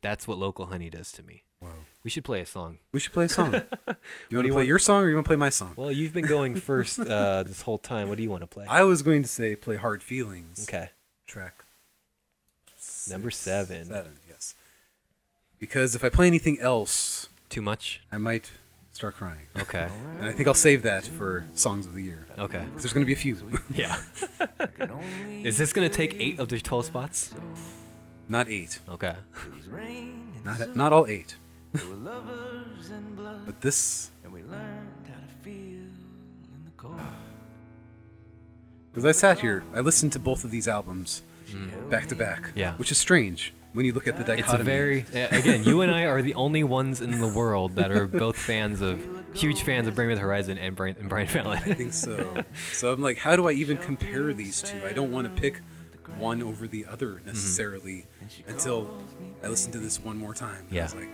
Speaker 1: That's what local honey does to me.
Speaker 2: wow.
Speaker 1: We should play a song.
Speaker 2: We should play
Speaker 1: <laughs>
Speaker 2: a song. you want to play
Speaker 1: want?
Speaker 2: your song or you want to play my song?
Speaker 1: Well, you've been going first uh, this whole time. What do you want to play?
Speaker 2: I was going to say play Hard Feelings.
Speaker 1: Okay.
Speaker 2: Track six-
Speaker 1: Number seven.
Speaker 2: Seven, yes. Because if I play anything else,
Speaker 1: Too much?
Speaker 2: I might start crying.
Speaker 1: Okay.
Speaker 2: And I think I'll save that for songs of the year. 'Cause
Speaker 1: Okay.
Speaker 2: There's going to be a few. <laughs>
Speaker 1: Yeah. Is this going to take eight of the 12 spots?
Speaker 2: not eight.
Speaker 1: Okay.
Speaker 2: Not, not all eight.
Speaker 3: There were lovers and blood,
Speaker 2: But this,
Speaker 3: and we learned how to feel in the cold.
Speaker 2: because I sat here, I listened to both of these albums Mm. back to back.
Speaker 1: Yeah.
Speaker 2: Which is strange when you look at the dichotomy.
Speaker 1: It's a very yeah, again. You and I are the only ones in the world that are both fans of huge fans of Bring Me the Horizon and Brian, and Brian
Speaker 2: I
Speaker 1: Fallon.
Speaker 2: think so. So I'm like, how do I even compare these two? I don't want to pick one over the other
Speaker 1: Mm-hmm.
Speaker 2: necessarily until I listen to this one more time.
Speaker 1: Yeah.
Speaker 2: I was like,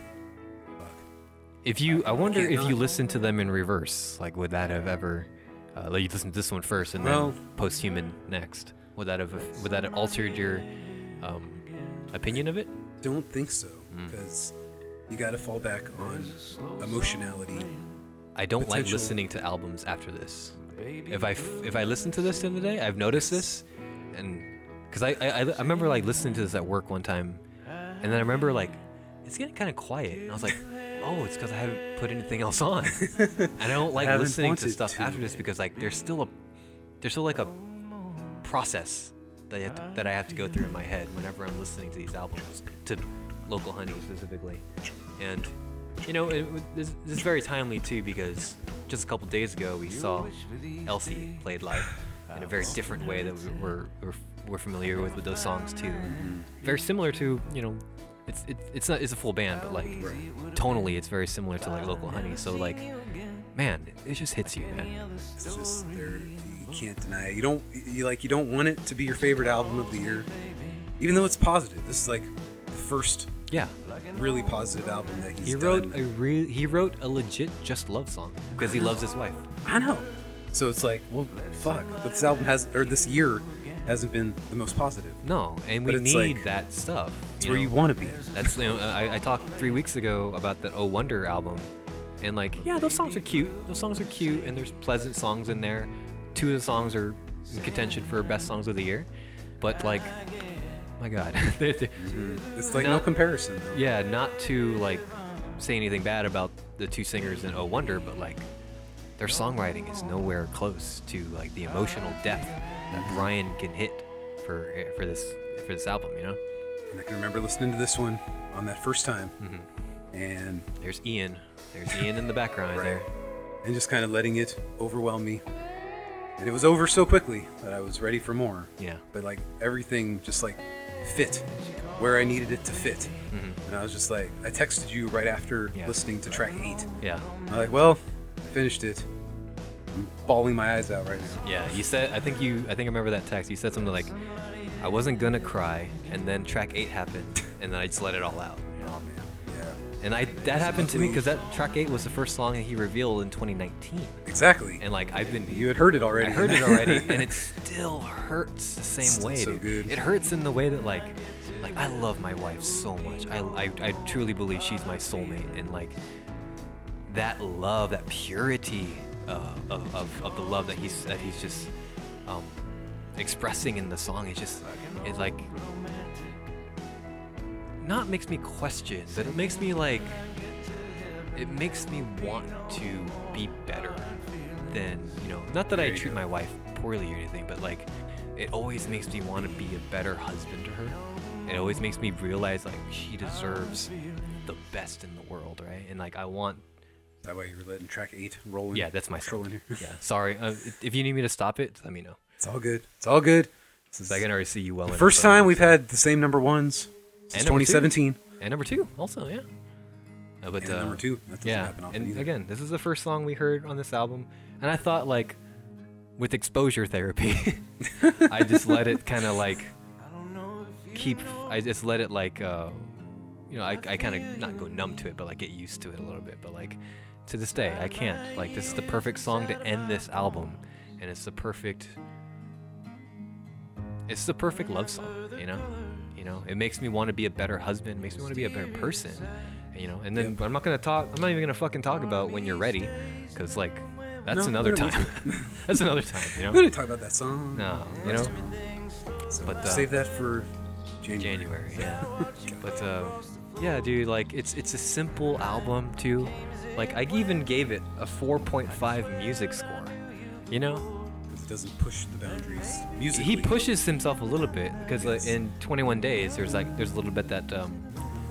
Speaker 1: If you, I wonder
Speaker 2: can't
Speaker 1: if you
Speaker 2: not.
Speaker 1: listened to them in reverse, like would that have ever? Uh, like you listened to this one first and
Speaker 2: Well-
Speaker 1: then post human next. Would that have? Would that have altered your um, opinion of it?
Speaker 2: don't think so
Speaker 1: Mm.
Speaker 2: because you got to fall back on emotionality.
Speaker 1: I don't like
Speaker 2: Potential.
Speaker 1: listening to albums after this. If I f- if I listen to this the other day, I've noticed this, and because I, I I I remember like listening to this at work one time, and then I remember like it's getting kind of quiet, and I was like, oh, it's because I haven't put anything else on, <laughs> and I don't like
Speaker 2: haven't
Speaker 1: listening to
Speaker 2: wanted
Speaker 1: stuff
Speaker 2: to.
Speaker 1: after this because like there's still a there's still like a process that I have to, that I have to go through in my head whenever I'm listening to these albums, to Local Honey specifically, and you know it, was- this, this is very timely too because just a couple days ago we saw Elsie played live in a very different way that we were we're, we're familiar with with those songs too, very similar to you know. It's, it, it's not it's a full band but like tonally it's very similar to like local honey so like man it just hits you man
Speaker 2: It's just there. You can't deny it. You don't. You like. You don't want it to be your favorite album of the year, even though it's positive. This is like the first
Speaker 1: yeah
Speaker 2: really positive album that he's
Speaker 1: He wrote
Speaker 2: done.
Speaker 1: a real. He wrote a legit just love song because he loves his wife.
Speaker 2: I know. So it's like, well, fuck. But this album has, or this year, hasn't been the most positive.
Speaker 1: No, and we
Speaker 2: But it's
Speaker 1: need
Speaker 2: like-
Speaker 1: that stuff.
Speaker 2: It's where
Speaker 1: know?
Speaker 2: you want to be.
Speaker 1: That's you know, I, I talked three weeks ago about that Oh Wonder album, and like yeah, those songs are cute. Those songs are cute, and there's pleasant songs in there. Two of the songs are in contention for best songs of the year, but like, my God, <laughs> they're- they're-
Speaker 2: It's like no,
Speaker 1: No.
Speaker 2: comparison. Though.
Speaker 1: yeah, not to like say anything bad about the two singers in Oh Wonder, but like their songwriting is nowhere close to like the emotional depth that Brian can hit for eh, for this for this album. You know,
Speaker 2: And I can remember listening to this one on that first time,
Speaker 1: Mm-hmm.
Speaker 2: and
Speaker 1: there's Ian, there's Ian in the background there.
Speaker 2: and just kind of letting it overwhelm me. And it was over so quickly that I was ready for more.
Speaker 1: Yeah.
Speaker 2: But like everything just like fit where I needed it to fit. And I was just like, I texted you right after
Speaker 1: Mm-hmm. Yeah.
Speaker 2: listening to track eight.
Speaker 1: Yeah,
Speaker 2: I'm like, well, I finished it. I'm bawling my eyes out right now.
Speaker 1: yeah. You said I think you I think I remember that text. You said something like, "I wasn't gonna cry," and then track eight happened, <laughs> and then I just let it all out. you know?
Speaker 2: Yeah.
Speaker 1: And I that happened to me because that track eight was the first song that he revealed in 2019,
Speaker 2: Exactly.
Speaker 1: and like I've been
Speaker 2: you had heard it already.
Speaker 1: I heard
Speaker 2: <laughs>
Speaker 1: it already, and it still hurts the same
Speaker 2: Still
Speaker 1: way.
Speaker 2: so
Speaker 1: dude.
Speaker 2: good.
Speaker 1: It hurts in the way that like, like I love my wife so much. I, I, I truly believe she's my soulmate, and like that love, that purity uh, of, of, of the love that he's that he's just um, expressing in the song. It's just it like not makes me question, but it makes me like it makes me want to be better than you know not that i
Speaker 2: you
Speaker 1: treat
Speaker 2: go.
Speaker 1: my wife poorly or anything but like it always makes me want to be a better husband to her it always makes me realize like she deserves the best in the world right and like i want
Speaker 2: Is that why you were letting track eight roll in?
Speaker 1: Yeah, that's my
Speaker 2: roll in here.
Speaker 1: Yeah, sorry. Uh, if you need me to stop it, let me know.
Speaker 2: It's all good. It's all good. This is
Speaker 1: I can already see you well.
Speaker 2: the
Speaker 1: in
Speaker 2: first
Speaker 1: it, so-
Speaker 2: time we've had the same number ones since
Speaker 1: And number two.
Speaker 2: 2017.
Speaker 1: and number two also, yeah. Uh, but
Speaker 2: And
Speaker 1: uh,
Speaker 2: number two. That doesn't
Speaker 1: yeah,
Speaker 2: happen often
Speaker 1: and
Speaker 2: either.
Speaker 1: again, this is the first song we heard on this album, and I thought like, with exposure therapy, <laughs> I just let it kind of like keep. I just let it like, uh, you know, I, I kind of not go numb to it, but like get used to it a little bit. But like, to this day, I can't. Like, this is the perfect song to end this album, and it's the perfect. It's the perfect love song, you know. You know, it makes me want to be a better husband, makes me want to be a better person, you know. And then but I'm not gonna talk. I'm not even gonna fucking talk about when you're ready, because like that's
Speaker 2: No,
Speaker 1: another
Speaker 2: we don't
Speaker 1: time. <laughs> that's another time, you
Speaker 2: We
Speaker 1: know.
Speaker 2: didn't talk about that song.
Speaker 1: No, you know.
Speaker 2: So
Speaker 1: but, uh,
Speaker 2: save that for January.
Speaker 1: January. Yeah. but uh, yeah, dude, like it's it's a simple album too. Like I even gave it a 4.5 music score. You know,
Speaker 2: 'Cause It doesn't push the boundaries. Music.
Speaker 1: he pushes himself a little bit because like, in 21 days there's like there's a little bit that um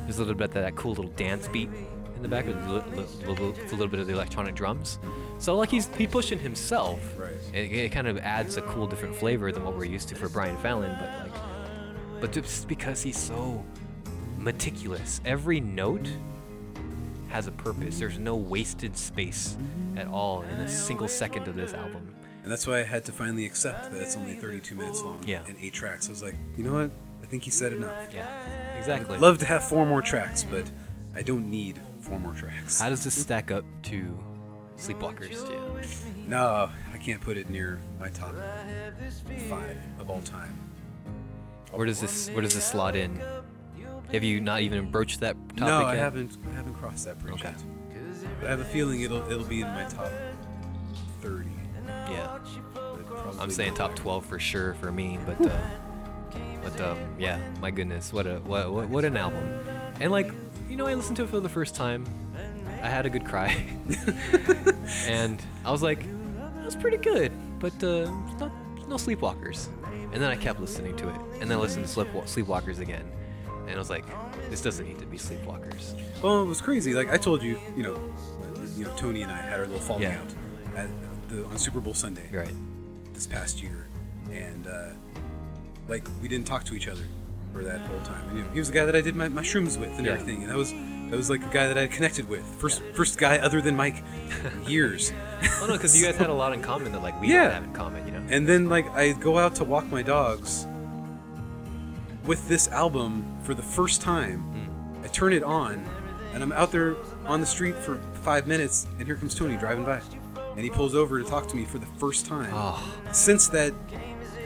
Speaker 1: there's a little bit that, that cool little dance beat in the back with a little, little, with a little bit of the electronic drums. So like he's he pushing himself.
Speaker 2: Right.
Speaker 1: It, it kind of adds a cool different flavor than what we're used to for Brian Fallon, but like but just because he's so meticulous. Every note has a purpose. There's no wasted space at all in a single second of this album.
Speaker 2: And that's why I had to finally accept that it's only 32 minutes long
Speaker 1: Yeah.
Speaker 2: and eight tracks. I was like, you know what? I think he said enough.
Speaker 1: Yeah, exactly.
Speaker 2: I'd love to have four more tracks, but I don't need four more tracks.
Speaker 1: How does this stack up to Sleepwalkers? Do you?
Speaker 2: No, I can't put it near my top five of all time.
Speaker 1: Where does this Where does this slot in? Have you not even broached that topic
Speaker 2: no,
Speaker 1: yet?
Speaker 2: I haven't. I haven't crossed that bridge
Speaker 1: Okay.
Speaker 2: yet. But I have a feeling it'll it'll be in my top 30.
Speaker 1: Yeah,
Speaker 2: but probably
Speaker 1: I'm saying
Speaker 2: not
Speaker 1: top
Speaker 2: there.
Speaker 1: 12 for sure for me, but uh, but um, yeah, my goodness, what a what, what what an album, and like you know, I listened to it for the first time, I had a good cry, <laughs> and I was like, that was pretty good, but uh, not, no sleepwalkers, and then I kept listening to it, and then I listened to Sleep, Sleepwalkers again, and I was like, this doesn't need to be sleepwalkers.
Speaker 2: Well, it was crazy. Like I told you, you know, you know, Tony and I had our little falling
Speaker 1: Yeah.
Speaker 2: out at the, on Super Bowl Sunday
Speaker 1: You're right.
Speaker 2: this past year, and uh, like we didn't talk to each other for that whole time. And, you know, he was the guy that I did my, my shrooms with and
Speaker 1: Yeah.
Speaker 2: everything, and that was that was like a guy that I connected with. First first guy other
Speaker 1: <laughs>
Speaker 2: than Mike in years.
Speaker 1: Oh no, because you guys had a lot in common that like we
Speaker 2: Yeah.
Speaker 1: don't have in common, you know.
Speaker 2: And then like I go out to walk my dogs with this album for the first time. I turn it on and I'm out there on the street for 5 minutes and here comes Tony driving by. And he pulls over to talk to me for the first time
Speaker 1: Oh.
Speaker 2: since that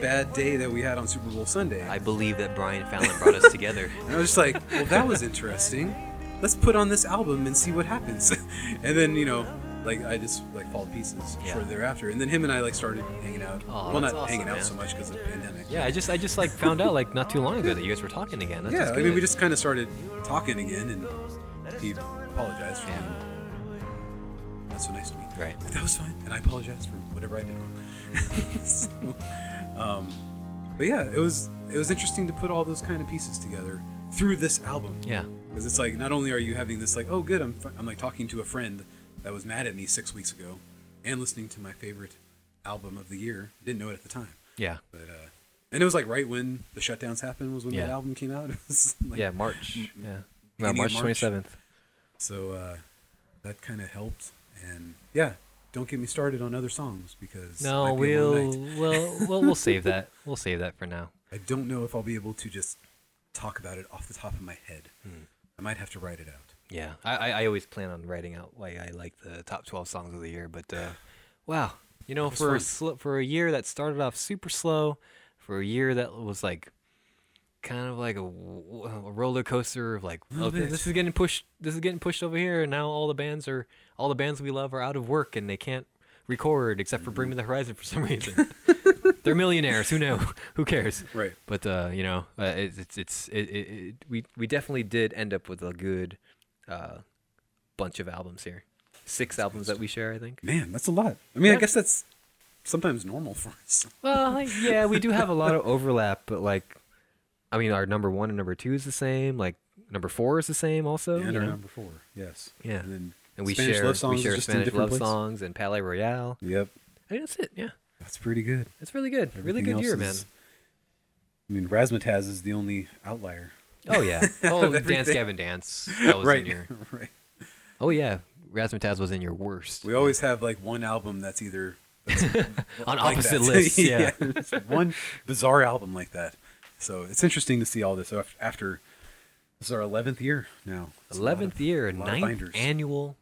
Speaker 2: bad day that we had on Super Bowl Sunday.
Speaker 1: I believe that Brian Fallon brought us together.
Speaker 2: And I was just like, well, that was interesting. Let's put on this album and see what happens. <laughs> and then, you know, like I just like fall to pieces
Speaker 1: Yeah.
Speaker 2: shortly thereafter. And then him and I like started hanging out.
Speaker 1: Aw,
Speaker 2: well,
Speaker 1: that's
Speaker 2: not
Speaker 1: awesome,
Speaker 2: hanging out
Speaker 1: man.
Speaker 2: so much because of the pandemic.
Speaker 1: Yeah, I just I just like found out like not too long ago that you guys were talking again. That's
Speaker 2: yeah.
Speaker 1: just
Speaker 2: I mean,
Speaker 1: good.
Speaker 2: we just kind of started talking again, and he apologized for.
Speaker 1: Yeah.
Speaker 2: Not so nice to me.
Speaker 1: Right.
Speaker 2: But that was fine, and I apologize for whatever I did wrong. <laughs> so, um, but yeah, it was it was interesting to put all those kind of pieces together through this album.
Speaker 1: yeah,
Speaker 2: Because it's like not only are you having this like, oh good, I'm I'm like talking to a friend that was mad at me six weeks ago, and listening to my favorite album of the year. Didn't know it at the time,
Speaker 1: yeah,
Speaker 2: but uh, and it was like right when the shutdowns happened was when that
Speaker 1: Yeah.
Speaker 2: album came out. <laughs> It was like,
Speaker 1: yeah. March. Yeah,
Speaker 2: Beginning
Speaker 1: no,
Speaker 2: of
Speaker 1: March
Speaker 2: March.
Speaker 1: twenty seventh.
Speaker 2: So uh, that kind of helped, and yeah, don't get me started on other songs because
Speaker 1: No,
Speaker 2: it might be a long
Speaker 1: we'll
Speaker 2: night.
Speaker 1: well well we'll save
Speaker 2: <laughs>
Speaker 1: that. We'll save that for now.
Speaker 2: I don't know if I'll be able to just talk about it off the top of my head.
Speaker 1: Hmm.
Speaker 2: I might have to write it out.
Speaker 1: Yeah, I, I I always plan on writing out why I like the top twelve songs of the year. But uh, wow, you know,
Speaker 2: was
Speaker 1: for
Speaker 2: fun.
Speaker 1: a sl- for a year that started off super slow, for a year that was like kind of like a, w- a roller coaster of like oh,
Speaker 2: bit.
Speaker 1: this is getting pushed this is getting pushed over here and now all the bands are all the bands we love are out of work and they can't record except for bring me the horizon for <laughs> some reason they're millionaires who know <laughs> who cares
Speaker 2: Right.
Speaker 1: but uh, you know, uh, it's it's it's it, it, it, we we definitely did end up with a good uh, bunch of albums here. Six albums that we share, I think.
Speaker 2: Man, that's a lot. I mean, I
Speaker 1: Yeah.
Speaker 2: guess that's sometimes normal for
Speaker 1: <laughs>
Speaker 2: us.
Speaker 1: Well, like, yeah, we do have a lot <laughs> of overlap, but like, I mean, our number one and number two is the same. Like, number four is the same, also.
Speaker 2: and
Speaker 1: you
Speaker 2: our
Speaker 1: know?
Speaker 2: number four, yes.
Speaker 1: Oh, Yeah.
Speaker 2: And then
Speaker 1: And we
Speaker 2: Spanish
Speaker 1: share
Speaker 2: love songs
Speaker 1: we share
Speaker 2: just in
Speaker 1: Spanish
Speaker 2: different
Speaker 1: love
Speaker 2: place.
Speaker 1: songs and Palais Royale.
Speaker 2: Yep,
Speaker 1: I think that's it. Yeah,
Speaker 2: that's pretty good.
Speaker 1: that's really good. really
Speaker 2: Everything
Speaker 1: good year, man.
Speaker 2: else is- I mean, Razzmatazz is the only outlier.
Speaker 1: Oh
Speaker 2: <laughs>
Speaker 1: yeah. Oh, dance,
Speaker 2: Everything.
Speaker 1: Gavin, dance. <laughs> That was in your. <laughs>
Speaker 2: <laughs> right.
Speaker 1: Oh yeah, Razzmatazz was in your worst.
Speaker 2: We always have like one album that's <laughs> either
Speaker 1: <laughs> On
Speaker 2: like <laughs>
Speaker 1: opposite
Speaker 2: that.
Speaker 1: lists. Yeah.
Speaker 2: it's one bizarre album like that. So it's interesting to see all this af- after. This is our eleventh year now. It's a lot
Speaker 1: Eleventh
Speaker 2: of-
Speaker 1: year,
Speaker 2: a lot of
Speaker 1: ninth
Speaker 2: binders.
Speaker 1: annual.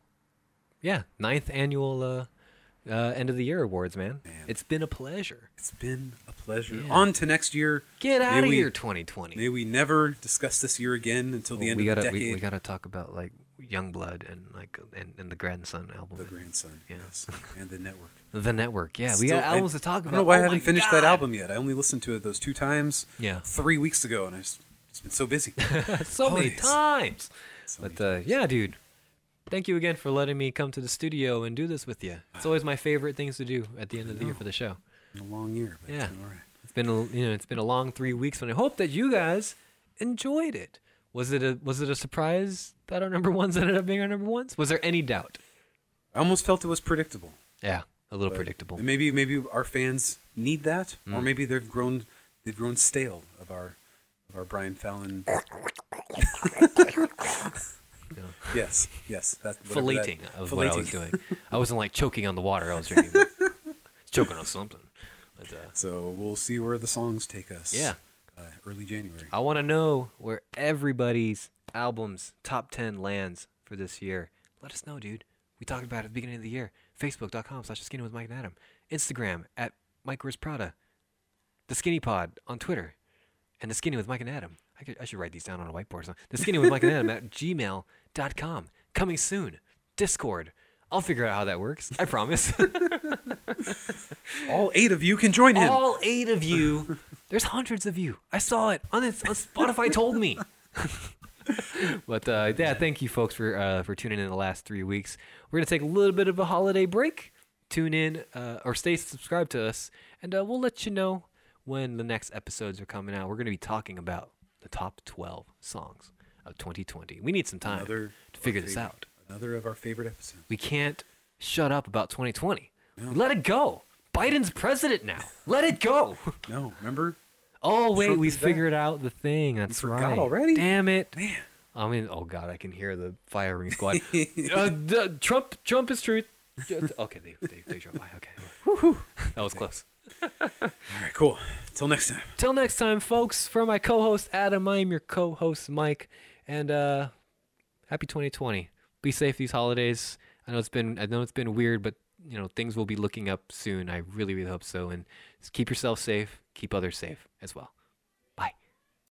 Speaker 1: Yeah, ninth annual uh, uh, end of the year awards, man.
Speaker 2: Man.
Speaker 1: It's been a pleasure.
Speaker 2: It's been a pleasure.
Speaker 1: Yeah.
Speaker 2: On to next year.
Speaker 1: Get
Speaker 2: May
Speaker 1: out of
Speaker 2: we-
Speaker 1: here, 2020.
Speaker 2: May we never discuss this year again until the
Speaker 1: Well,
Speaker 2: end
Speaker 1: we
Speaker 2: of
Speaker 1: gotta
Speaker 2: the
Speaker 1: we,
Speaker 2: decade.
Speaker 1: we gotta talk about like Youngblood and like and, and the grandson album,
Speaker 2: the grandson,
Speaker 1: Yeah.
Speaker 2: yes, and the network.
Speaker 1: the network. Yeah, we
Speaker 2: Still-
Speaker 1: got albums to talk
Speaker 2: I
Speaker 1: about.
Speaker 2: don't know why
Speaker 1: Oh
Speaker 2: I
Speaker 1: my
Speaker 2: haven't finished
Speaker 1: God.
Speaker 2: that album yet. I only listened to it those two times.
Speaker 1: Yeah.
Speaker 2: Three weeks ago, and I've just it's been
Speaker 1: <laughs>
Speaker 2: so busy.
Speaker 1: so many
Speaker 2: Always.
Speaker 1: times.
Speaker 2: So
Speaker 1: But
Speaker 2: many-
Speaker 1: uh, yeah, dude, thank you again for letting me come to the studio and do this with you. It's always my favorite things to do at the end of the year for the show.
Speaker 2: a long year. But
Speaker 1: yeah.
Speaker 2: It's been all right.
Speaker 1: It's been a, you know it's been a long three weeks, and I hope that you guys enjoyed it. Was it a was it a surprise that our number ones <laughs> ended up being our number ones? Was there any doubt?
Speaker 2: I almost felt it was predictable.
Speaker 1: Yeah, a little
Speaker 2: but-
Speaker 1: predictable. Mm.
Speaker 2: and Maybe maybe our fans need that, or maybe they've grown they've grown stale of our of our
Speaker 1: <laughs>
Speaker 2: Brian Fallon. <laughs> Yes, yes, that's whatever that-
Speaker 1: filleting of what I was
Speaker 2: filleting.
Speaker 1: doing. I wasn't like choking on the water I was drinking. but
Speaker 2: <laughs>
Speaker 1: it's choking on something. But, uh,
Speaker 2: So we'll see where the songs take us.
Speaker 1: Yeah.
Speaker 2: uh, early January.
Speaker 1: I want to know where everybody's albums top 10 lands for this year. Let us know, dude. We talked about it at the beginning of the year. Facebook.com slash skinny with Mike and Adam. Instagram at Mike Wears Prada. The Skinny Pod on Twitter. And the Skinny with Mike and Adam. I, could, I should write these down on a whiteboard. or something. The Skinny with Mike and Adam at <laughs> gmail.com. Coming soon. Discord. I'll figure out how that works. I promise.
Speaker 2: All eight of you can join him.
Speaker 1: all eight of you. <laughs> There's hundreds of you. I saw it on, its, on Spotify. Told me. <laughs> but uh, yeah, thank you folks for uh, for tuning in the last three weeks. We're gonna take a little bit of a holiday break. Tune in uh, or stay subscribed to us, and uh, we'll let you know when the next episodes are coming out. We're gonna be talking about the top 12 songs of 2020. We need some time
Speaker 2: Another
Speaker 1: to figure
Speaker 2: our
Speaker 1: this
Speaker 2: favorite-
Speaker 1: out.
Speaker 2: Another of our favorite episodes.
Speaker 1: We can't shut up about 2020. Let it go. Biden's president now. Let it go.
Speaker 2: No, remember?
Speaker 1: Oh wait,
Speaker 2: Trump
Speaker 1: we
Speaker 2: is back.
Speaker 1: figured out the thing. That's
Speaker 2: forgot
Speaker 1: right.
Speaker 2: already?
Speaker 1: Damn it!
Speaker 2: Man. <laughs>
Speaker 1: I mean, oh god, I can hear the firing squad. uh, the, Trump, Trump is truth. Okay, they, they, they drove by. Okay, that was close.
Speaker 2: All right, cool. Till next time.
Speaker 1: Till next time, folks. For my co-host Adam, I am your co-host Mike, and uh, happy 2020. Be safe these holidays. I know it's been I know it's been weird, but you know things will be looking up soon. I really really hope so. And keep yourself safe. Keep others safe as well.